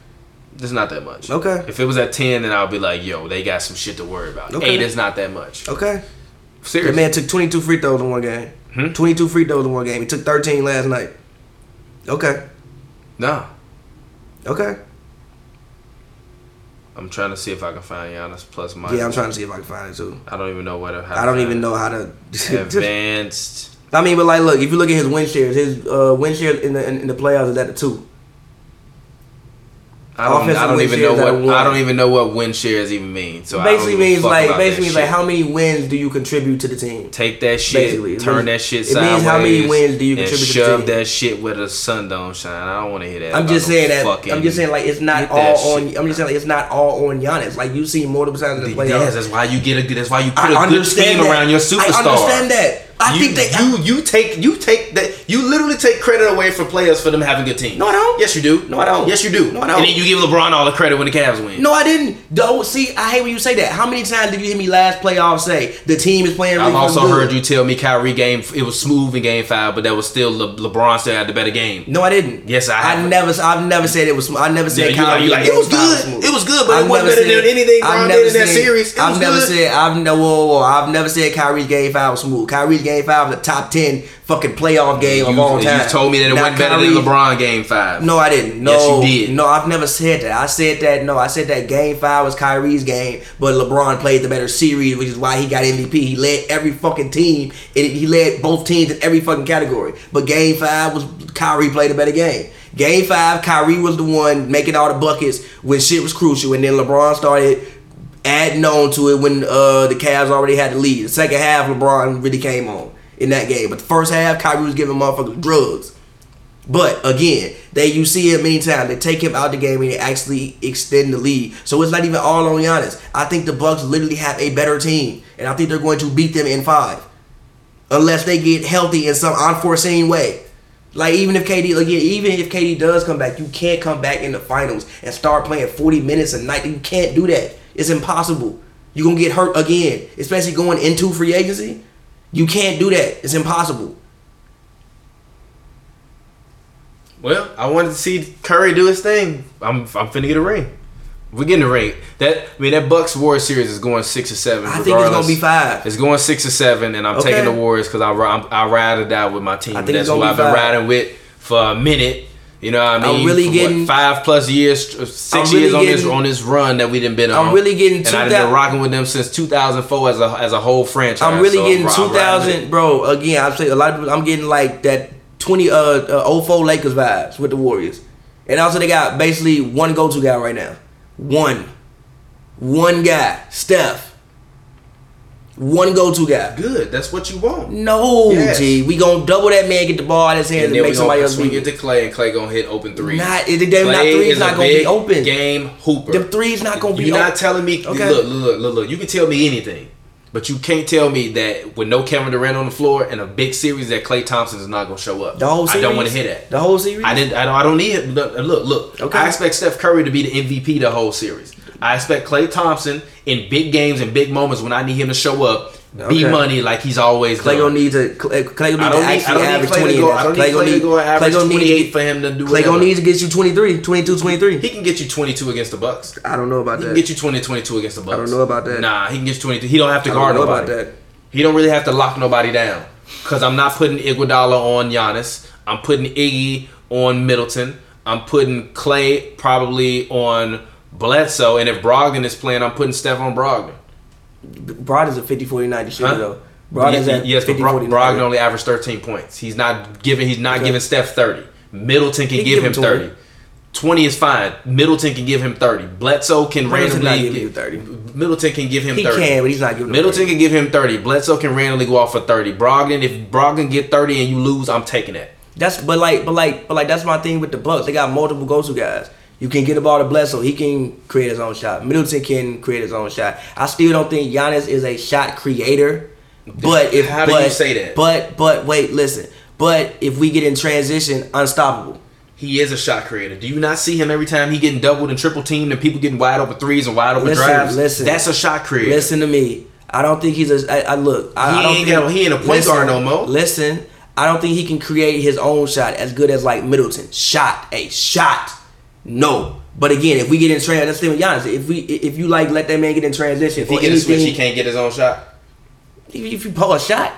[SPEAKER 1] That's not that much.
[SPEAKER 2] Okay.
[SPEAKER 1] If it was at ten, then I'll be like, yo, they got some shit to worry about.
[SPEAKER 2] Okay.
[SPEAKER 1] Eight is not that much.
[SPEAKER 2] Okay. The
[SPEAKER 1] Seriously.
[SPEAKER 2] man took 22 free throws in one game.
[SPEAKER 1] Hmm?
[SPEAKER 2] 22 free throws in one game. He took 13 last night. Okay.
[SPEAKER 1] No.
[SPEAKER 2] Okay.
[SPEAKER 1] I'm trying to see if I can find Giannis plus minus.
[SPEAKER 2] Yeah, I'm trying to see if I can find it too.
[SPEAKER 1] I don't even know where to. How to
[SPEAKER 2] I don't
[SPEAKER 1] find
[SPEAKER 2] even
[SPEAKER 1] it.
[SPEAKER 2] know how to. [LAUGHS]
[SPEAKER 1] [LAUGHS] Advanced.
[SPEAKER 2] I mean, but like, look, if you look at his win shares, his uh, win shares in the in, in the playoffs is at the two.
[SPEAKER 1] I don't,
[SPEAKER 2] Offensive
[SPEAKER 1] I don't
[SPEAKER 2] win
[SPEAKER 1] even
[SPEAKER 2] shares
[SPEAKER 1] know
[SPEAKER 2] at
[SPEAKER 1] what
[SPEAKER 2] one.
[SPEAKER 1] I don't even know what win shares even mean. So I don't
[SPEAKER 2] basically
[SPEAKER 1] give a
[SPEAKER 2] means
[SPEAKER 1] fuck
[SPEAKER 2] like
[SPEAKER 1] about
[SPEAKER 2] basically means
[SPEAKER 1] that
[SPEAKER 2] like
[SPEAKER 1] shit.
[SPEAKER 2] how many wins do you contribute to the team?
[SPEAKER 1] take that shit,
[SPEAKER 2] Basically, it
[SPEAKER 1] turn
[SPEAKER 2] means-
[SPEAKER 1] that shit
[SPEAKER 2] it
[SPEAKER 1] sideways.
[SPEAKER 2] means how many wins do you
[SPEAKER 1] and
[SPEAKER 2] contribute to the
[SPEAKER 1] shove
[SPEAKER 2] team?
[SPEAKER 1] that shit where the sun don't shine. I don't want to hear that.
[SPEAKER 2] I'm
[SPEAKER 1] about
[SPEAKER 2] just
[SPEAKER 1] no
[SPEAKER 2] saying that.
[SPEAKER 1] fucking-
[SPEAKER 2] I'm just saying like it's not
[SPEAKER 1] get that
[SPEAKER 2] all on.
[SPEAKER 1] shit,
[SPEAKER 2] I'm just saying like it's not all on Giannis. Like you see multiple times in the
[SPEAKER 1] Yes,
[SPEAKER 2] playoffs.
[SPEAKER 1] that's why you get a. good- That's why you put a
[SPEAKER 2] I
[SPEAKER 1] good
[SPEAKER 2] understand
[SPEAKER 1] team
[SPEAKER 2] that.
[SPEAKER 1] around your
[SPEAKER 2] I
[SPEAKER 1] superstar.
[SPEAKER 2] understand that. I
[SPEAKER 1] you,
[SPEAKER 2] think they.
[SPEAKER 1] you you take you take that you literally take credit away from players for them having good teams.
[SPEAKER 2] No, I don't.
[SPEAKER 1] Yes, you do.
[SPEAKER 2] No, I don't.
[SPEAKER 1] Yes, you do.
[SPEAKER 2] No, I don't.
[SPEAKER 1] And then you give LeBron all the credit when the Cavs win.
[SPEAKER 2] No, I didn't. Though, see, I hate when you say that. How many times did you hear me last playoff say the team is playing?
[SPEAKER 1] I've
[SPEAKER 2] really
[SPEAKER 1] also
[SPEAKER 2] good?
[SPEAKER 1] heard you tell me Kyrie game it was smooth in game five, but that was still Le- LeBron still had the better game.
[SPEAKER 2] No, I didn't.
[SPEAKER 1] Yes, I
[SPEAKER 2] I
[SPEAKER 1] have.
[SPEAKER 2] never. I've never said it was. sm- I
[SPEAKER 1] Yeah,
[SPEAKER 2] never said
[SPEAKER 1] you like-
[SPEAKER 2] Kyrie.
[SPEAKER 1] you like,
[SPEAKER 2] and
[SPEAKER 1] it was
[SPEAKER 2] Kyle
[SPEAKER 1] good.
[SPEAKER 2] smooth.
[SPEAKER 1] It was good, but it
[SPEAKER 2] I've
[SPEAKER 1] wasn't
[SPEAKER 2] never
[SPEAKER 1] better than anything
[SPEAKER 2] I've
[SPEAKER 1] Brown
[SPEAKER 2] never
[SPEAKER 1] did in that
[SPEAKER 2] said-
[SPEAKER 1] series. It
[SPEAKER 2] I've
[SPEAKER 1] was
[SPEAKER 2] never
[SPEAKER 1] good.
[SPEAKER 2] said. I've no. Whoa, whoa, whoa. I've never said Kyrie's game five was smooth. Kyrie's game five was the top ten fucking playoff game of
[SPEAKER 1] You-
[SPEAKER 2] all time.
[SPEAKER 1] You told me that it
[SPEAKER 2] Now,
[SPEAKER 1] went better
[SPEAKER 2] Kyrie-
[SPEAKER 1] than LeBron game five.
[SPEAKER 2] No, I didn't. No,
[SPEAKER 1] Yes, you did.
[SPEAKER 2] No, I've never said that. I said that. No, I said that game five was Kyrie's game, but LeBron played the better series, which is why he got MVP. He led every fucking team. and he led both teams in every fucking category. But game five was Kyrie played a better game. Game five, Kyrie was the one making all the buckets when shit was crucial, and then LeBron started adding on to it when uh, the Cavs already had the lead. The second half, LeBron really came on in that game, but the first half, Kyrie was giving motherfuckers drugs. But again, they you see him many times. They take him out the game and they actually extend the lead. So it's not even all on Giannis. I think the Bucks literally have a better team, and I think they're going to beat them in five, unless they get healthy in some unforeseen way. Like even if KD again, even if KD does come back, you can't come back in the finals and start playing forty minutes a night. You can't do that. It's impossible. You're gonna get hurt again, especially going into free agency. You can't do that. It's impossible.
[SPEAKER 1] Well, I wanted to see Curry do his thing. I'm I'm finna get a ring. We're getting a ring. That I mean that Bucks Warriors series is going six or seven.
[SPEAKER 2] I think it's gonna
[SPEAKER 1] regardless.
[SPEAKER 2] be five.
[SPEAKER 1] It's going six or seven, and I'm
[SPEAKER 2] Okay.
[SPEAKER 1] taking the Warriors because I, ri- I'm- I ride or die with my team.
[SPEAKER 2] I think
[SPEAKER 1] That's
[SPEAKER 2] it's gonna
[SPEAKER 1] who
[SPEAKER 2] be
[SPEAKER 1] I've been
[SPEAKER 2] five.
[SPEAKER 1] riding with for a minute. You know what I
[SPEAKER 2] I'm
[SPEAKER 1] mean?
[SPEAKER 2] really
[SPEAKER 1] For what,
[SPEAKER 2] getting-
[SPEAKER 1] five plus years, uh, six
[SPEAKER 2] I'm really
[SPEAKER 1] years on this
[SPEAKER 2] getting-
[SPEAKER 1] on this run that we done been on.
[SPEAKER 2] I'm really getting
[SPEAKER 1] and
[SPEAKER 2] two
[SPEAKER 1] I've
[SPEAKER 2] thou-
[SPEAKER 1] been rocking with them since 2004 as a as a whole franchise.
[SPEAKER 2] I'm really
[SPEAKER 1] So
[SPEAKER 2] getting
[SPEAKER 1] ri- I'm riding with
[SPEAKER 2] 2000, bro. Again, I'm saying a lot of people. I'm getting like that 20 uh, uh 04 Lakers vibes with the Warriors, and also they got basically one go-to guy right now, one, one guy, Steph, one go-to
[SPEAKER 1] it.
[SPEAKER 2] guy.
[SPEAKER 1] Good. That's what you want.
[SPEAKER 2] No,
[SPEAKER 1] Yes.
[SPEAKER 2] G, we gonna double that man, get the ball out of his hands, and,
[SPEAKER 1] then
[SPEAKER 2] make
[SPEAKER 1] we
[SPEAKER 2] somebody
[SPEAKER 1] gonna
[SPEAKER 2] else
[SPEAKER 1] swing
[SPEAKER 2] beat
[SPEAKER 1] it to
[SPEAKER 2] it.
[SPEAKER 1] Clay, and Clay gonna hit open threes.
[SPEAKER 2] Not, it, them, not
[SPEAKER 1] Clay
[SPEAKER 2] three's
[SPEAKER 1] is
[SPEAKER 2] not
[SPEAKER 1] a
[SPEAKER 2] gonna be
[SPEAKER 1] big
[SPEAKER 2] open.
[SPEAKER 1] Game hooper.
[SPEAKER 2] Them threes not gonna be
[SPEAKER 1] You're
[SPEAKER 2] open.
[SPEAKER 1] not telling me.
[SPEAKER 2] Okay.
[SPEAKER 1] Look, look, look, look. You can tell me anything, but you can't tell me that with no Kevin Durant on the floor and a big series that Clay Thompson is not gonna show up.
[SPEAKER 2] The whole
[SPEAKER 1] I
[SPEAKER 2] series.
[SPEAKER 1] don't want to hear that.
[SPEAKER 2] The whole series.
[SPEAKER 1] I didn't. I don't. I don't need it. Look, look. look.
[SPEAKER 2] Okay.
[SPEAKER 1] I expect Steph Curry to be the MVP the whole series. I expect Klay Thompson in big games and big moments when I need him to show up, be
[SPEAKER 2] Okay.
[SPEAKER 1] money like he's always.
[SPEAKER 2] Clay
[SPEAKER 1] done.
[SPEAKER 2] gonna need to Clay, Clay
[SPEAKER 1] I
[SPEAKER 2] gonna need
[SPEAKER 1] don't
[SPEAKER 2] to
[SPEAKER 1] need, I
[SPEAKER 2] actually
[SPEAKER 1] don't need
[SPEAKER 2] average
[SPEAKER 1] Clay
[SPEAKER 2] twenty.
[SPEAKER 1] to
[SPEAKER 2] in
[SPEAKER 1] go.
[SPEAKER 2] that.
[SPEAKER 1] I don't
[SPEAKER 2] Clay
[SPEAKER 1] need
[SPEAKER 2] gonna
[SPEAKER 1] Clay to
[SPEAKER 2] need-
[SPEAKER 1] go
[SPEAKER 2] Clay
[SPEAKER 1] average
[SPEAKER 2] gonna need-
[SPEAKER 1] 28 for him to do.
[SPEAKER 2] Clay
[SPEAKER 1] whatever.
[SPEAKER 2] gonna need to get you 23, 22, 23.
[SPEAKER 1] He can get you 22 against the Bucks.
[SPEAKER 2] I don't know about
[SPEAKER 1] He
[SPEAKER 2] that.
[SPEAKER 1] can get you 20 22 against the Bucks.
[SPEAKER 2] don't know about that.
[SPEAKER 1] Nah, he can get you 22. He don't have to
[SPEAKER 2] I
[SPEAKER 1] guard
[SPEAKER 2] don't know about
[SPEAKER 1] nobody.
[SPEAKER 2] that.
[SPEAKER 1] He don't really have to lock nobody down. Cause I'm not putting Iguodala on Giannis. I'm putting Iggy on Middleton. I'm putting Clay probably on Bledsoe. And if Brogdon is playing, I'm putting Steph on Brogdon.
[SPEAKER 2] Broad is a 50 40 90 shooter,
[SPEAKER 1] Huh?
[SPEAKER 2] though. Broad is
[SPEAKER 1] Ye-
[SPEAKER 2] at
[SPEAKER 1] yes,
[SPEAKER 2] 50
[SPEAKER 1] but Bro-
[SPEAKER 2] 40
[SPEAKER 1] Brogdon only averaged 13 points. He's not giving. He's not
[SPEAKER 2] Okay.
[SPEAKER 1] giving Steph 30. Middleton can
[SPEAKER 2] He
[SPEAKER 1] give
[SPEAKER 2] give
[SPEAKER 1] him
[SPEAKER 2] him 20.
[SPEAKER 1] 30. 20 is fine. Middleton can give him 30. Bledsoe can
[SPEAKER 2] Middleton not
[SPEAKER 1] randomly
[SPEAKER 2] giving you
[SPEAKER 1] give-
[SPEAKER 2] 30.
[SPEAKER 1] Middleton can give him
[SPEAKER 2] He
[SPEAKER 1] 30.
[SPEAKER 2] can, but he's not giving him
[SPEAKER 1] Middleton
[SPEAKER 2] 30.
[SPEAKER 1] can give him 30. Bledsoe can randomly go off for 30. Brogdon, if Brogdon get 30 and you lose, I'm taking that.
[SPEAKER 2] That's but like but like but like that's my thing with the Bucks. They got multiple go-to guys. You can get the ball to Bledsoe. He can create his own shot. Middleton can create his own shot. I still don't think Giannis is a shot creator. But if
[SPEAKER 1] How do
[SPEAKER 2] but,
[SPEAKER 1] you say that?
[SPEAKER 2] But but wait, listen. But if we get in transition, unstoppable.
[SPEAKER 1] He is a shot creator. Do you not see him every time he getting doubled and triple teamed and people getting wide open threes and wide open
[SPEAKER 2] Listen,
[SPEAKER 1] drives?
[SPEAKER 2] listen.
[SPEAKER 1] that's a shot creator.
[SPEAKER 2] Listen to me. I don't think he's a. I, I look. I,
[SPEAKER 1] He
[SPEAKER 2] I don't
[SPEAKER 1] ain't
[SPEAKER 2] think,
[SPEAKER 1] got- he ain't a point
[SPEAKER 2] listen,
[SPEAKER 1] guard no more.
[SPEAKER 2] Listen, I don't think he can create his own shot as good as like Middleton. Shot a shot. No. But again, if we get in transition, that's the thing with Giannis. If we, if you like, let that man get in transition.
[SPEAKER 1] if he
[SPEAKER 2] or
[SPEAKER 1] get a switch, he
[SPEAKER 2] anything,
[SPEAKER 1] can't get his own shot.
[SPEAKER 2] If if you pull a shot,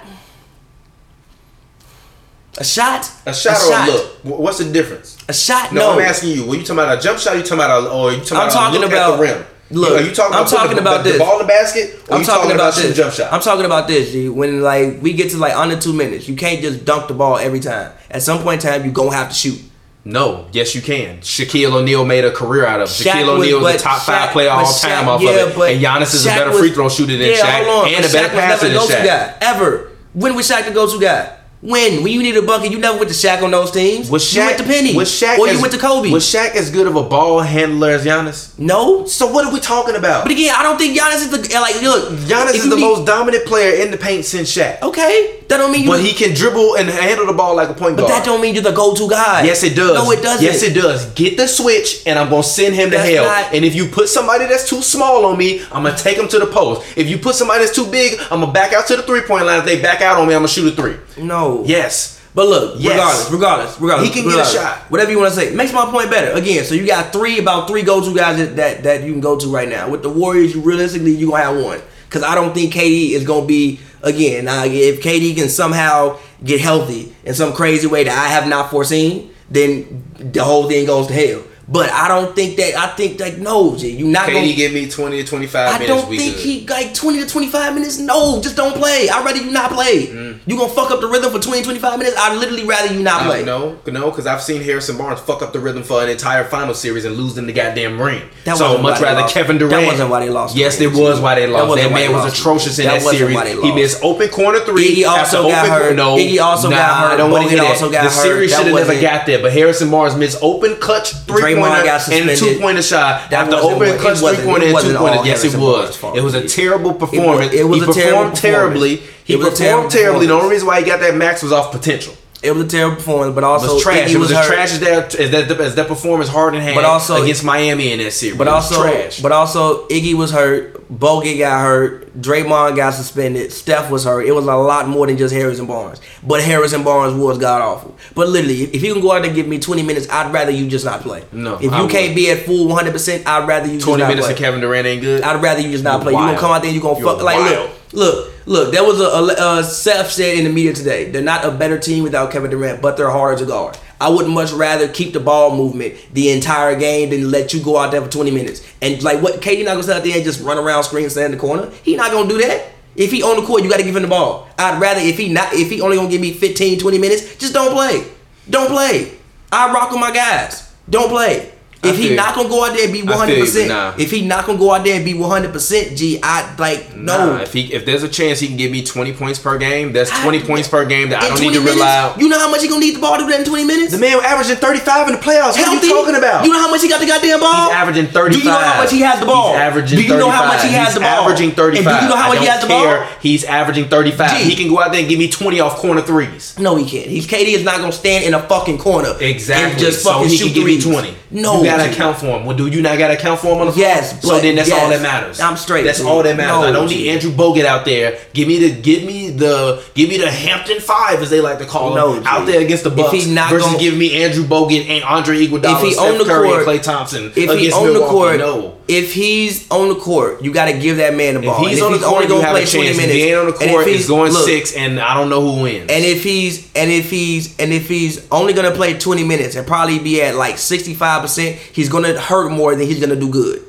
[SPEAKER 2] a shot,
[SPEAKER 1] A shot or a look? Wh- What's the difference?
[SPEAKER 2] a shot.
[SPEAKER 1] No,
[SPEAKER 2] No,
[SPEAKER 1] I'm asking you. Were you talking about a jump shot? Or you talking about a or you talking
[SPEAKER 2] I'm
[SPEAKER 1] about
[SPEAKER 2] talking
[SPEAKER 1] a look
[SPEAKER 2] about-
[SPEAKER 1] at the rim?
[SPEAKER 2] look,
[SPEAKER 1] are you talking
[SPEAKER 2] I'm
[SPEAKER 1] about putting
[SPEAKER 2] talking
[SPEAKER 1] the,
[SPEAKER 2] about
[SPEAKER 1] the,
[SPEAKER 2] this.
[SPEAKER 1] the ball in the basket? Or
[SPEAKER 2] I'm
[SPEAKER 1] you
[SPEAKER 2] talking, about,
[SPEAKER 1] shooting
[SPEAKER 2] this.
[SPEAKER 1] jump shot.
[SPEAKER 2] I'm talking about this. G. When like we get to like under two minutes, you can't just dunk the ball every time. At some point in time, you gonna have to shoot.
[SPEAKER 1] No, yes, you can. Shaquille O'Neal made a career out of it.
[SPEAKER 2] Shaq
[SPEAKER 1] Shaquille
[SPEAKER 2] was-
[SPEAKER 1] O'Neal is
[SPEAKER 2] but
[SPEAKER 1] a top
[SPEAKER 2] Shaq-
[SPEAKER 1] five player
[SPEAKER 2] but
[SPEAKER 1] all
[SPEAKER 2] Shaq-
[SPEAKER 1] time off
[SPEAKER 2] yeah,
[SPEAKER 1] of
[SPEAKER 2] but
[SPEAKER 1] it. And Giannis is a
[SPEAKER 2] Shaq
[SPEAKER 1] better
[SPEAKER 2] was-
[SPEAKER 1] free throw shooter than
[SPEAKER 2] yeah,
[SPEAKER 1] Shaq
[SPEAKER 2] hold on,
[SPEAKER 1] and
[SPEAKER 2] but
[SPEAKER 1] a better
[SPEAKER 2] Shaq was
[SPEAKER 1] passer
[SPEAKER 2] never
[SPEAKER 1] than
[SPEAKER 2] the go-to
[SPEAKER 1] Shaq.
[SPEAKER 2] guy ever. When was Shaq the go-to guy? When when you need a bucket, you never went to Shaq on those teams.
[SPEAKER 1] Was Shaq
[SPEAKER 2] you went to Penny,
[SPEAKER 1] Was Shaq
[SPEAKER 2] or
[SPEAKER 1] as-
[SPEAKER 2] you went to Kobe?
[SPEAKER 1] Was Shaq as good of a ball handler as Giannis?
[SPEAKER 2] no.
[SPEAKER 1] So what are we talking about?
[SPEAKER 2] But again, I don't think Giannis is the like. Look,
[SPEAKER 1] Giannis
[SPEAKER 2] if
[SPEAKER 1] is
[SPEAKER 2] you
[SPEAKER 1] the
[SPEAKER 2] need-
[SPEAKER 1] most dominant player in the paint since Shaq.
[SPEAKER 2] Okay, that don't mean you.
[SPEAKER 1] But he can dribble and handle the ball like a point
[SPEAKER 2] but
[SPEAKER 1] guard.
[SPEAKER 2] that don't mean you're the go-to guy.
[SPEAKER 1] Yes, it does.
[SPEAKER 2] No, it doesn't.
[SPEAKER 1] Yes, it does. Get the switch, and I'm gonna send him
[SPEAKER 2] That's
[SPEAKER 1] to hell.
[SPEAKER 2] not-
[SPEAKER 1] and if you put somebody that's too small on me, I'm gonna take him to the post. If you put somebody that's too big, I'm gonna back out to the three point line. If they back out on me, I'm gonna shoot a three.
[SPEAKER 2] No.
[SPEAKER 1] Yes.
[SPEAKER 2] But look,
[SPEAKER 1] Yes.
[SPEAKER 2] regardless, regardless, regardless,
[SPEAKER 1] He can get a
[SPEAKER 2] regardless,
[SPEAKER 1] shot.
[SPEAKER 2] Whatever you want to say, makes my point better. Again, so you got three about three go-to guys that that, that you can go to right now. With the Warriors, you realistically you gonna have one because I don't think KD is gonna be again. Now, if KD can somehow get healthy in some crazy way that I have not foreseen, then the whole thing goes to hell. But I don't think that. I think like no, G, you're not gonna.
[SPEAKER 1] KD give me 20 to 25
[SPEAKER 2] I
[SPEAKER 1] minutes.
[SPEAKER 2] don't
[SPEAKER 1] we
[SPEAKER 2] think
[SPEAKER 1] good.
[SPEAKER 2] he like 20 to 25 minutes. No, just don't play. I'd rather you not play.
[SPEAKER 1] Mm.
[SPEAKER 2] You gonna fuck up the rhythm for 20, 25 minutes. I'd literally rather you not
[SPEAKER 1] Uh,
[SPEAKER 2] play.
[SPEAKER 1] No, no, because I've seen Harrison Barnes fuck up the rhythm for an entire final series and lose them the goddamn ring.
[SPEAKER 2] That
[SPEAKER 1] so
[SPEAKER 2] wasn't why
[SPEAKER 1] much
[SPEAKER 2] they
[SPEAKER 1] rather
[SPEAKER 2] lost.
[SPEAKER 1] Kevin
[SPEAKER 2] That
[SPEAKER 1] Durant.
[SPEAKER 2] wasn't why they lost the
[SPEAKER 1] Yes,
[SPEAKER 2] ring.
[SPEAKER 1] it was why they lost. That,
[SPEAKER 2] wasn't why
[SPEAKER 1] man
[SPEAKER 2] they
[SPEAKER 1] was
[SPEAKER 2] lost.
[SPEAKER 1] atrocious in
[SPEAKER 2] That
[SPEAKER 1] that,
[SPEAKER 2] wasn't
[SPEAKER 1] series.
[SPEAKER 2] why they
[SPEAKER 1] He
[SPEAKER 2] lost.
[SPEAKER 1] missed open corner threes.
[SPEAKER 2] Iggy
[SPEAKER 1] after
[SPEAKER 2] also
[SPEAKER 1] open
[SPEAKER 2] got hurt.
[SPEAKER 1] No,
[SPEAKER 2] Iggy also
[SPEAKER 1] nah,
[SPEAKER 2] got
[SPEAKER 1] I
[SPEAKER 2] hurt.
[SPEAKER 1] don't want
[SPEAKER 2] Bogut
[SPEAKER 1] to hear that.
[SPEAKER 2] also got
[SPEAKER 1] the
[SPEAKER 2] hurt.
[SPEAKER 1] series
[SPEAKER 2] That
[SPEAKER 1] should have never
[SPEAKER 2] wasn't-
[SPEAKER 1] got there. But Harrison Barnes missed open clutch three pointer
[SPEAKER 2] got
[SPEAKER 1] and
[SPEAKER 2] suspended.
[SPEAKER 1] two pointer shot
[SPEAKER 2] That
[SPEAKER 1] after
[SPEAKER 2] wasn't what-
[SPEAKER 1] open
[SPEAKER 2] it
[SPEAKER 1] clutch
[SPEAKER 2] wasn't-
[SPEAKER 1] three pointer
[SPEAKER 2] it
[SPEAKER 1] and
[SPEAKER 2] wasn't
[SPEAKER 1] two
[SPEAKER 2] all
[SPEAKER 1] pointer. Yes, it
[SPEAKER 2] Harrison Barnes'
[SPEAKER 1] was.
[SPEAKER 2] fault.
[SPEAKER 1] It was a terrible
[SPEAKER 2] was-
[SPEAKER 1] performance.
[SPEAKER 2] it was
[SPEAKER 1] he
[SPEAKER 2] a terrible
[SPEAKER 1] performed terribly.
[SPEAKER 2] performance.
[SPEAKER 1] He
[SPEAKER 2] It was a terrible
[SPEAKER 1] performed terribly. The
[SPEAKER 2] performance.
[SPEAKER 1] only reason why he got that max was off potential
[SPEAKER 2] It was a terrible performance, but also
[SPEAKER 1] was trash.
[SPEAKER 2] Iggy
[SPEAKER 1] It was,
[SPEAKER 2] was
[SPEAKER 1] as
[SPEAKER 2] hurt.
[SPEAKER 1] trash as that as that as that performance Harden had
[SPEAKER 2] But also-
[SPEAKER 1] against Miami in that series.
[SPEAKER 2] But
[SPEAKER 1] It was
[SPEAKER 2] also,
[SPEAKER 1] trash.
[SPEAKER 2] but also, Iggy was hurt. Bogut got hurt. Draymond got suspended. Steph was hurt. It was a lot more than just Harrison Barnes. But Harrison Barnes was god awful. But literally, if, if you can go out there and give me 20 minutes, I'd rather you just not play.
[SPEAKER 1] No,
[SPEAKER 2] if you
[SPEAKER 1] I would.
[SPEAKER 2] can't be at full 100, percent I'd rather you just
[SPEAKER 1] twenty
[SPEAKER 2] not
[SPEAKER 1] minutes
[SPEAKER 2] play.
[SPEAKER 1] of Kevin Durant ain't good.
[SPEAKER 2] I'd rather you just not
[SPEAKER 1] You're
[SPEAKER 2] play. You gonna
[SPEAKER 1] wild.
[SPEAKER 2] come out there and you gonna
[SPEAKER 1] You're
[SPEAKER 2] fuck like
[SPEAKER 1] wild.
[SPEAKER 2] look, look, look. There was a, a uh, Seth said in the media today. They're not a better team without Kevin Durant, but they're harder to guard. I would much rather keep the ball movement the entire game than let you go out there for 20 minutes and like what KD not gonna sit out there and just run around screen stand in the corner. He not gonna do that. If he on the court, you gotta give him the ball. I'd rather if he not if he only gonna give me 15, 20 minutes, just don't play. Don't play. I rock with my guys. Don't play.
[SPEAKER 1] I
[SPEAKER 2] If he
[SPEAKER 1] feel
[SPEAKER 2] not gonna go out there and be
[SPEAKER 1] I feel you,
[SPEAKER 2] 100%,
[SPEAKER 1] but nah.
[SPEAKER 2] if he not gonna go out there and be 100%, G, I like no.
[SPEAKER 1] Nah, if he if there's a chance he can give me twenty points per game, that's
[SPEAKER 2] I-
[SPEAKER 1] twenty points per game that I
[SPEAKER 2] In
[SPEAKER 1] don't need
[SPEAKER 2] 20
[SPEAKER 1] to rely.
[SPEAKER 2] minutes, You know how much he gonna need the ball to do that in 20 minutes?
[SPEAKER 1] the man averaging thirty five in the playoffs. What are
[SPEAKER 2] Healthy?
[SPEAKER 1] you talking about?
[SPEAKER 2] You know how much he got the goddamn ball?
[SPEAKER 1] He's averaging 35.
[SPEAKER 2] Do you know how much he has the ball?
[SPEAKER 1] He's averaging
[SPEAKER 2] Do you know how much he
[SPEAKER 1] 35.
[SPEAKER 2] has
[SPEAKER 1] He's
[SPEAKER 2] the ball?
[SPEAKER 1] averaging 35.
[SPEAKER 2] And do you know how
[SPEAKER 1] I
[SPEAKER 2] much he
[SPEAKER 1] don't
[SPEAKER 2] has the ball?
[SPEAKER 1] care. He's averaging 35.
[SPEAKER 2] Gee.
[SPEAKER 1] He can go out there and give me 20 off corner threes.
[SPEAKER 2] No, he can't. He's KD is not gonna stand in a fucking corner and
[SPEAKER 1] Exactly.
[SPEAKER 2] just
[SPEAKER 1] so
[SPEAKER 2] fucking
[SPEAKER 1] he
[SPEAKER 2] shoot
[SPEAKER 1] can give me
[SPEAKER 2] threes.
[SPEAKER 1] 20.
[SPEAKER 2] No,
[SPEAKER 1] You gotta
[SPEAKER 2] G.
[SPEAKER 1] account for him. Well, do you not gotta account for him on the
[SPEAKER 2] Yes,
[SPEAKER 1] floor?
[SPEAKER 2] but-
[SPEAKER 1] So then that's all
[SPEAKER 2] yes.
[SPEAKER 1] that matters.
[SPEAKER 2] I'm straight,
[SPEAKER 1] That's
[SPEAKER 2] G.
[SPEAKER 1] all that matters.
[SPEAKER 2] No,
[SPEAKER 1] I don't
[SPEAKER 2] G.
[SPEAKER 1] need Andrew Bogut out there. Give me the give me the give me the Hampton Five as they like to call
[SPEAKER 2] No,
[SPEAKER 1] him
[SPEAKER 2] G.
[SPEAKER 1] out there against the
[SPEAKER 2] If
[SPEAKER 1] Bucks
[SPEAKER 2] he's not
[SPEAKER 1] versus
[SPEAKER 2] gonna-
[SPEAKER 1] give me Andrew Bogut and Andre Iguodala,
[SPEAKER 2] If he
[SPEAKER 1] Steph
[SPEAKER 2] on the
[SPEAKER 1] Curry,
[SPEAKER 2] court-
[SPEAKER 1] and Klay Thompson
[SPEAKER 2] If
[SPEAKER 1] against
[SPEAKER 2] he on
[SPEAKER 1] Milwaukee.
[SPEAKER 2] the court,
[SPEAKER 1] no.
[SPEAKER 2] if he's on the court, you got to give that man the
[SPEAKER 1] If
[SPEAKER 2] ball. And
[SPEAKER 1] he's on the
[SPEAKER 2] only
[SPEAKER 1] court, you
[SPEAKER 2] gonna
[SPEAKER 1] have a chance. If he ain't on the
[SPEAKER 2] and if
[SPEAKER 1] court, it's
[SPEAKER 2] he's-
[SPEAKER 1] going
[SPEAKER 2] look,
[SPEAKER 1] six, and I don't know who wins.
[SPEAKER 2] And if he's and if he's and if he's only gonna play twenty minutes and probably be at like sixty five percent, he's gonna hurt more than he's gonna do good.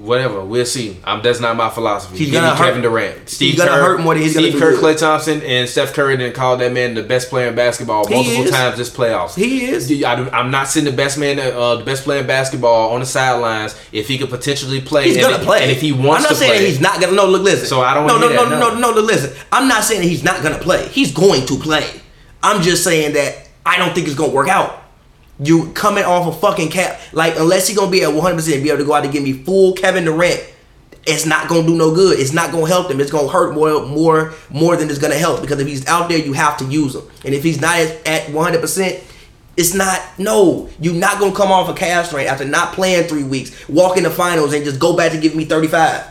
[SPEAKER 1] Whatever, we'll see. I'm, that's not my philosophy.
[SPEAKER 2] He's
[SPEAKER 1] Give
[SPEAKER 2] gonna
[SPEAKER 1] me
[SPEAKER 2] hurt-
[SPEAKER 1] Kevin Durant,
[SPEAKER 2] he's
[SPEAKER 1] Steve
[SPEAKER 2] gonna
[SPEAKER 1] Kerr,
[SPEAKER 2] hurt more than he's gonna
[SPEAKER 1] Steve
[SPEAKER 2] do
[SPEAKER 1] Kerr,
[SPEAKER 2] good.
[SPEAKER 1] Clay Thompson, and Steph Curry didn't call that man the best player in basketball multiple
[SPEAKER 2] is.
[SPEAKER 1] times this playoffs.
[SPEAKER 2] He is.
[SPEAKER 1] I, am not sitting the best man, uh, the best player in basketball on the sidelines if he could potentially play.
[SPEAKER 2] He's
[SPEAKER 1] and
[SPEAKER 2] gonna
[SPEAKER 1] if-
[SPEAKER 2] play.
[SPEAKER 1] and if he wants
[SPEAKER 2] I'm not
[SPEAKER 1] to
[SPEAKER 2] saying
[SPEAKER 1] play,
[SPEAKER 2] he's not gonna. No, look, listen.
[SPEAKER 1] So I don't
[SPEAKER 2] No, no,
[SPEAKER 1] hear
[SPEAKER 2] no,
[SPEAKER 1] that,
[SPEAKER 2] no, no, no, no. Listen, I'm not saying that he's not gonna play. He's going to play. I'm just saying that I don't think it's gonna work out. You coming off a fucking cap, like unless he's gonna be at 100 percent, be able to go out and give me full Kevin Durant. It's not gonna do no good. It's not gonna help them. It's gonna hurt more, more, more than it's gonna help. Because if he's out there, you have to use him. And if he's not at 100 percent, It's not no. You're not gonna come off a calf strain after not playing three weeks, walk in the finals, and just go back to give me 35.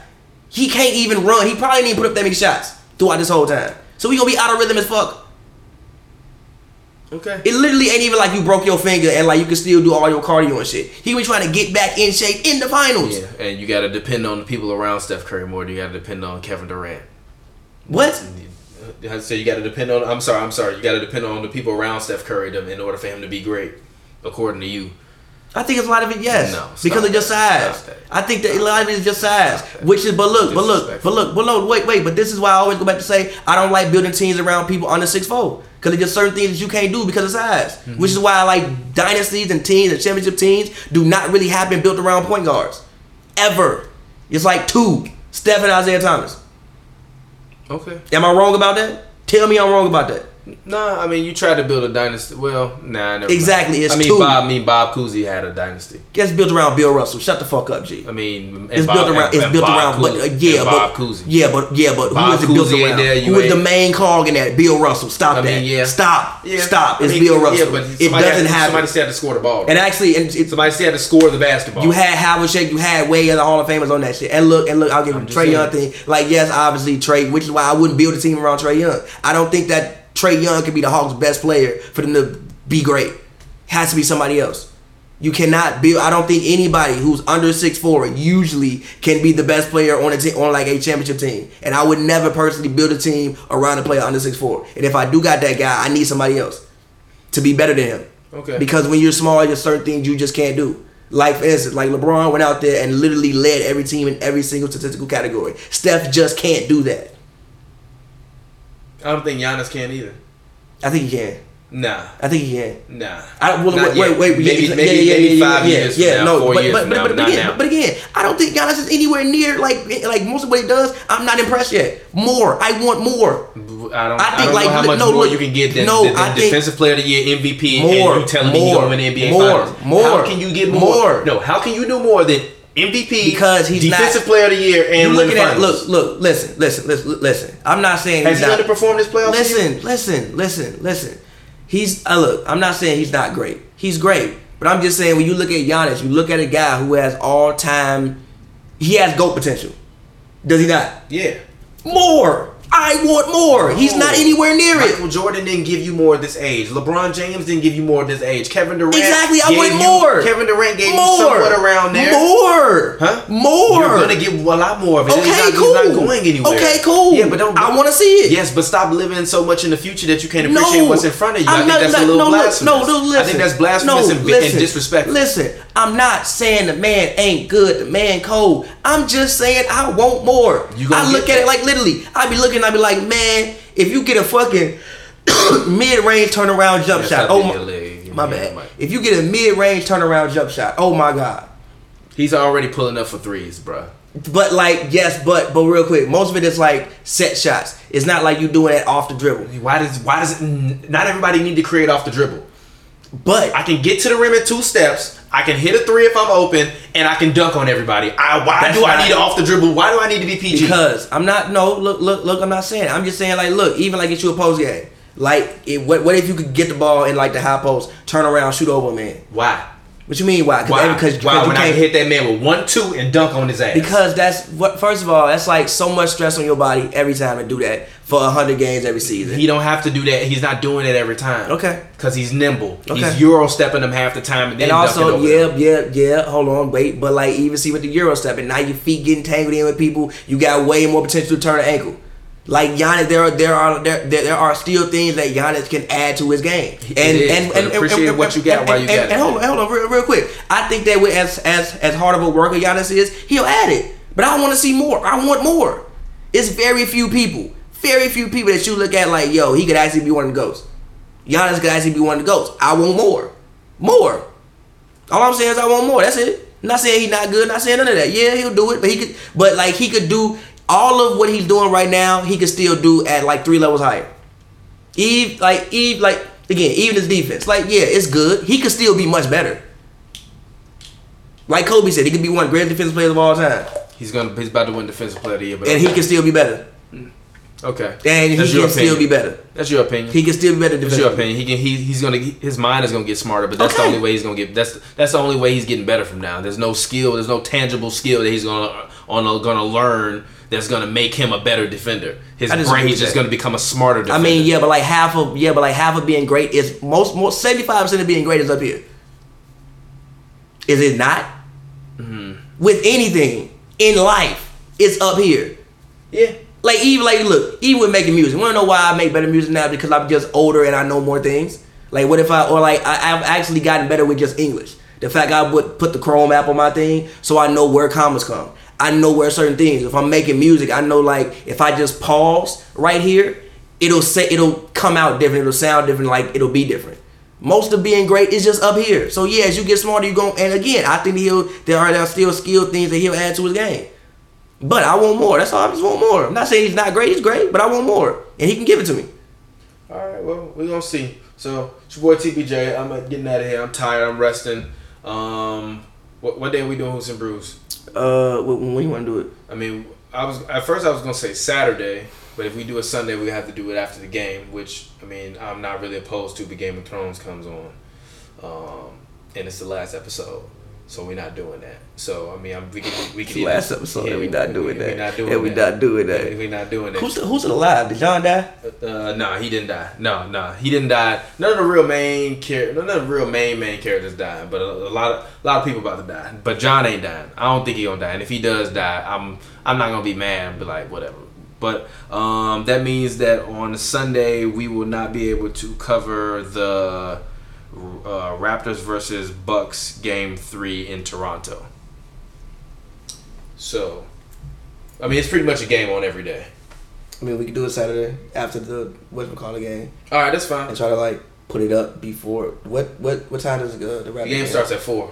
[SPEAKER 2] He can't even run. He probably didn't put up that many shots throughout this whole time. So we gonna be out of rhythm as fuck.
[SPEAKER 1] Okay.
[SPEAKER 2] It literally ain't even like you broke your finger and like you can still do all your cardio and shit. He been trying to get back in shape in the finals.
[SPEAKER 1] Yeah, and you got to depend on the people around Steph Curry more. than You got to depend on Kevin Durant.
[SPEAKER 2] What?
[SPEAKER 1] So you got to depend on. I'm sorry. I'm sorry. You got to depend on the people around Steph Curry to, in order for him to be great, according to you.
[SPEAKER 2] I think it's a lot of it, yes.
[SPEAKER 1] No, stop
[SPEAKER 2] because of your
[SPEAKER 1] that.
[SPEAKER 2] size.
[SPEAKER 1] Stop that.
[SPEAKER 2] I think that a lot of it is your size.
[SPEAKER 1] Stop that.
[SPEAKER 2] Which is, but look, but look, but
[SPEAKER 1] Disrespectful.
[SPEAKER 2] look, but look, wait, wait. But this is why I always go back to say I don't like building teams around people under six four. Because there's just certain things that you can't do because of size.
[SPEAKER 1] Mm-hmm.
[SPEAKER 2] Which is why I like dynasties and teams and championship teams do not really happen built around point guards. Ever. It's like two Steph and Isaiah Thomas.
[SPEAKER 1] Okay.
[SPEAKER 2] Am I wrong about that? Tell me I'm wrong about that.
[SPEAKER 1] Nah, I mean you tried to build a dynasty. Well, nah, never mind.
[SPEAKER 2] Exactly, it's
[SPEAKER 1] I mean
[SPEAKER 2] two.
[SPEAKER 1] Bob. I mean Bob Cousy had a dynasty.
[SPEAKER 2] That's built around Bill Russell. Shut the fuck up, G.
[SPEAKER 1] I mean, and
[SPEAKER 2] It's
[SPEAKER 1] Bob-
[SPEAKER 2] built around.
[SPEAKER 1] and-
[SPEAKER 2] It's
[SPEAKER 1] and
[SPEAKER 2] built
[SPEAKER 1] Bob
[SPEAKER 2] around. But
[SPEAKER 1] Cousy.
[SPEAKER 2] uh, yeah,
[SPEAKER 1] And
[SPEAKER 2] but
[SPEAKER 1] Bob Cousy.
[SPEAKER 2] yeah, but yeah, but
[SPEAKER 1] Bob
[SPEAKER 2] who is it built
[SPEAKER 1] Cousy in
[SPEAKER 2] around?
[SPEAKER 1] there, you
[SPEAKER 2] who is the
[SPEAKER 1] ain't-
[SPEAKER 2] main cog in that? Bill Russell. Stop
[SPEAKER 1] I mean,
[SPEAKER 2] that.
[SPEAKER 1] yeah.
[SPEAKER 2] Stop.
[SPEAKER 1] Yeah.
[SPEAKER 2] Stop.
[SPEAKER 1] I
[SPEAKER 2] It's
[SPEAKER 1] mean,
[SPEAKER 2] Bill
[SPEAKER 1] yeah,
[SPEAKER 2] Russell.
[SPEAKER 1] but
[SPEAKER 2] it
[SPEAKER 1] somebody
[SPEAKER 2] doesn't
[SPEAKER 1] had, Somebody
[SPEAKER 2] happen.
[SPEAKER 1] still had to score the ball.
[SPEAKER 2] And actually, and it's,
[SPEAKER 1] somebody still had to score the basketball.
[SPEAKER 2] you had Havlicek, you had Wade as a Hall of Famers on that shit. And look, and look, I'll give him
[SPEAKER 1] I'm just
[SPEAKER 2] Trey Young
[SPEAKER 1] saying.
[SPEAKER 2] thing. Like, yes, obviously Trey, which is why I wouldn't build a team around Trey Young. I don't think that Trey Young could be the Hawks' best player for them to be great. Has to be somebody else. You cannot build. I don't think anybody who's under six four usually can be the best player on a team on like a championship team. And I would never personally build a team around a player under six four. And if I do got that guy, I need somebody else to be better than him.
[SPEAKER 1] Okay.
[SPEAKER 2] Because when you're small, there's certain things you just can't do. Like for instance, like LeBron went out there and literally led every team in every single statistical category. Steph just can't do that.
[SPEAKER 1] I don't think Giannis can either.
[SPEAKER 2] I think he can.
[SPEAKER 1] Nah,
[SPEAKER 2] I think he can.
[SPEAKER 1] nah.
[SPEAKER 2] I don't, well,
[SPEAKER 1] Not
[SPEAKER 2] wait, wait,
[SPEAKER 1] yet.
[SPEAKER 2] wait, yeah,
[SPEAKER 1] maybe,
[SPEAKER 2] yeah,
[SPEAKER 1] maybe,
[SPEAKER 2] yeah, yeah,
[SPEAKER 1] maybe
[SPEAKER 2] yeah,
[SPEAKER 1] five
[SPEAKER 2] yeah,
[SPEAKER 1] years
[SPEAKER 2] yeah,
[SPEAKER 1] from now,
[SPEAKER 2] no,
[SPEAKER 1] four
[SPEAKER 2] but,
[SPEAKER 1] years
[SPEAKER 2] but,
[SPEAKER 1] from
[SPEAKER 2] but,
[SPEAKER 1] now,
[SPEAKER 2] but
[SPEAKER 1] not
[SPEAKER 2] again,
[SPEAKER 1] now.
[SPEAKER 2] but again, I don't think Giannis is anywhere near like like most of what he does. I'm not impressed yet. More, I want more.
[SPEAKER 1] I don't, I
[SPEAKER 2] I
[SPEAKER 1] don't
[SPEAKER 2] think, like,
[SPEAKER 1] know how
[SPEAKER 2] look-
[SPEAKER 1] much
[SPEAKER 2] no,
[SPEAKER 1] more
[SPEAKER 2] look,
[SPEAKER 1] you can get than,
[SPEAKER 2] no,
[SPEAKER 1] than, than
[SPEAKER 2] I think-
[SPEAKER 1] defensive player of the year MVP
[SPEAKER 2] More,
[SPEAKER 1] and you telling me
[SPEAKER 2] more,
[SPEAKER 1] you're going to the NBA
[SPEAKER 2] more,
[SPEAKER 1] Finals.
[SPEAKER 2] more,
[SPEAKER 1] How can you get more?
[SPEAKER 2] more.
[SPEAKER 1] No, how can you do more than MVP
[SPEAKER 2] Because he's not-
[SPEAKER 1] defensive player of the year and
[SPEAKER 2] you
[SPEAKER 1] win the
[SPEAKER 2] looking at
[SPEAKER 1] finals?
[SPEAKER 2] look, look, listen, listen, listen, listen. I'm not saying
[SPEAKER 1] Has
[SPEAKER 2] he's
[SPEAKER 1] he
[SPEAKER 2] not,
[SPEAKER 1] underperformed this playoff season?
[SPEAKER 2] Listen, listen, listen, listen. He's uh, look. I'm not saying he's not great. He's great, but I'm just saying when you look at Giannis, you look at a guy who has all time. He has goat potential. Does he not?
[SPEAKER 1] Yeah.
[SPEAKER 2] More. I want more. He's not anywhere near it.
[SPEAKER 1] Michael Jordan didn't give you more at this age. LeBron James didn't give you more at this age. Kevin Durant
[SPEAKER 2] Exactly. I
[SPEAKER 1] gave
[SPEAKER 2] want
[SPEAKER 1] you-
[SPEAKER 2] more.
[SPEAKER 1] Kevin Durant gave
[SPEAKER 2] more.
[SPEAKER 1] you somewhat around there.
[SPEAKER 2] More.
[SPEAKER 1] Huh?
[SPEAKER 2] More.
[SPEAKER 1] You're gonna get a lot more of it.
[SPEAKER 2] Okay,
[SPEAKER 1] He's not,
[SPEAKER 2] cool.
[SPEAKER 1] He's not going anywhere.
[SPEAKER 2] Okay, cool.
[SPEAKER 1] Yeah, but don't.
[SPEAKER 2] I want to see it.
[SPEAKER 1] Yes, but stop living so much in the future that you can't appreciate what's in front of you. i
[SPEAKER 2] I'm
[SPEAKER 1] think
[SPEAKER 2] not-
[SPEAKER 1] that's
[SPEAKER 2] not-
[SPEAKER 1] a little
[SPEAKER 2] no, look,
[SPEAKER 1] blasphemous.
[SPEAKER 2] No, no, listen.
[SPEAKER 1] I think that's blasphemous
[SPEAKER 2] No,
[SPEAKER 1] and, bi-
[SPEAKER 2] listen,
[SPEAKER 1] and disrespectful.
[SPEAKER 2] Listen, I'm not saying the man ain't good, the man cold. I'm just saying I want more.
[SPEAKER 1] You gonna
[SPEAKER 2] I look
[SPEAKER 1] get
[SPEAKER 2] at it like literally. I be looking, I be like, man, if you get a fucking [COUGHS] mid-range turnaround jump
[SPEAKER 1] Yeah,
[SPEAKER 2] shot,
[SPEAKER 1] stop
[SPEAKER 2] oh
[SPEAKER 1] hitting
[SPEAKER 2] my,
[SPEAKER 1] your leg.
[SPEAKER 2] my
[SPEAKER 1] Yeah,
[SPEAKER 2] bad.
[SPEAKER 1] Mike.
[SPEAKER 2] If you get a mid-range turnaround jump shot, oh my god.
[SPEAKER 1] He's already pulling up for threes, bruh.
[SPEAKER 2] But like yes, but but real quick, most of it is like set shots. It's not like you doing it off the dribble.
[SPEAKER 1] Why does why does it, n- not everybody need to create off the dribble?
[SPEAKER 2] But
[SPEAKER 1] I can get to the rim in two steps. I can hit a three if I'm open, and I can dunk on everybody. I, why
[SPEAKER 2] That's
[SPEAKER 1] do
[SPEAKER 2] not-
[SPEAKER 1] I need to off the dribble? Why do I need to be PG?
[SPEAKER 2] Because I'm not no look look look. I'm not saying. I'm just saying like look. Even like it's you a post game. Like it, what what if you could get the ball in like the high post, turn around, shoot over a man?
[SPEAKER 1] why?
[SPEAKER 2] What you mean why?
[SPEAKER 1] Why?
[SPEAKER 2] Because because
[SPEAKER 1] why
[SPEAKER 2] you
[SPEAKER 1] when I
[SPEAKER 2] can't
[SPEAKER 1] can hit that man with one two and dunk on his ass?
[SPEAKER 2] Because that's what. First of all, that's like so much stress on your body every time to do that for hundred games every season.
[SPEAKER 1] He don't have to do that. He's not doing it every time.
[SPEAKER 2] Okay.
[SPEAKER 1] Because he's nimble.
[SPEAKER 2] Okay.
[SPEAKER 1] He's euro stepping them half the time, and then
[SPEAKER 2] and
[SPEAKER 1] dunking
[SPEAKER 2] also,
[SPEAKER 1] over
[SPEAKER 2] yeah,
[SPEAKER 1] them.
[SPEAKER 2] yeah, yeah. Hold on, wait. But like, even see with the Euro step, and now your feet getting tangled in with people. You got way more potential to turn an ankle. Like Giannis, there are there are there, there, there are still things that Giannis can add to his game. And
[SPEAKER 1] is,
[SPEAKER 2] and,
[SPEAKER 1] but
[SPEAKER 2] and, and
[SPEAKER 1] appreciate
[SPEAKER 2] and-
[SPEAKER 1] what you got
[SPEAKER 2] and-
[SPEAKER 1] while you
[SPEAKER 2] and-
[SPEAKER 1] got
[SPEAKER 2] and
[SPEAKER 1] it.
[SPEAKER 2] hold on, hold on, real, real quick. I think that with as as as hard of a worker Giannis is, he'll add it. But I want to see more. I want more. It's very few people, very few people that you look at like, yo, he could actually be one of the goats. Giannis could actually be one of the goats. I want more, more. All I'm saying is I want more. That's it. Not saying he's not good. Not saying none of that. Yeah, he'll do it, but he could. But like he could do all of what he's doing right now. He could still do at like three levels higher. Eve, like Eve, like again, even his defense, like yeah, it's good. He could still be much better. Like Kobe said, he could be one of the greatest defensive players of all time,
[SPEAKER 1] He's gonna. He's about to win defensive player of the year, but
[SPEAKER 2] and he can still be better.
[SPEAKER 1] Okay.
[SPEAKER 2] and he can
[SPEAKER 1] That's your
[SPEAKER 2] still
[SPEAKER 1] opinion.
[SPEAKER 2] be better.
[SPEAKER 1] That's your opinion.
[SPEAKER 2] He can still be better.
[SPEAKER 1] That's your
[SPEAKER 2] defensively.
[SPEAKER 1] opinion. He can. He, he's gonna. His mind is gonna get smarter, but that's
[SPEAKER 2] Okay.
[SPEAKER 1] the only way he's gonna get. That's that's the only way he's getting better from now. There's no skill. There's no tangible skill that he's gonna on a, gonna learn that's gonna make him a better defender. His
[SPEAKER 2] I disagree
[SPEAKER 1] brain
[SPEAKER 2] with
[SPEAKER 1] is just
[SPEAKER 2] that.
[SPEAKER 1] gonna become a smarter.
[SPEAKER 2] I
[SPEAKER 1] defender.
[SPEAKER 2] mean, yeah, but like half of yeah, but like half of being great is most most seventy five percent of being great is up here. Is it not?
[SPEAKER 1] Mm-hmm.
[SPEAKER 2] With anything in life, it's up here.
[SPEAKER 1] yeah.
[SPEAKER 2] Like even like look, even with making music, wanna know why I make better music now? Because I'm just older and I know more things. Like what if I or like I, I've actually gotten better with just English. The fact I would put the Chrome app on my thing, so I know where commas come. I know where certain things. If I'm making music, I know like if I just pause right here, it'll say it'll come out different. It'll sound different. Like it'll be different. Most of being great is just up here. So yeah, as you get smarter, you go. And again, I think he'll there are there are still skill things that he'll add to his game. But I want more. That's all. I just want more. I'm not saying he's not great. He's great, but I want more, and he can give it to me.
[SPEAKER 1] All right. Well, we're gonna see. So it's your boy TPJ. I'm uh, getting out of here. I'm tired. I'm resting. Um, what what day are we doing Hoops and Brews?
[SPEAKER 2] Uh, wh- when, when you want to do it?
[SPEAKER 1] I mean, I was at first I was gonna say Saturday, but if we do a Sunday, we have to do it after the game, which I mean I'm not really opposed to. But Game of Thrones comes on, um, and it's the last episode, so we're not doing that. So I mean, I'm, we can we
[SPEAKER 2] It's
[SPEAKER 1] can
[SPEAKER 2] the last episode that we not doing
[SPEAKER 1] we
[SPEAKER 2] that.
[SPEAKER 1] not doing
[SPEAKER 2] Yeah, we
[SPEAKER 1] that.
[SPEAKER 2] not doing that.
[SPEAKER 1] Yeah, we not doing that.
[SPEAKER 2] Who's who's alive? Did John die?
[SPEAKER 1] Uh, nah, he didn't die. No, no, he didn't die. None of the real main char- none of the real main main characters died, but a, a lot of a lot of people about to die. But John ain't dying. I don't think he gonna die. And if he does die, I'm I'm not gonna be mad and be like whatever. But um, that means that on Sunday we will not be able to cover the uh, Raptors versus Bucks game three in Toronto. So, I mean, it's pretty much a game on every day.
[SPEAKER 2] I mean, we could do it Saturday after the what call game
[SPEAKER 1] All right, that's fine.
[SPEAKER 2] and try to like put it up before what what what time does uh, the
[SPEAKER 1] The
[SPEAKER 2] Raptors
[SPEAKER 1] game starts at four.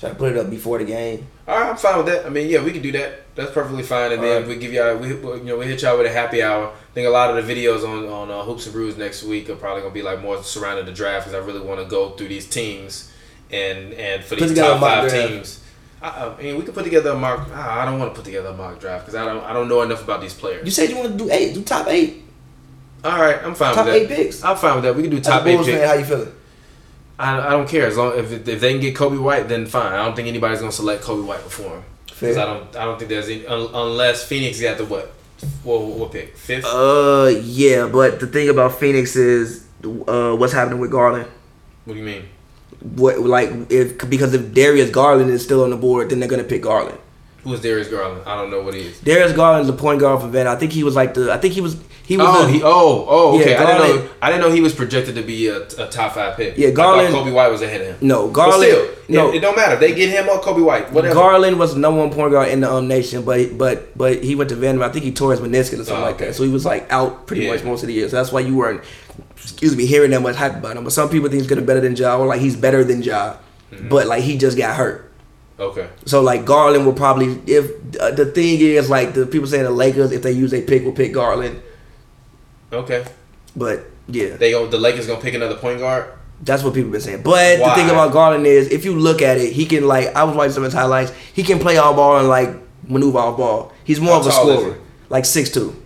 [SPEAKER 2] Try to put it up before the game.
[SPEAKER 1] All right, I'm fine with that. I mean, yeah, we can do that. That's perfectly fine. And
[SPEAKER 2] All
[SPEAKER 1] then
[SPEAKER 2] right.
[SPEAKER 1] we give y'all, we you know, we hit y'all with a happy hour. I think a lot of the videos on on uh, hoops and brews next week are probably gonna be like more surrounding the draft because I really want to go through these teams and and for
[SPEAKER 2] Put
[SPEAKER 1] these
[SPEAKER 2] together a
[SPEAKER 1] top
[SPEAKER 2] mock
[SPEAKER 1] five
[SPEAKER 2] draft.
[SPEAKER 1] teams. I, I mean, we can put together a mock. I I don't want to put together a mock draft because I don't I don't know enough about these players.
[SPEAKER 2] You said you want to do eight, do top eight,
[SPEAKER 1] All right, I'm fine
[SPEAKER 2] top
[SPEAKER 1] with that.
[SPEAKER 2] eight picks.
[SPEAKER 1] I'm fine with that. We can do
[SPEAKER 2] As a
[SPEAKER 1] top eight
[SPEAKER 2] Bulls fan,
[SPEAKER 1] picks.
[SPEAKER 2] How you feeling?
[SPEAKER 1] I, I don't care as long if if they can get Kobe White, then fine. I don't think anybody's gonna select Kobe White before him because I
[SPEAKER 2] Fair.
[SPEAKER 1] don't I don't think there's any un, unless Phoenix got the what what, what pick fifth.
[SPEAKER 2] Uh, yeah, but the thing about Phoenix is uh, what's happening with Garland.
[SPEAKER 1] what do you mean?
[SPEAKER 2] what like if because if Darius Garland is still on the board, then they're gonna pick Garland.
[SPEAKER 1] Who's Darius Garland? I don't know what he is.
[SPEAKER 2] Darius Garland's a point guard for Van. I think he was like the I think he was he was
[SPEAKER 1] Oh,
[SPEAKER 2] a-
[SPEAKER 1] he, oh, oh, okay.
[SPEAKER 2] Yeah,
[SPEAKER 1] I didn't know.
[SPEAKER 2] Garland-
[SPEAKER 1] I didn't know he was projected to be a, a top five pick.
[SPEAKER 2] Yeah,
[SPEAKER 1] I thought
[SPEAKER 2] Garland-
[SPEAKER 1] Kobe White was ahead of him.
[SPEAKER 2] no
[SPEAKER 1] But
[SPEAKER 2] Garland
[SPEAKER 1] still,
[SPEAKER 2] no
[SPEAKER 1] it, it don't matter. If They get him or Kobe White. Whatever.
[SPEAKER 2] Garland was the number one point guard in the um, nation, but but but he went to Vanderbilt. I think he tore his meniscus or something
[SPEAKER 1] Oh,
[SPEAKER 2] like
[SPEAKER 1] okay.
[SPEAKER 2] that. So he was like out pretty
[SPEAKER 1] Yeah.
[SPEAKER 2] much most of the year. So that's why you weren't excuse me hearing that much hype about him. But some people think he's gonna be better than Ja or like he's better than Ja,
[SPEAKER 1] Mm-hmm.
[SPEAKER 2] but like he just got hurt.
[SPEAKER 1] okay.
[SPEAKER 2] So like Garland will probably if uh, the thing is like the people saying the Lakers if they use a pick will pick Garland,
[SPEAKER 1] Okay.
[SPEAKER 2] but yeah.
[SPEAKER 1] They go. The Lakers gonna pick another point guard.
[SPEAKER 2] That's what people been saying. But
[SPEAKER 1] Why?
[SPEAKER 2] the thing about Garland is, if you look at it, he can like I was watching some of his highlights. He can play all ball and like maneuver all ball. He's more
[SPEAKER 1] How
[SPEAKER 2] of a
[SPEAKER 1] tall is
[SPEAKER 2] scorer,
[SPEAKER 1] he?
[SPEAKER 2] like six two.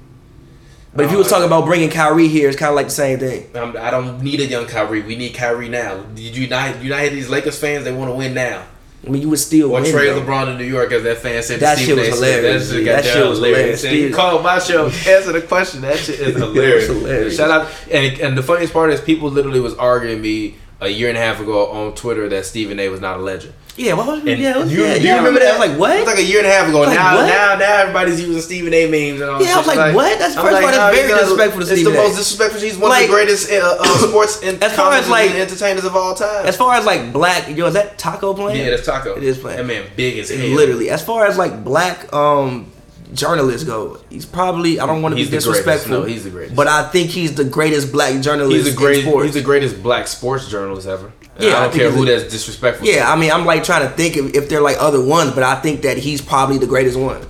[SPEAKER 2] But if you
[SPEAKER 1] Oh,
[SPEAKER 2] was talking
[SPEAKER 1] yeah.
[SPEAKER 2] about bringing Kyrie here, it's kind of like the same thing.
[SPEAKER 1] I'm, I don't need a young Kyrie. We need Kyrie now. Did you not? You not hear these Lakers fans? They want to win now.
[SPEAKER 2] I mean, you would still
[SPEAKER 1] Or
[SPEAKER 2] win.
[SPEAKER 1] Trey
[SPEAKER 2] though.
[SPEAKER 1] LeBron in New York, as that fan said. to
[SPEAKER 2] That
[SPEAKER 1] Stephen
[SPEAKER 2] shit
[SPEAKER 1] A.
[SPEAKER 2] was
[SPEAKER 1] Smith.
[SPEAKER 2] hilarious,
[SPEAKER 1] That
[SPEAKER 2] dude.
[SPEAKER 1] shit, got
[SPEAKER 2] That shit
[SPEAKER 1] down
[SPEAKER 2] was
[SPEAKER 1] hilarious.
[SPEAKER 2] hilarious,
[SPEAKER 1] And you
[SPEAKER 2] dude.
[SPEAKER 1] called my
[SPEAKER 2] [LAUGHS]
[SPEAKER 1] show. [LAUGHS] Answer the question. That shit is hilarious.
[SPEAKER 2] hilarious.
[SPEAKER 1] Shout out. And, and the funniest part is people literally was arguing me a year and a half ago on Twitter that Stephen A. was not a legend.
[SPEAKER 2] Yeah, what was
[SPEAKER 1] And
[SPEAKER 2] Oh, yeah, it was-
[SPEAKER 1] you-
[SPEAKER 2] yeah,
[SPEAKER 1] do you
[SPEAKER 2] yeah, I
[SPEAKER 1] remember that?
[SPEAKER 2] I was like,
[SPEAKER 1] It was
[SPEAKER 2] what?
[SPEAKER 1] like a year and a half ago.
[SPEAKER 2] Like,
[SPEAKER 1] now,
[SPEAKER 2] what?
[SPEAKER 1] now, now everybody's using Stephen A. memes and all.
[SPEAKER 2] Yeah, I was
[SPEAKER 1] shit.
[SPEAKER 2] like, what? That's-
[SPEAKER 1] I'm
[SPEAKER 2] first of all, that's
[SPEAKER 1] nah,
[SPEAKER 2] very
[SPEAKER 1] because
[SPEAKER 2] disrespectful to
[SPEAKER 1] It's
[SPEAKER 2] Stephen
[SPEAKER 1] the
[SPEAKER 2] A.
[SPEAKER 1] most disrespectful. He's one of
[SPEAKER 2] Like-
[SPEAKER 1] the greatest uh, uh,
[SPEAKER 2] [CLEARS THROAT]
[SPEAKER 1] sports and
[SPEAKER 2] As far as,
[SPEAKER 1] comedians
[SPEAKER 2] like-
[SPEAKER 1] and entertainers of all time.
[SPEAKER 2] As far as like black, yo, is that Taco playing?
[SPEAKER 1] yeah, that's Taco.
[SPEAKER 2] It is playing.
[SPEAKER 1] That man big as hell.
[SPEAKER 2] Literally, as far as like black um journalists go, he's probably I don't want to be
[SPEAKER 1] He's the greatest.
[SPEAKER 2] disrespectful.
[SPEAKER 1] No, he's the greatest.
[SPEAKER 2] But I think he's the greatest black journalist.
[SPEAKER 1] He's the
[SPEAKER 2] in
[SPEAKER 1] greatest.
[SPEAKER 2] sports.
[SPEAKER 1] He's the greatest black sports journalist ever. And
[SPEAKER 2] Yeah, I
[SPEAKER 1] I don't
[SPEAKER 2] think
[SPEAKER 1] care
[SPEAKER 2] he's
[SPEAKER 1] who
[SPEAKER 2] a-
[SPEAKER 1] that's disrespectful.
[SPEAKER 2] Yeah, I mean, I'm like trying to think if, if they're like other ones, but I think that he's probably the greatest one.
[SPEAKER 1] to.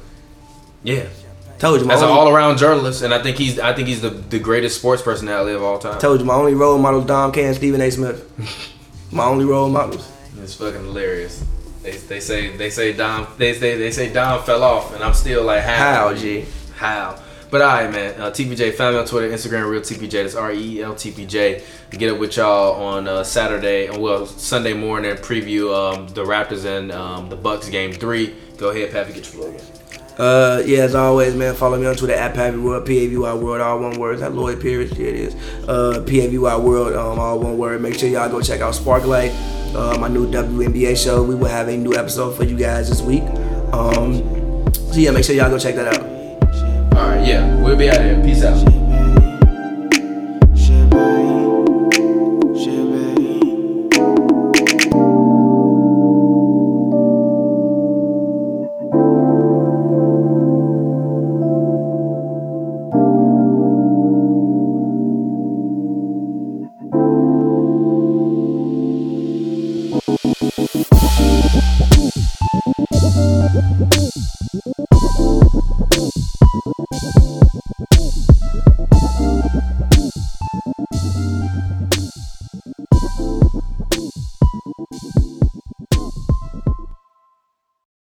[SPEAKER 1] yeah.
[SPEAKER 2] Told you, my
[SPEAKER 1] As an
[SPEAKER 2] only,
[SPEAKER 1] all-around journalist, and I think he's I think he's the, the greatest sports personality of all time.
[SPEAKER 2] [LAUGHS] told you my only role models Dom K and Stephen A. Smith. [LAUGHS] my only role models.
[SPEAKER 1] It's fucking hilarious. They, they say they say Dom they say they say Dom fell off, and I'm still like how
[SPEAKER 2] How G?
[SPEAKER 1] how. But all right, man. Uh, TPJ, find me on Twitter, Instagram, real TPJ. That's R E E L T P J. Get up with y'all on uh, Saturday, well Sunday morning. Preview um, the Raptors and um, the Bucks game three. Go ahead, Pappy, get your plug in.
[SPEAKER 2] Uh, yeah, as always, man, follow me on Twitter at Pappy World, P A V Y World, all one word. Is that Lloyd Pierce? Yeah, it is. Uh, P A V Y World, um, all one word. Make sure y'all go check out Sparklight, uh, my new WNBA show. We will have a new episode for you guys this week. Um, so yeah, make sure y'all go check that out.
[SPEAKER 1] All right, yeah, we'll be out of here. Peace out.
[SPEAKER 3] Thank you.